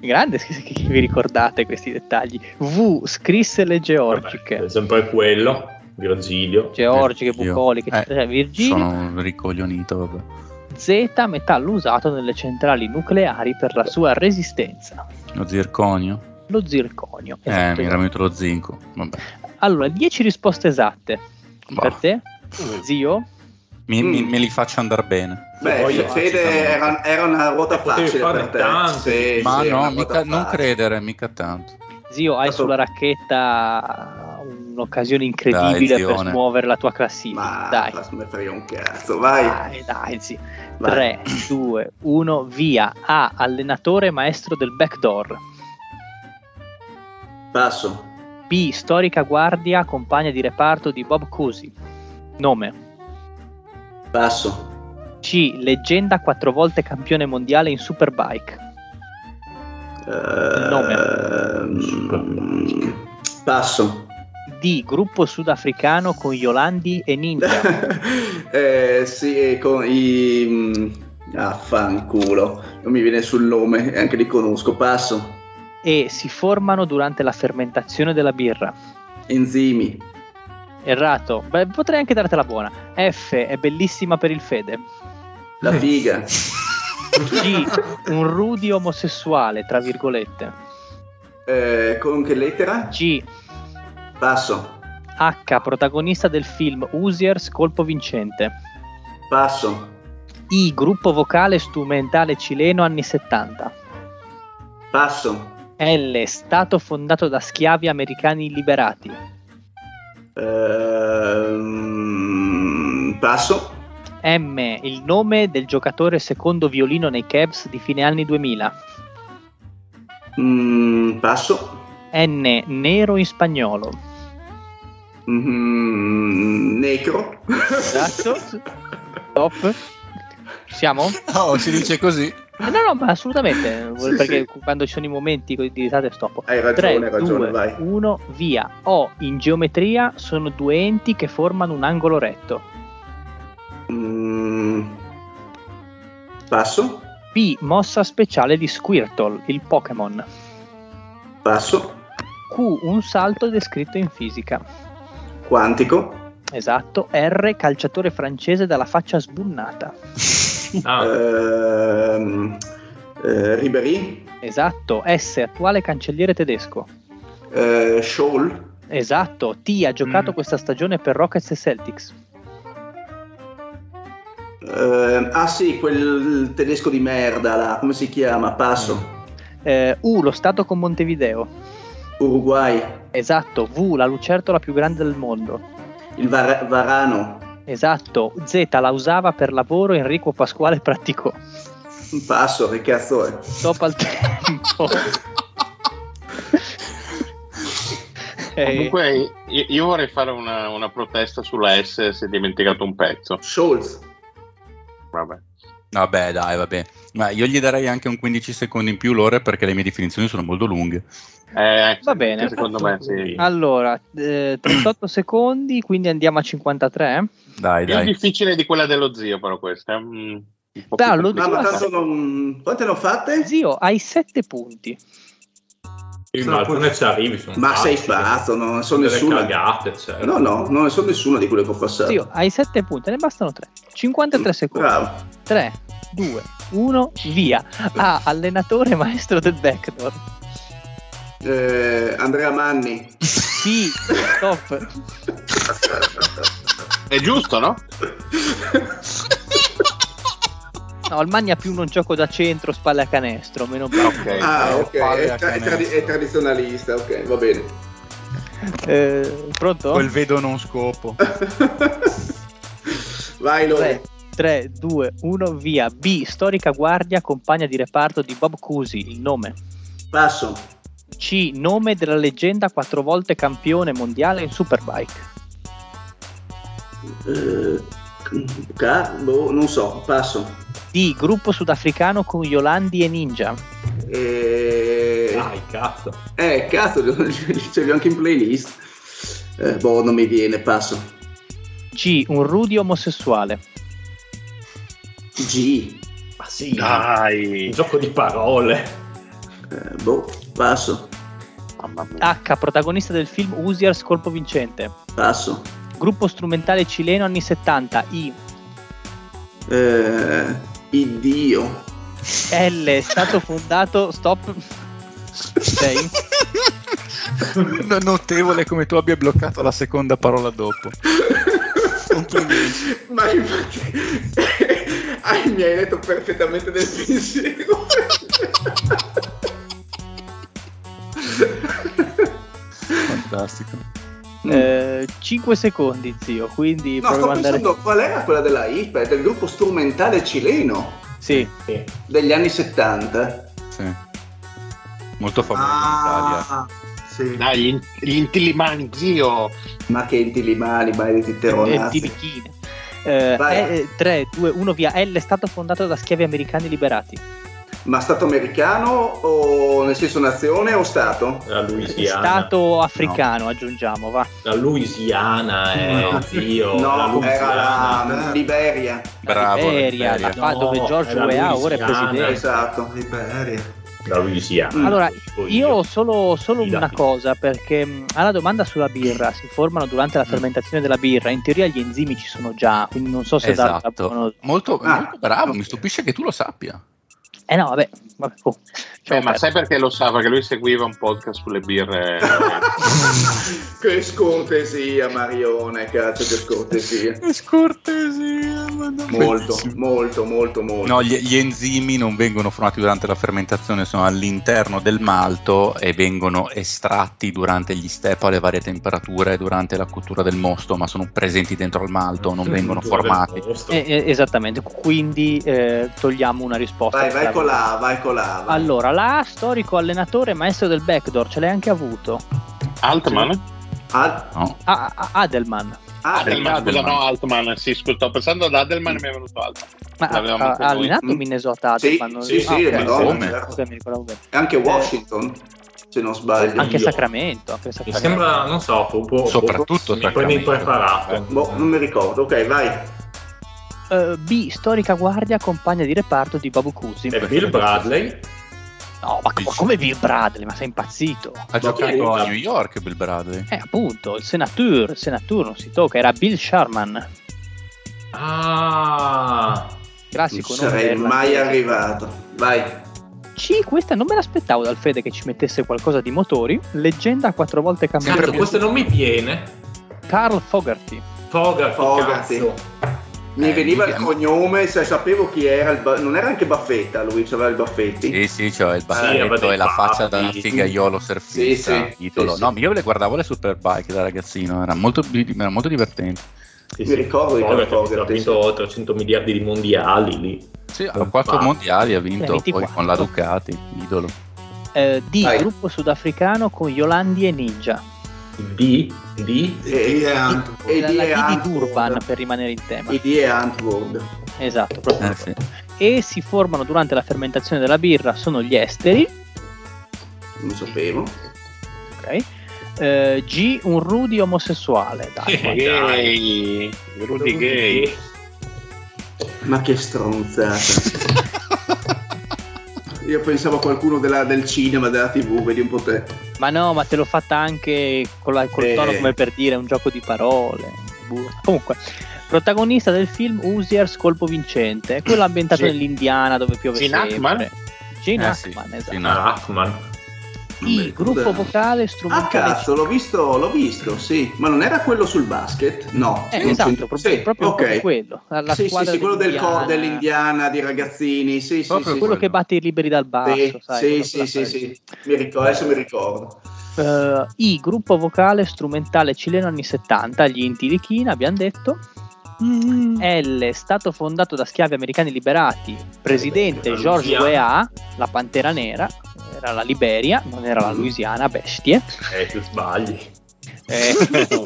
Speaker 4: Grande che, che vi ricordate questi dettagli. V scrisse le
Speaker 6: Vabbè, è
Speaker 4: georgiche.
Speaker 6: sempre quello. Virgilio.
Speaker 4: Cioè, Georgiche,
Speaker 7: Virgilio.
Speaker 4: bucoliche,
Speaker 7: Eh,
Speaker 4: eccetera, Virgilio.
Speaker 7: Sono un ricoglionito, vabbè.
Speaker 4: Z, metallo usato nelle centrali nucleari per la sua resistenza.
Speaker 7: Lo zirconio?
Speaker 4: Lo zirconio.
Speaker 7: eh,
Speaker 4: esatto.
Speaker 7: mi era venuto lo zinco. Vabbè.
Speaker 4: Allora, 10 risposte esatte.
Speaker 7: Boh.
Speaker 4: Per te, zio?
Speaker 7: Mi- mi-
Speaker 3: Mm.
Speaker 7: me li faccio andare bene.
Speaker 3: Beh,
Speaker 6: Poi-
Speaker 3: Fede era, era una ruota
Speaker 6: Potevi
Speaker 3: facile
Speaker 6: farne
Speaker 3: per te.
Speaker 6: tanti.
Speaker 3: Sì,
Speaker 7: Ma
Speaker 3: sì,
Speaker 7: no,
Speaker 3: una
Speaker 7: mica,
Speaker 3: ruota
Speaker 7: non
Speaker 3: facile.
Speaker 7: credere, mica tanto.
Speaker 4: Zio, hai
Speaker 3: Tanto-
Speaker 4: sulla racchetta un'occasione incredibile
Speaker 7: Dai,
Speaker 4: per
Speaker 7: zione.
Speaker 4: smuovere la tua classifica.
Speaker 3: Ma
Speaker 4: dai.
Speaker 3: mi frega un cazzo, vai.
Speaker 4: Dai, dai, zio.
Speaker 3: Vai.
Speaker 4: 3, 2, 1, via. A, allenatore maestro del backdoor.
Speaker 3: Passo.
Speaker 4: B, storica guardia, compagna di reparto di Bob Cousy. Nome.
Speaker 3: Passo.
Speaker 4: C, leggenda quattro volte campione mondiale in superbike.
Speaker 3: Nome. Eh, Passo.
Speaker 4: D, gruppo sudafricano con Yolandi e Ninja.
Speaker 3: eh, sì, con i... mm, Ah, fanculo. Non mi viene sul nome, anche li conosco. Passo.
Speaker 4: e si formano durante la fermentazione della birra.
Speaker 3: Enzimi.
Speaker 4: Errato, Beh, potrei anche dartela buona. F è bellissima per il fede.
Speaker 3: La figa.
Speaker 4: G, un Rudy omosessuale, tra virgolette.
Speaker 3: Eh, con che lettera?
Speaker 4: G,
Speaker 3: Passo.
Speaker 4: H, protagonista del film Usiers, colpo vincente.
Speaker 3: Passo.
Speaker 4: I, gruppo vocale strumentale cileno anni 70.
Speaker 3: Passo.
Speaker 4: L, stato fondato da schiavi americani liberati.
Speaker 3: Ehm, passo.
Speaker 4: M, il nome del giocatore secondo violino nei Cavs di fine anni 2000.
Speaker 3: Mm, passo.
Speaker 4: N, nero in spagnolo.
Speaker 3: Mm, necro.
Speaker 4: Esatto. Top. Ci siamo?
Speaker 7: Oh, si dice così.
Speaker 4: Eh, No, no, ma assolutamente.
Speaker 3: Sì,
Speaker 4: perché
Speaker 3: sì.
Speaker 4: quando ci sono i momenti di risate stop.
Speaker 3: Hai ragione,
Speaker 4: 3,
Speaker 3: hai ragione,
Speaker 4: 2,
Speaker 3: vai.
Speaker 4: 1, via. O in geometria sono due enti che formano un angolo retto.
Speaker 3: Mm, passo.
Speaker 4: P, B. Mossa speciale di Squirtle, il Pokémon.
Speaker 3: Passo.
Speaker 4: Q. Un salto descritto in fisica.
Speaker 3: Quantico.
Speaker 4: Esatto. R. Calciatore francese dalla faccia sbunnata.
Speaker 6: Ah,
Speaker 3: Ehm, eh, Ribéry.
Speaker 4: Esatto. S. Attuale cancelliere tedesco.
Speaker 3: Eh, Scholl.
Speaker 4: Esatto. T. Ha giocato
Speaker 6: Mm.
Speaker 4: questa stagione per Rockets e Celtics.
Speaker 3: Eh, ah sì, quel tedesco di merda là, come si chiama? Passo.
Speaker 4: Eh, U. Lo stato con Montevideo.
Speaker 3: Uruguay.
Speaker 4: Esatto. V. La lucertola più grande del mondo.
Speaker 3: Il Var- Varano.
Speaker 4: Esatto. Z. La usava per lavoro Enrico Pasquale praticò.
Speaker 3: Passo, che cazzo è?
Speaker 4: Stop al tempo. Eh,
Speaker 5: Comunque, io, io vorrei fare una, una protesta sulla S se è dimenticato un pezzo.
Speaker 3: Scholz.
Speaker 5: Vabbè.
Speaker 7: Vabbè, dai, vabbè. Ma io gli darei anche un 15 secondi in più l'ora perché le mie definizioni sono molto lunghe.
Speaker 5: Eh,
Speaker 4: Va bene. Ah,
Speaker 5: Secondo me sì.
Speaker 4: Allora, eh, 38 secondi, quindi andiamo a eh. 53.
Speaker 7: Dai,
Speaker 5: Più
Speaker 7: dai.
Speaker 5: difficile di quella dello zio, però questa. eh, mm, un po'
Speaker 4: Dai,
Speaker 5: più
Speaker 4: lo
Speaker 3: Ah, Ma, ma
Speaker 5: complicata.
Speaker 3: tanto non... Quante ne ho fatte?
Speaker 4: Zio, hai 7 punti.
Speaker 6: sì, ma alcune ci arrivi. sono
Speaker 3: Ma sei
Speaker 6: facili.
Speaker 3: pazzo, non ne so
Speaker 6: Delle
Speaker 3: nessuno.
Speaker 6: cagate, certo.
Speaker 3: No, no, non ne so nessuno di quelle che ho passato.
Speaker 4: Zio, hai 7 punti, ne bastano 3. 53 secondi.
Speaker 3: Bravo.
Speaker 4: 3, 2, 1, via. A, allenatore maestro del backdoor.
Speaker 3: Eh, Andrea Manni.
Speaker 4: Sì, stop.
Speaker 5: È giusto, no?
Speaker 4: No, il Magni ha più uno gioco da centro, spalle a canestro, meno male.
Speaker 5: Ok.
Speaker 3: ah, ok,
Speaker 7: palle
Speaker 3: è,
Speaker 7: a
Speaker 3: tra- è
Speaker 7: canestro.
Speaker 3: tradi- è tradizionalista, ok, va bene.
Speaker 4: Eh, pronto?
Speaker 7: Quel vedo non scopo.
Speaker 3: Vai Lore.
Speaker 4: 3, 2, 1, via. B, storica guardia, compagna di reparto di Bob Cousy, il nome.
Speaker 3: Passo.
Speaker 4: C, nome della leggenda quattro volte campione mondiale in Superbike.
Speaker 3: Eh, ca- boh, non so, passo.
Speaker 4: D, gruppo sudafricano con Yolandi e Ninja.
Speaker 3: Eh,
Speaker 6: Dai, cazzo.
Speaker 3: eh, cazzo, ce li ho anche in playlist. Eh, boh, non mi viene, passo.
Speaker 4: C, un Rudy omosessuale.
Speaker 3: G.
Speaker 6: Ma sì,
Speaker 5: Dai.
Speaker 6: un gioco di parole.
Speaker 3: Eh, boh, passo,
Speaker 5: Mamma mia.
Speaker 4: H, protagonista del film Usiers Colpo Vincente.
Speaker 3: passo.
Speaker 4: Gruppo strumentale cileno anni 70. I,
Speaker 3: Eh, iddio.
Speaker 4: L, è stato fondato... Stop. Sei.
Speaker 7: Notevole come tu abbia bloccato la seconda parola dopo.
Speaker 3: Ma infatti, hai, mi hai letto perfettamente del pensiero.
Speaker 7: Fantastico.
Speaker 4: 5 Eh, secondi, zio, quindi
Speaker 3: No, sto
Speaker 4: proviamo ad andare...
Speaker 3: pensando qual era quella della IPA, del gruppo strumentale cileno
Speaker 4: Sì,
Speaker 6: Sì.
Speaker 3: degli anni 70.
Speaker 7: Sì. Molto famoso
Speaker 9: Ah, sì.
Speaker 5: Dai, gli, in- gli intilimani, zio.
Speaker 3: Ma che intilimani, maledetti
Speaker 4: eh,
Speaker 3: terronati.
Speaker 4: tirichine. Eh,
Speaker 3: Vai.
Speaker 4: eh, 3, 2, 1 via L è stato fondato da schiavi americani liberati.
Speaker 3: Ma stato americano o nel senso nazione o stato?
Speaker 6: La Louisiana.
Speaker 4: Stato africano, aggiungiamo, va.
Speaker 6: La Louisiana,
Speaker 4: Mm.
Speaker 6: eh,
Speaker 9: No.
Speaker 6: zio. la
Speaker 3: no,
Speaker 6: Louisiana.
Speaker 3: era la
Speaker 6: Ah,
Speaker 9: eh.
Speaker 3: Liberia.
Speaker 7: Italia. Bravo.
Speaker 4: Liberia,
Speaker 7: Ah, Liberia.
Speaker 4: la fa-
Speaker 6: No,
Speaker 4: dove
Speaker 6: è
Speaker 4: Giorgio
Speaker 6: la
Speaker 4: UEA ora è
Speaker 6: Louisiana.
Speaker 4: presidente.
Speaker 3: Esatto.
Speaker 9: Liberia.
Speaker 6: La Louisiana.
Speaker 4: Allora,
Speaker 6: Dico
Speaker 4: io ho solo, solo
Speaker 6: Fidati.
Speaker 4: una cosa, perché mh, alla domanda sulla birra, si formano durante la fermentazione della birra, in teoria gli enzimi ci sono già, quindi non so se darla buono-
Speaker 7: Esatto. Molto,
Speaker 3: Ah.
Speaker 7: molto bravo, mi stupisce che tu lo sappia.
Speaker 4: Eh no, vabbè, vabbè oh,
Speaker 5: Cioè,
Speaker 4: lasciamo
Speaker 5: ma
Speaker 4: perdere.
Speaker 5: sai perché lo sa? Perché lui seguiva un podcast sulle birre. eh,
Speaker 3: che scortesia, Marione, cazzo, che scortesia.
Speaker 7: Scortesia,
Speaker 3: Molto, molto, molto, molto.
Speaker 7: No, gli, gli enzimi non vengono formati durante la fermentazione, sono all'interno del malto e vengono estratti durante gli step alle varie temperature, durante la cottura del mosto, ma sono presenti dentro il malto, non vengono formati.
Speaker 4: Eh, eh, esattamente, quindi eh, togliamo una risposta.
Speaker 3: Vai, vai con la, A, vai con la. A, vai.
Speaker 4: Allora, la A, storico allenatore, maestro del backdoor, ce l'hai anche avuto.
Speaker 5: Altman?
Speaker 3: Al-
Speaker 7: No?
Speaker 4: A- A- Adelman.
Speaker 3: ah,
Speaker 5: Adelman, scusa,
Speaker 7: Adelman.
Speaker 5: no, Altman. Sì, scusa, sto pensando ad Adelman e mi è venuto Altman.
Speaker 4: Ma ha,
Speaker 5: L'avevamo
Speaker 4: ha-
Speaker 5: anche
Speaker 4: ha
Speaker 5: noi.
Speaker 4: allenato
Speaker 3: Mm.
Speaker 4: Minnesota
Speaker 3: Sì,
Speaker 4: Adelman? non-
Speaker 3: sì,
Speaker 4: ah,
Speaker 3: sì,
Speaker 4: ok,
Speaker 3: Madonna,
Speaker 7: Come?
Speaker 3: certo.
Speaker 4: ok, mi ricordavo bene.
Speaker 3: E anche Washington, se non sbaglio.
Speaker 4: Anche
Speaker 6: Io.
Speaker 4: Sacramento. Anche
Speaker 6: Mi
Speaker 4: Sacramento.
Speaker 6: sembra, non so, può, può,
Speaker 7: Soprattutto
Speaker 6: mi prendi
Speaker 7: Sacramento.
Speaker 6: impreparato.
Speaker 3: Boh, non mi ricordo. Ok, vai.
Speaker 4: eh, B, storica guardia, compagna di reparto di Babu Cousy.
Speaker 6: E Bill Bradley.
Speaker 4: No, ma, ma come Bill Bradley? Ma sei impazzito?
Speaker 7: Ha giocato a New York Bill Bradley.
Speaker 4: Eh, appunto, il senatore, il senatore non si tocca, era Bill Sharman.
Speaker 6: Ah,
Speaker 3: Non
Speaker 4: Classico, nome
Speaker 3: sarei
Speaker 4: irlandese.
Speaker 3: mai arrivato. Vai.
Speaker 4: C, questa non me l'aspettavo dal Fede che ci mettesse qualcosa di motori. Leggenda a quattro volte cambiata.
Speaker 6: cazzo, questo non mi viene.
Speaker 4: Carl Fogarty.
Speaker 6: Fogarty,
Speaker 3: Fogarty.
Speaker 6: cazzo.
Speaker 3: Mi
Speaker 7: Eh,
Speaker 3: veniva il
Speaker 7: mica-
Speaker 3: cognome, se sapevo chi era, il ba- non era anche Baffetta lui, c'aveva il Baffetti.
Speaker 7: Sì, sì, cioè il
Speaker 6: vabbè,
Speaker 7: barretto
Speaker 6: dei
Speaker 7: e la
Speaker 6: papi.
Speaker 7: faccia da figaiolo surfista.
Speaker 3: Sì, sì,
Speaker 7: idolo.
Speaker 3: sì, sì.
Speaker 7: No, io le guardavo le Superbike da ragazzino, era molto, era molto divertente.
Speaker 6: Sì,
Speaker 3: Mi ricordo di
Speaker 6: Fogarty,
Speaker 3: Fogarty,
Speaker 6: ha vinto 300 miliardi di mondiali lì.
Speaker 7: Sì, ha quattro
Speaker 6: Ah.
Speaker 7: mondiali ha
Speaker 4: Eh,
Speaker 7: vinto
Speaker 4: 24.
Speaker 7: poi con la Ducati, idolo.
Speaker 4: Eh, D,
Speaker 3: Vai.
Speaker 4: gruppo sudafricano con Yolandi e Ninja.
Speaker 6: D, D,
Speaker 2: Sì, è anche-
Speaker 3: E
Speaker 4: la,
Speaker 3: di
Speaker 4: la D
Speaker 3: Antwoord.
Speaker 4: di Durban per rimanere in tema.
Speaker 3: ID e Antwoord.
Speaker 4: Esatto, proprio.
Speaker 7: Eh, sì.
Speaker 4: E si formano durante la fermentazione della birra, sono gli esteri.
Speaker 3: Non sapevo.
Speaker 4: ok? Eh, G, un Rudy omosessuale. Dai,
Speaker 6: Eh,
Speaker 4: qua.
Speaker 5: Gay, Rudy Gay.
Speaker 3: Ma che stronzata. Io pensavo a qualcuno della- del cinema, della tv, vedi un po' te.
Speaker 4: ma no, ma te l'ho fatta anche con la- col
Speaker 3: Eh.
Speaker 4: tono come per dire un gioco di parole. Boh. Comunque, protagonista del film Usiers Colpo Vincente, quello ambientato
Speaker 5: Gene-
Speaker 4: nell'Indiana dove piove
Speaker 5: Gene
Speaker 4: sempre.
Speaker 5: Hackman?
Speaker 4: Gene
Speaker 7: Eh, sì,
Speaker 4: Hackman, esatto.
Speaker 7: Gene
Speaker 6: Ah, Hackman.
Speaker 3: Non mi
Speaker 4: I,
Speaker 3: ricordo.
Speaker 4: gruppo vocale
Speaker 3: Ah
Speaker 4: strumentale
Speaker 3: cazzo, l'ho visto, l'ho visto, sì. Ma non era quello sul basket? No.
Speaker 4: Eh,
Speaker 3: Non
Speaker 4: esatto,
Speaker 3: c'entra-
Speaker 4: proprio,
Speaker 3: sì,
Speaker 4: proprio
Speaker 3: ok.
Speaker 4: quello. La, la
Speaker 3: sì, sì,
Speaker 4: squadra
Speaker 3: sì, quello del
Speaker 4: dell'Indiana,
Speaker 3: cor dell'Indiana, di ragazzini, sì, sì,
Speaker 7: Proprio
Speaker 3: sì.
Speaker 4: Quello che
Speaker 7: Quello.
Speaker 4: batte i liberi dal basso,
Speaker 3: Sì,
Speaker 4: sai,
Speaker 3: sì,
Speaker 4: quello
Speaker 3: sì,
Speaker 4: con la
Speaker 3: sì,
Speaker 4: fai-
Speaker 3: sì. Mi ricordo, adesso mi ricordo.
Speaker 4: Eh, I, gruppo vocale strumentale cileno anni 70, gli Inti di China, abbiamo detto. L, stato fondato da schiavi americani liberati, presidente
Speaker 6: La
Speaker 4: George
Speaker 6: Louisiana.
Speaker 4: Weah, la Pantera Nera, era la Liberia, non era la Louisiana, bestie.
Speaker 6: Eh, ti sbagli.
Speaker 4: Eh, no.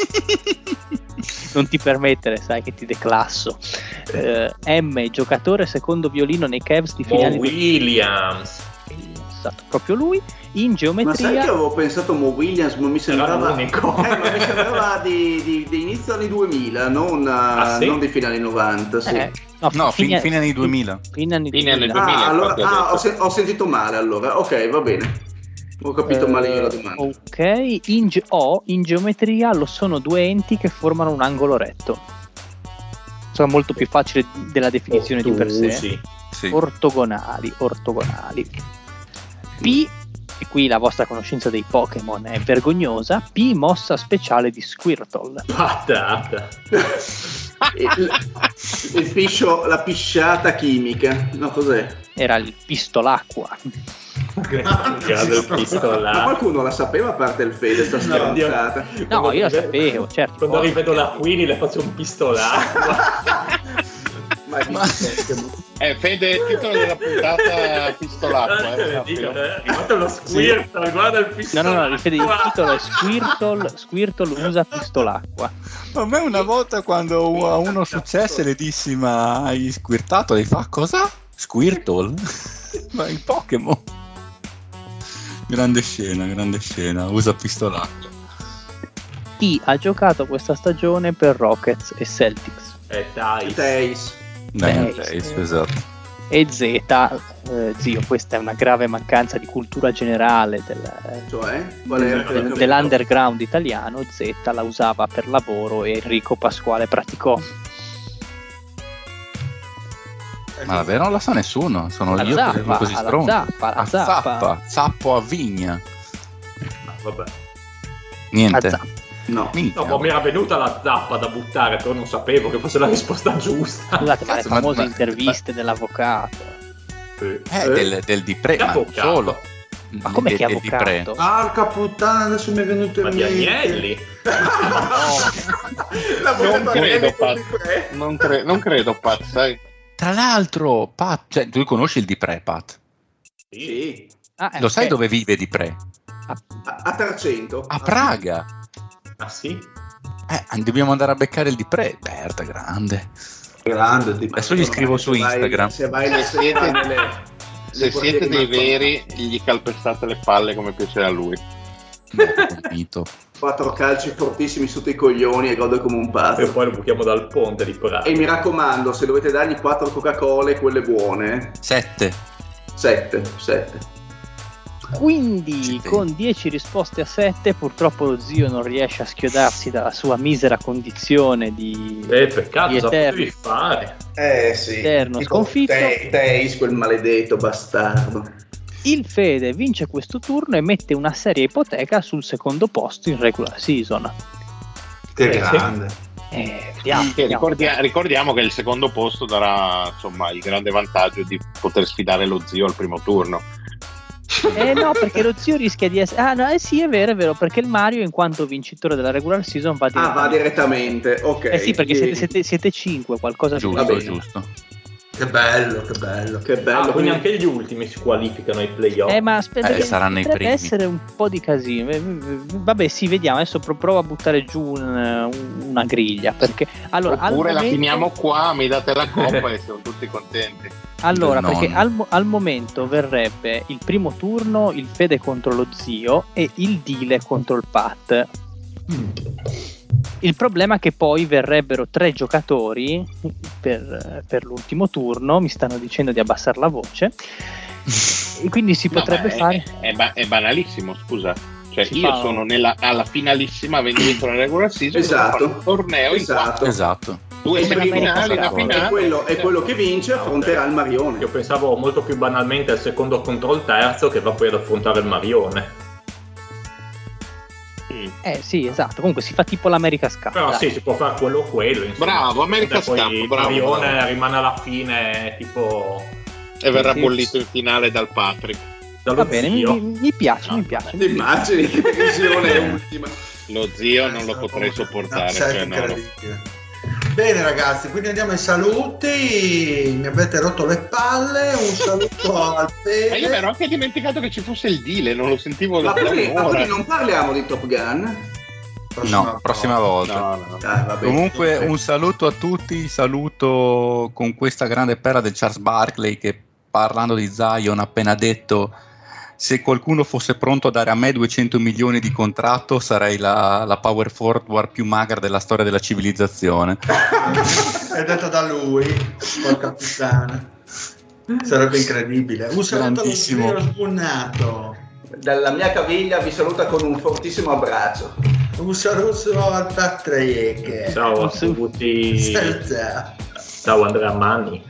Speaker 4: non ti permettere, sai che ti declasso. Eh, M, giocatore secondo violino nei Cavs di
Speaker 6: Mo
Speaker 4: fine anni
Speaker 6: Williams.
Speaker 4: 2000, è stato proprio lui. In
Speaker 3: Ma sai che
Speaker 4: geometria,
Speaker 3: avevo pensato Mo Williams, ma mi
Speaker 6: Era
Speaker 3: sembrava... Eh,
Speaker 6: l'unico.
Speaker 3: ma mi sembrava di, di- di inizio anni 2000, non, eh,
Speaker 6: Ah, sì?
Speaker 3: non di fine anni 90, sì.
Speaker 4: eh,
Speaker 7: No, fin-
Speaker 4: fine-
Speaker 7: fine anni 2000.
Speaker 4: Fine anni
Speaker 5: Fine anni
Speaker 4: 2000.
Speaker 3: Ah,
Speaker 5: 2000,
Speaker 3: allora,
Speaker 5: infatti, ho
Speaker 3: ah,
Speaker 5: detto.
Speaker 3: ho, sen- ho sentito male allora, ok, va bene. Ho capito male io la domanda.
Speaker 7: oh.
Speaker 4: Eh, Ok, in, ge- o, in geometria lo sono due enti che formano un angolo retto. Sono molto più facile della definizione di per sé.
Speaker 6: Ottusi.
Speaker 7: Sì.
Speaker 4: Ortogonali, ortogonali. P, e qui la vostra conoscenza dei Pokémon è vergognosa, P mossa speciale di Squirtle.
Speaker 6: Patata.
Speaker 3: Il, il piscio, la pisciata chimica, no cos'è?
Speaker 4: Era il pistolacqua.
Speaker 6: Grande
Speaker 3: Ma
Speaker 6: pistola.
Speaker 3: qualcuno la sapeva a parte il Fede, sta stronzata?
Speaker 4: No, io lo
Speaker 6: rive-
Speaker 4: sapevo, certo.
Speaker 6: Quando rivedo la Quilly le faccio un pistolacqua.
Speaker 3: Ma è
Speaker 7: Ma-
Speaker 5: Eh, Fede, il titolo della puntata Pistolacqua. eh,
Speaker 6: Guarda, dico,
Speaker 5: sappilo.
Speaker 6: eh, Guarda lo squirtle, guarda il
Speaker 4: No,
Speaker 6: pistolacqua.
Speaker 4: no, no, il fede- il titolo è Squirtle, Squirtle usa pistolacqua.
Speaker 7: A me una volta quando u- a uno successe le dissi ma hai squirtato e fa cosa? Squirtle? ma il Pokémon? Grande scena, grande scena, usa pistolacco.
Speaker 4: T ha giocato questa stagione per Rockets e Celtics
Speaker 6: Eh, dai.
Speaker 3: Teis.
Speaker 7: Dai,
Speaker 4: Beh,
Speaker 7: dai,
Speaker 4: Eh, sì.
Speaker 7: esatto.
Speaker 4: e Z, eh, zio, questa è una grave mancanza di cultura generale del-
Speaker 3: Cioè, qual era
Speaker 6: Del-
Speaker 3: quello che-
Speaker 4: dell'underground italiano, Z la usava per lavoro e Enrico Pasquale praticò.
Speaker 7: Ma davvero non la sa nessuno, sono
Speaker 4: La
Speaker 7: io che sono
Speaker 4: zappa,
Speaker 7: così
Speaker 4: la
Speaker 7: stronzo.
Speaker 4: zappa, la
Speaker 7: A
Speaker 4: zappa,
Speaker 7: zappa, zappo a vigna.
Speaker 6: Ma Vabbè.
Speaker 4: la
Speaker 7: Niente.
Speaker 4: zappa.
Speaker 3: No.
Speaker 7: Minchia.
Speaker 6: No, ma mi era venuta la zappa da buttare, però non sapevo che fosse la risposta giusta.
Speaker 4: Scusate, ma le
Speaker 7: Cazzo, ma-
Speaker 4: famose
Speaker 7: ma-
Speaker 4: interviste dell'avvocato.
Speaker 7: Eh, del, del di pre,
Speaker 6: Che
Speaker 7: ma
Speaker 6: avvocato?
Speaker 7: solo.
Speaker 4: Ma come
Speaker 7: Del-
Speaker 4: che
Speaker 7: del di pre.
Speaker 4: avvocato?
Speaker 2: Porca puttana, adesso mi è venuto
Speaker 6: Ma
Speaker 2: in
Speaker 6: di
Speaker 2: mente.
Speaker 6: Agnelli?
Speaker 7: Ah.
Speaker 3: La voleva
Speaker 5: Non credo, Pat.
Speaker 3: dire-
Speaker 5: Non, cre- non credo, Pat, sai.
Speaker 7: Tra l'altro, Pat, cioè, tu conosci il di pre, Pat?
Speaker 3: Sì.
Speaker 4: Ah, eh, ah,
Speaker 7: Lo sai
Speaker 4: ok.
Speaker 7: dove vive di pre?
Speaker 3: A, a 300.
Speaker 7: A Praga.
Speaker 6: Ah sì?
Speaker 7: Eh, dobbiamo andare a beccare il di pre. Berta, grande.
Speaker 2: Grande, tipo.
Speaker 7: Adesso gli scrivo su
Speaker 3: Se vai-
Speaker 7: Instagram.
Speaker 3: Se vai nel
Speaker 5: Se siete-
Speaker 3: nelle-
Speaker 5: Se
Speaker 3: guardiere
Speaker 5: siete
Speaker 3: mattonate.
Speaker 5: dei veri, gli calpestate le palle come piacerà a lui.
Speaker 7: molto convinto.
Speaker 10: Quattro calci fortissimi sotto i coglioni e gode come un
Speaker 6: E
Speaker 10: pazzo.
Speaker 6: poi lo buchiamo dal ponte di
Speaker 10: E
Speaker 6: Prato.
Speaker 10: mi raccomando, se dovete dargli quattro Coca-Cola, quelle buone,
Speaker 7: 7.
Speaker 10: sette, sette.
Speaker 7: Ci
Speaker 4: Quindi
Speaker 7: penso.
Speaker 4: con 10 risposte a 7 purtroppo lo zio non riesce a schiodarsi dalla sua misera condizione di
Speaker 6: Eh, peccato,
Speaker 4: Gli
Speaker 6: cosa
Speaker 4: eterni.
Speaker 6: potevi fare?
Speaker 10: Eh sì.
Speaker 4: Eterno
Speaker 10: Tipo
Speaker 4: sconfitto.
Speaker 10: Te- Teis, quel maledetto bastardo.
Speaker 4: Il Fede vince questo turno e mette una seria ipoteca sul secondo posto in regular season.
Speaker 2: Che
Speaker 6: Eh, sì.
Speaker 2: grande.
Speaker 4: Eh, vediamo,
Speaker 5: Che
Speaker 4: vediamo.
Speaker 5: ricordia- ricordiamo che il secondo posto darà insomma il grande vantaggio di poter sfidare lo zio al primo turno.
Speaker 4: Eh no, perché lo zio rischia di essere... Ah no, eh sì, è vero, è vero, perché il Mario in quanto vincitore della regular season va
Speaker 10: Ah, va
Speaker 4: direttamente-
Speaker 10: direttamente, ok.
Speaker 4: Eh sì, perché siete,
Speaker 10: Quindi-
Speaker 4: siete, siete 5, qualcosa di
Speaker 7: Giusto,
Speaker 10: bene.
Speaker 7: giusto.
Speaker 2: Che bello, che bello.
Speaker 10: Che bello.
Speaker 6: Ah,
Speaker 10: quindi-
Speaker 6: quindi anche gli ultimi si qualificano ai playoff.
Speaker 4: Eh, ma aspetta,
Speaker 7: Eh,
Speaker 4: che
Speaker 7: saranno i
Speaker 4: potrebbe
Speaker 7: primi.
Speaker 4: essere un po' di casino. Eh, Vabbè, sì, vediamo. Adesso pro- provo a buttare giù un- una griglia. Perché allora, al
Speaker 5: Oppure la
Speaker 4: momento-
Speaker 5: finiamo qua, mi date la coppa e siamo tutti contenti.
Speaker 4: Allora,
Speaker 7: del
Speaker 4: perché
Speaker 7: nonno.
Speaker 4: al, mo- al momento verrebbe il primo turno il Fede contro lo zio e il Dile contro il Pat. Il problema è che poi verrebbero tre giocatori per, per l'ultimo turno. Mi stanno dicendo di abbassare la voce. E quindi si
Speaker 5: No,
Speaker 4: potrebbe
Speaker 5: ma è-
Speaker 4: fare.
Speaker 5: È, è ba- è banalissimo, scusa. Cioè,
Speaker 4: Si
Speaker 5: io
Speaker 4: fa-
Speaker 5: sono nella, alla finalissima avendo vinto la regular season
Speaker 10: Esatto.
Speaker 5: devo fare un torneo in
Speaker 10: Esatto.
Speaker 7: Esatto.
Speaker 5: quattro, due
Speaker 4: E
Speaker 5: semifinali, una
Speaker 7: esatto.
Speaker 5: finale.
Speaker 10: E quello, e quello che vince
Speaker 6: Ah, ok.
Speaker 10: affronterà il Marione.
Speaker 6: Io pensavo molto più banalmente al secondo contro il terzo che va poi ad affrontare il Marione.
Speaker 5: Mm.
Speaker 4: Eh sì, esatto. Comunque si fa tipo l'America Cup.
Speaker 6: Però
Speaker 4: dai.
Speaker 6: sì, si può fare quello o quello. Insomma.
Speaker 5: Bravo, America
Speaker 6: Cioè, poi
Speaker 5: Stamp,
Speaker 6: il
Speaker 5: bravo,
Speaker 6: Marione
Speaker 5: bravo.
Speaker 6: rimane alla fine tipo
Speaker 5: E verrà
Speaker 4: Sì.
Speaker 5: bollito in finale dal Patrick.
Speaker 6: dallo
Speaker 4: Va bene, mi,
Speaker 6: zio.
Speaker 4: mi- mi piace,
Speaker 5: No,
Speaker 4: mi
Speaker 6: Esatto.
Speaker 4: piace.
Speaker 10: Ti immagini che visione ultima.
Speaker 5: Lo zio non
Speaker 10: Esatto.
Speaker 5: lo potrei sopportare.
Speaker 2: No, sai,
Speaker 5: cioè, no, no.
Speaker 2: incredibile. Bene ragazzi, quindi andiamo ai saluti, mi avete rotto le palle, un saluto al
Speaker 5: Ma io mi ero
Speaker 2: Fede.
Speaker 5: anche dimenticato che ci fosse il deal, non lo sentivo
Speaker 10: Ma
Speaker 5: da
Speaker 10: quindi, ma
Speaker 5: un'ora.
Speaker 10: quindi non parliamo di Top Gun?
Speaker 7: No, prossima volta.
Speaker 5: No, no.
Speaker 10: Dai, va bene.
Speaker 7: Comunque un saluto a tutti, saluto con questa grande perla del Charles Barkley che parlando di Zion ha appena detto se qualcuno fosse pronto a dare a me 200 milioni di contratto sarei la, la power forward più magra della storia della civilizzazione.
Speaker 2: È detto da lui, porca puttana. Sarebbe incredibile. Un saluto allo
Speaker 7: Grandissimo.
Speaker 2: zio sbunnato.
Speaker 10: Dalla mia caviglia vi saluta con un fortissimo abbraccio.
Speaker 2: Un saluto al Patrick.
Speaker 6: Ciao a tutti.
Speaker 2: Senza.
Speaker 6: Ciao Andrea Manni.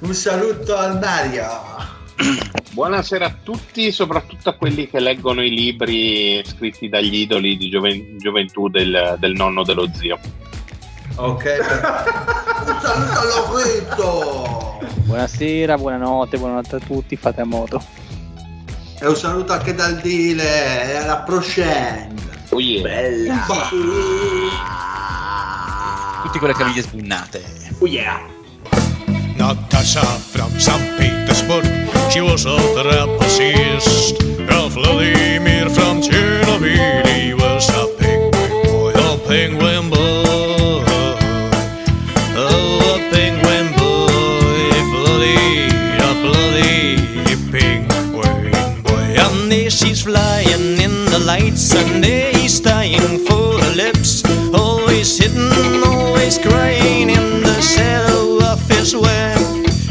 Speaker 2: Un saluto al Mario.
Speaker 5: Buonasera a tutti, soprattutto a quelli che leggono i libri scritti dagli idoli di gioven- gioventù del, del nonno dello zio.
Speaker 2: Ok, un saluto all'Ovetto
Speaker 4: Buonasera, buonanotte, buonanotte a tutti. Fate a moto.
Speaker 2: e un saluto anche dal Dile e alla Proscend.
Speaker 5: Oh yeah.
Speaker 10: Bella.
Speaker 7: Tutti con le caviglie sbunnate.
Speaker 10: Oh yeah.
Speaker 8: Natasha from St. Petersburg. She was a trapezist. Her Vladimir from Chernobyl. He was a penguin boy, a penguin boy. Oh, a penguin boy. Bloody, a bloody penguin boy. And there she's flying in the lights, and there he's dying for her lips. Always hidden, always crying in the shadow of his web.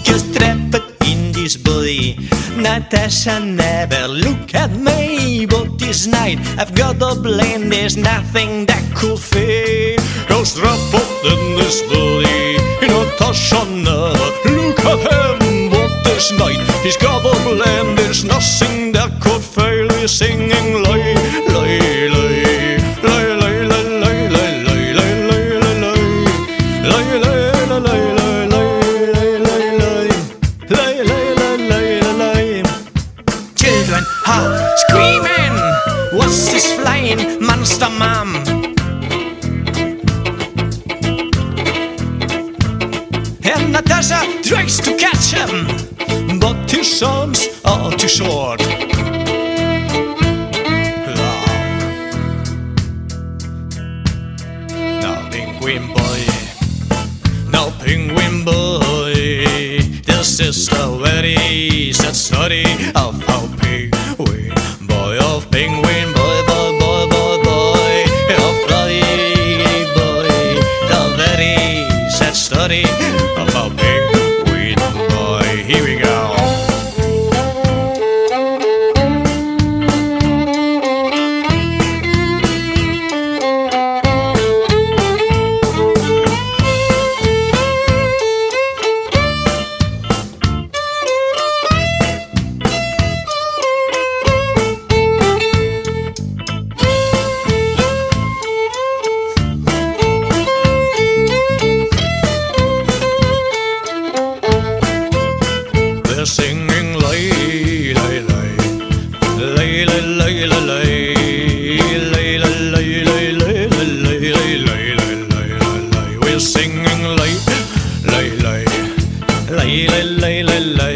Speaker 8: Just trapped in this body. Natasha never look at me, but this night I've got a blame. There's nothing that could fade. Ghost trapped in this body. Natasha never look at him, but this night he's got a blame. There's nothing that could fail. He's singing lie, lie, lie, lie, lie, lie, lie, lie, lie, lie, lie, lie, lie, lie, lie, lie, lie, lie, lie, lie, lie, lie, lie, lie, lie. Children are screaming. What's this flying monster, mom? and Natasha tries to catch him, but his arms are too short. Now, now penguin boy, now penguin boy, this is the very sad story of how penguin boy, of penguin boy, boy, about Pink Queen Boy. Here we go. They're singing lay lay lay lay lay lay lay lay lay lay lay lay lay lay lay lay lay lay lay lay. We're singing lay lay lay lay lay lay lay lay.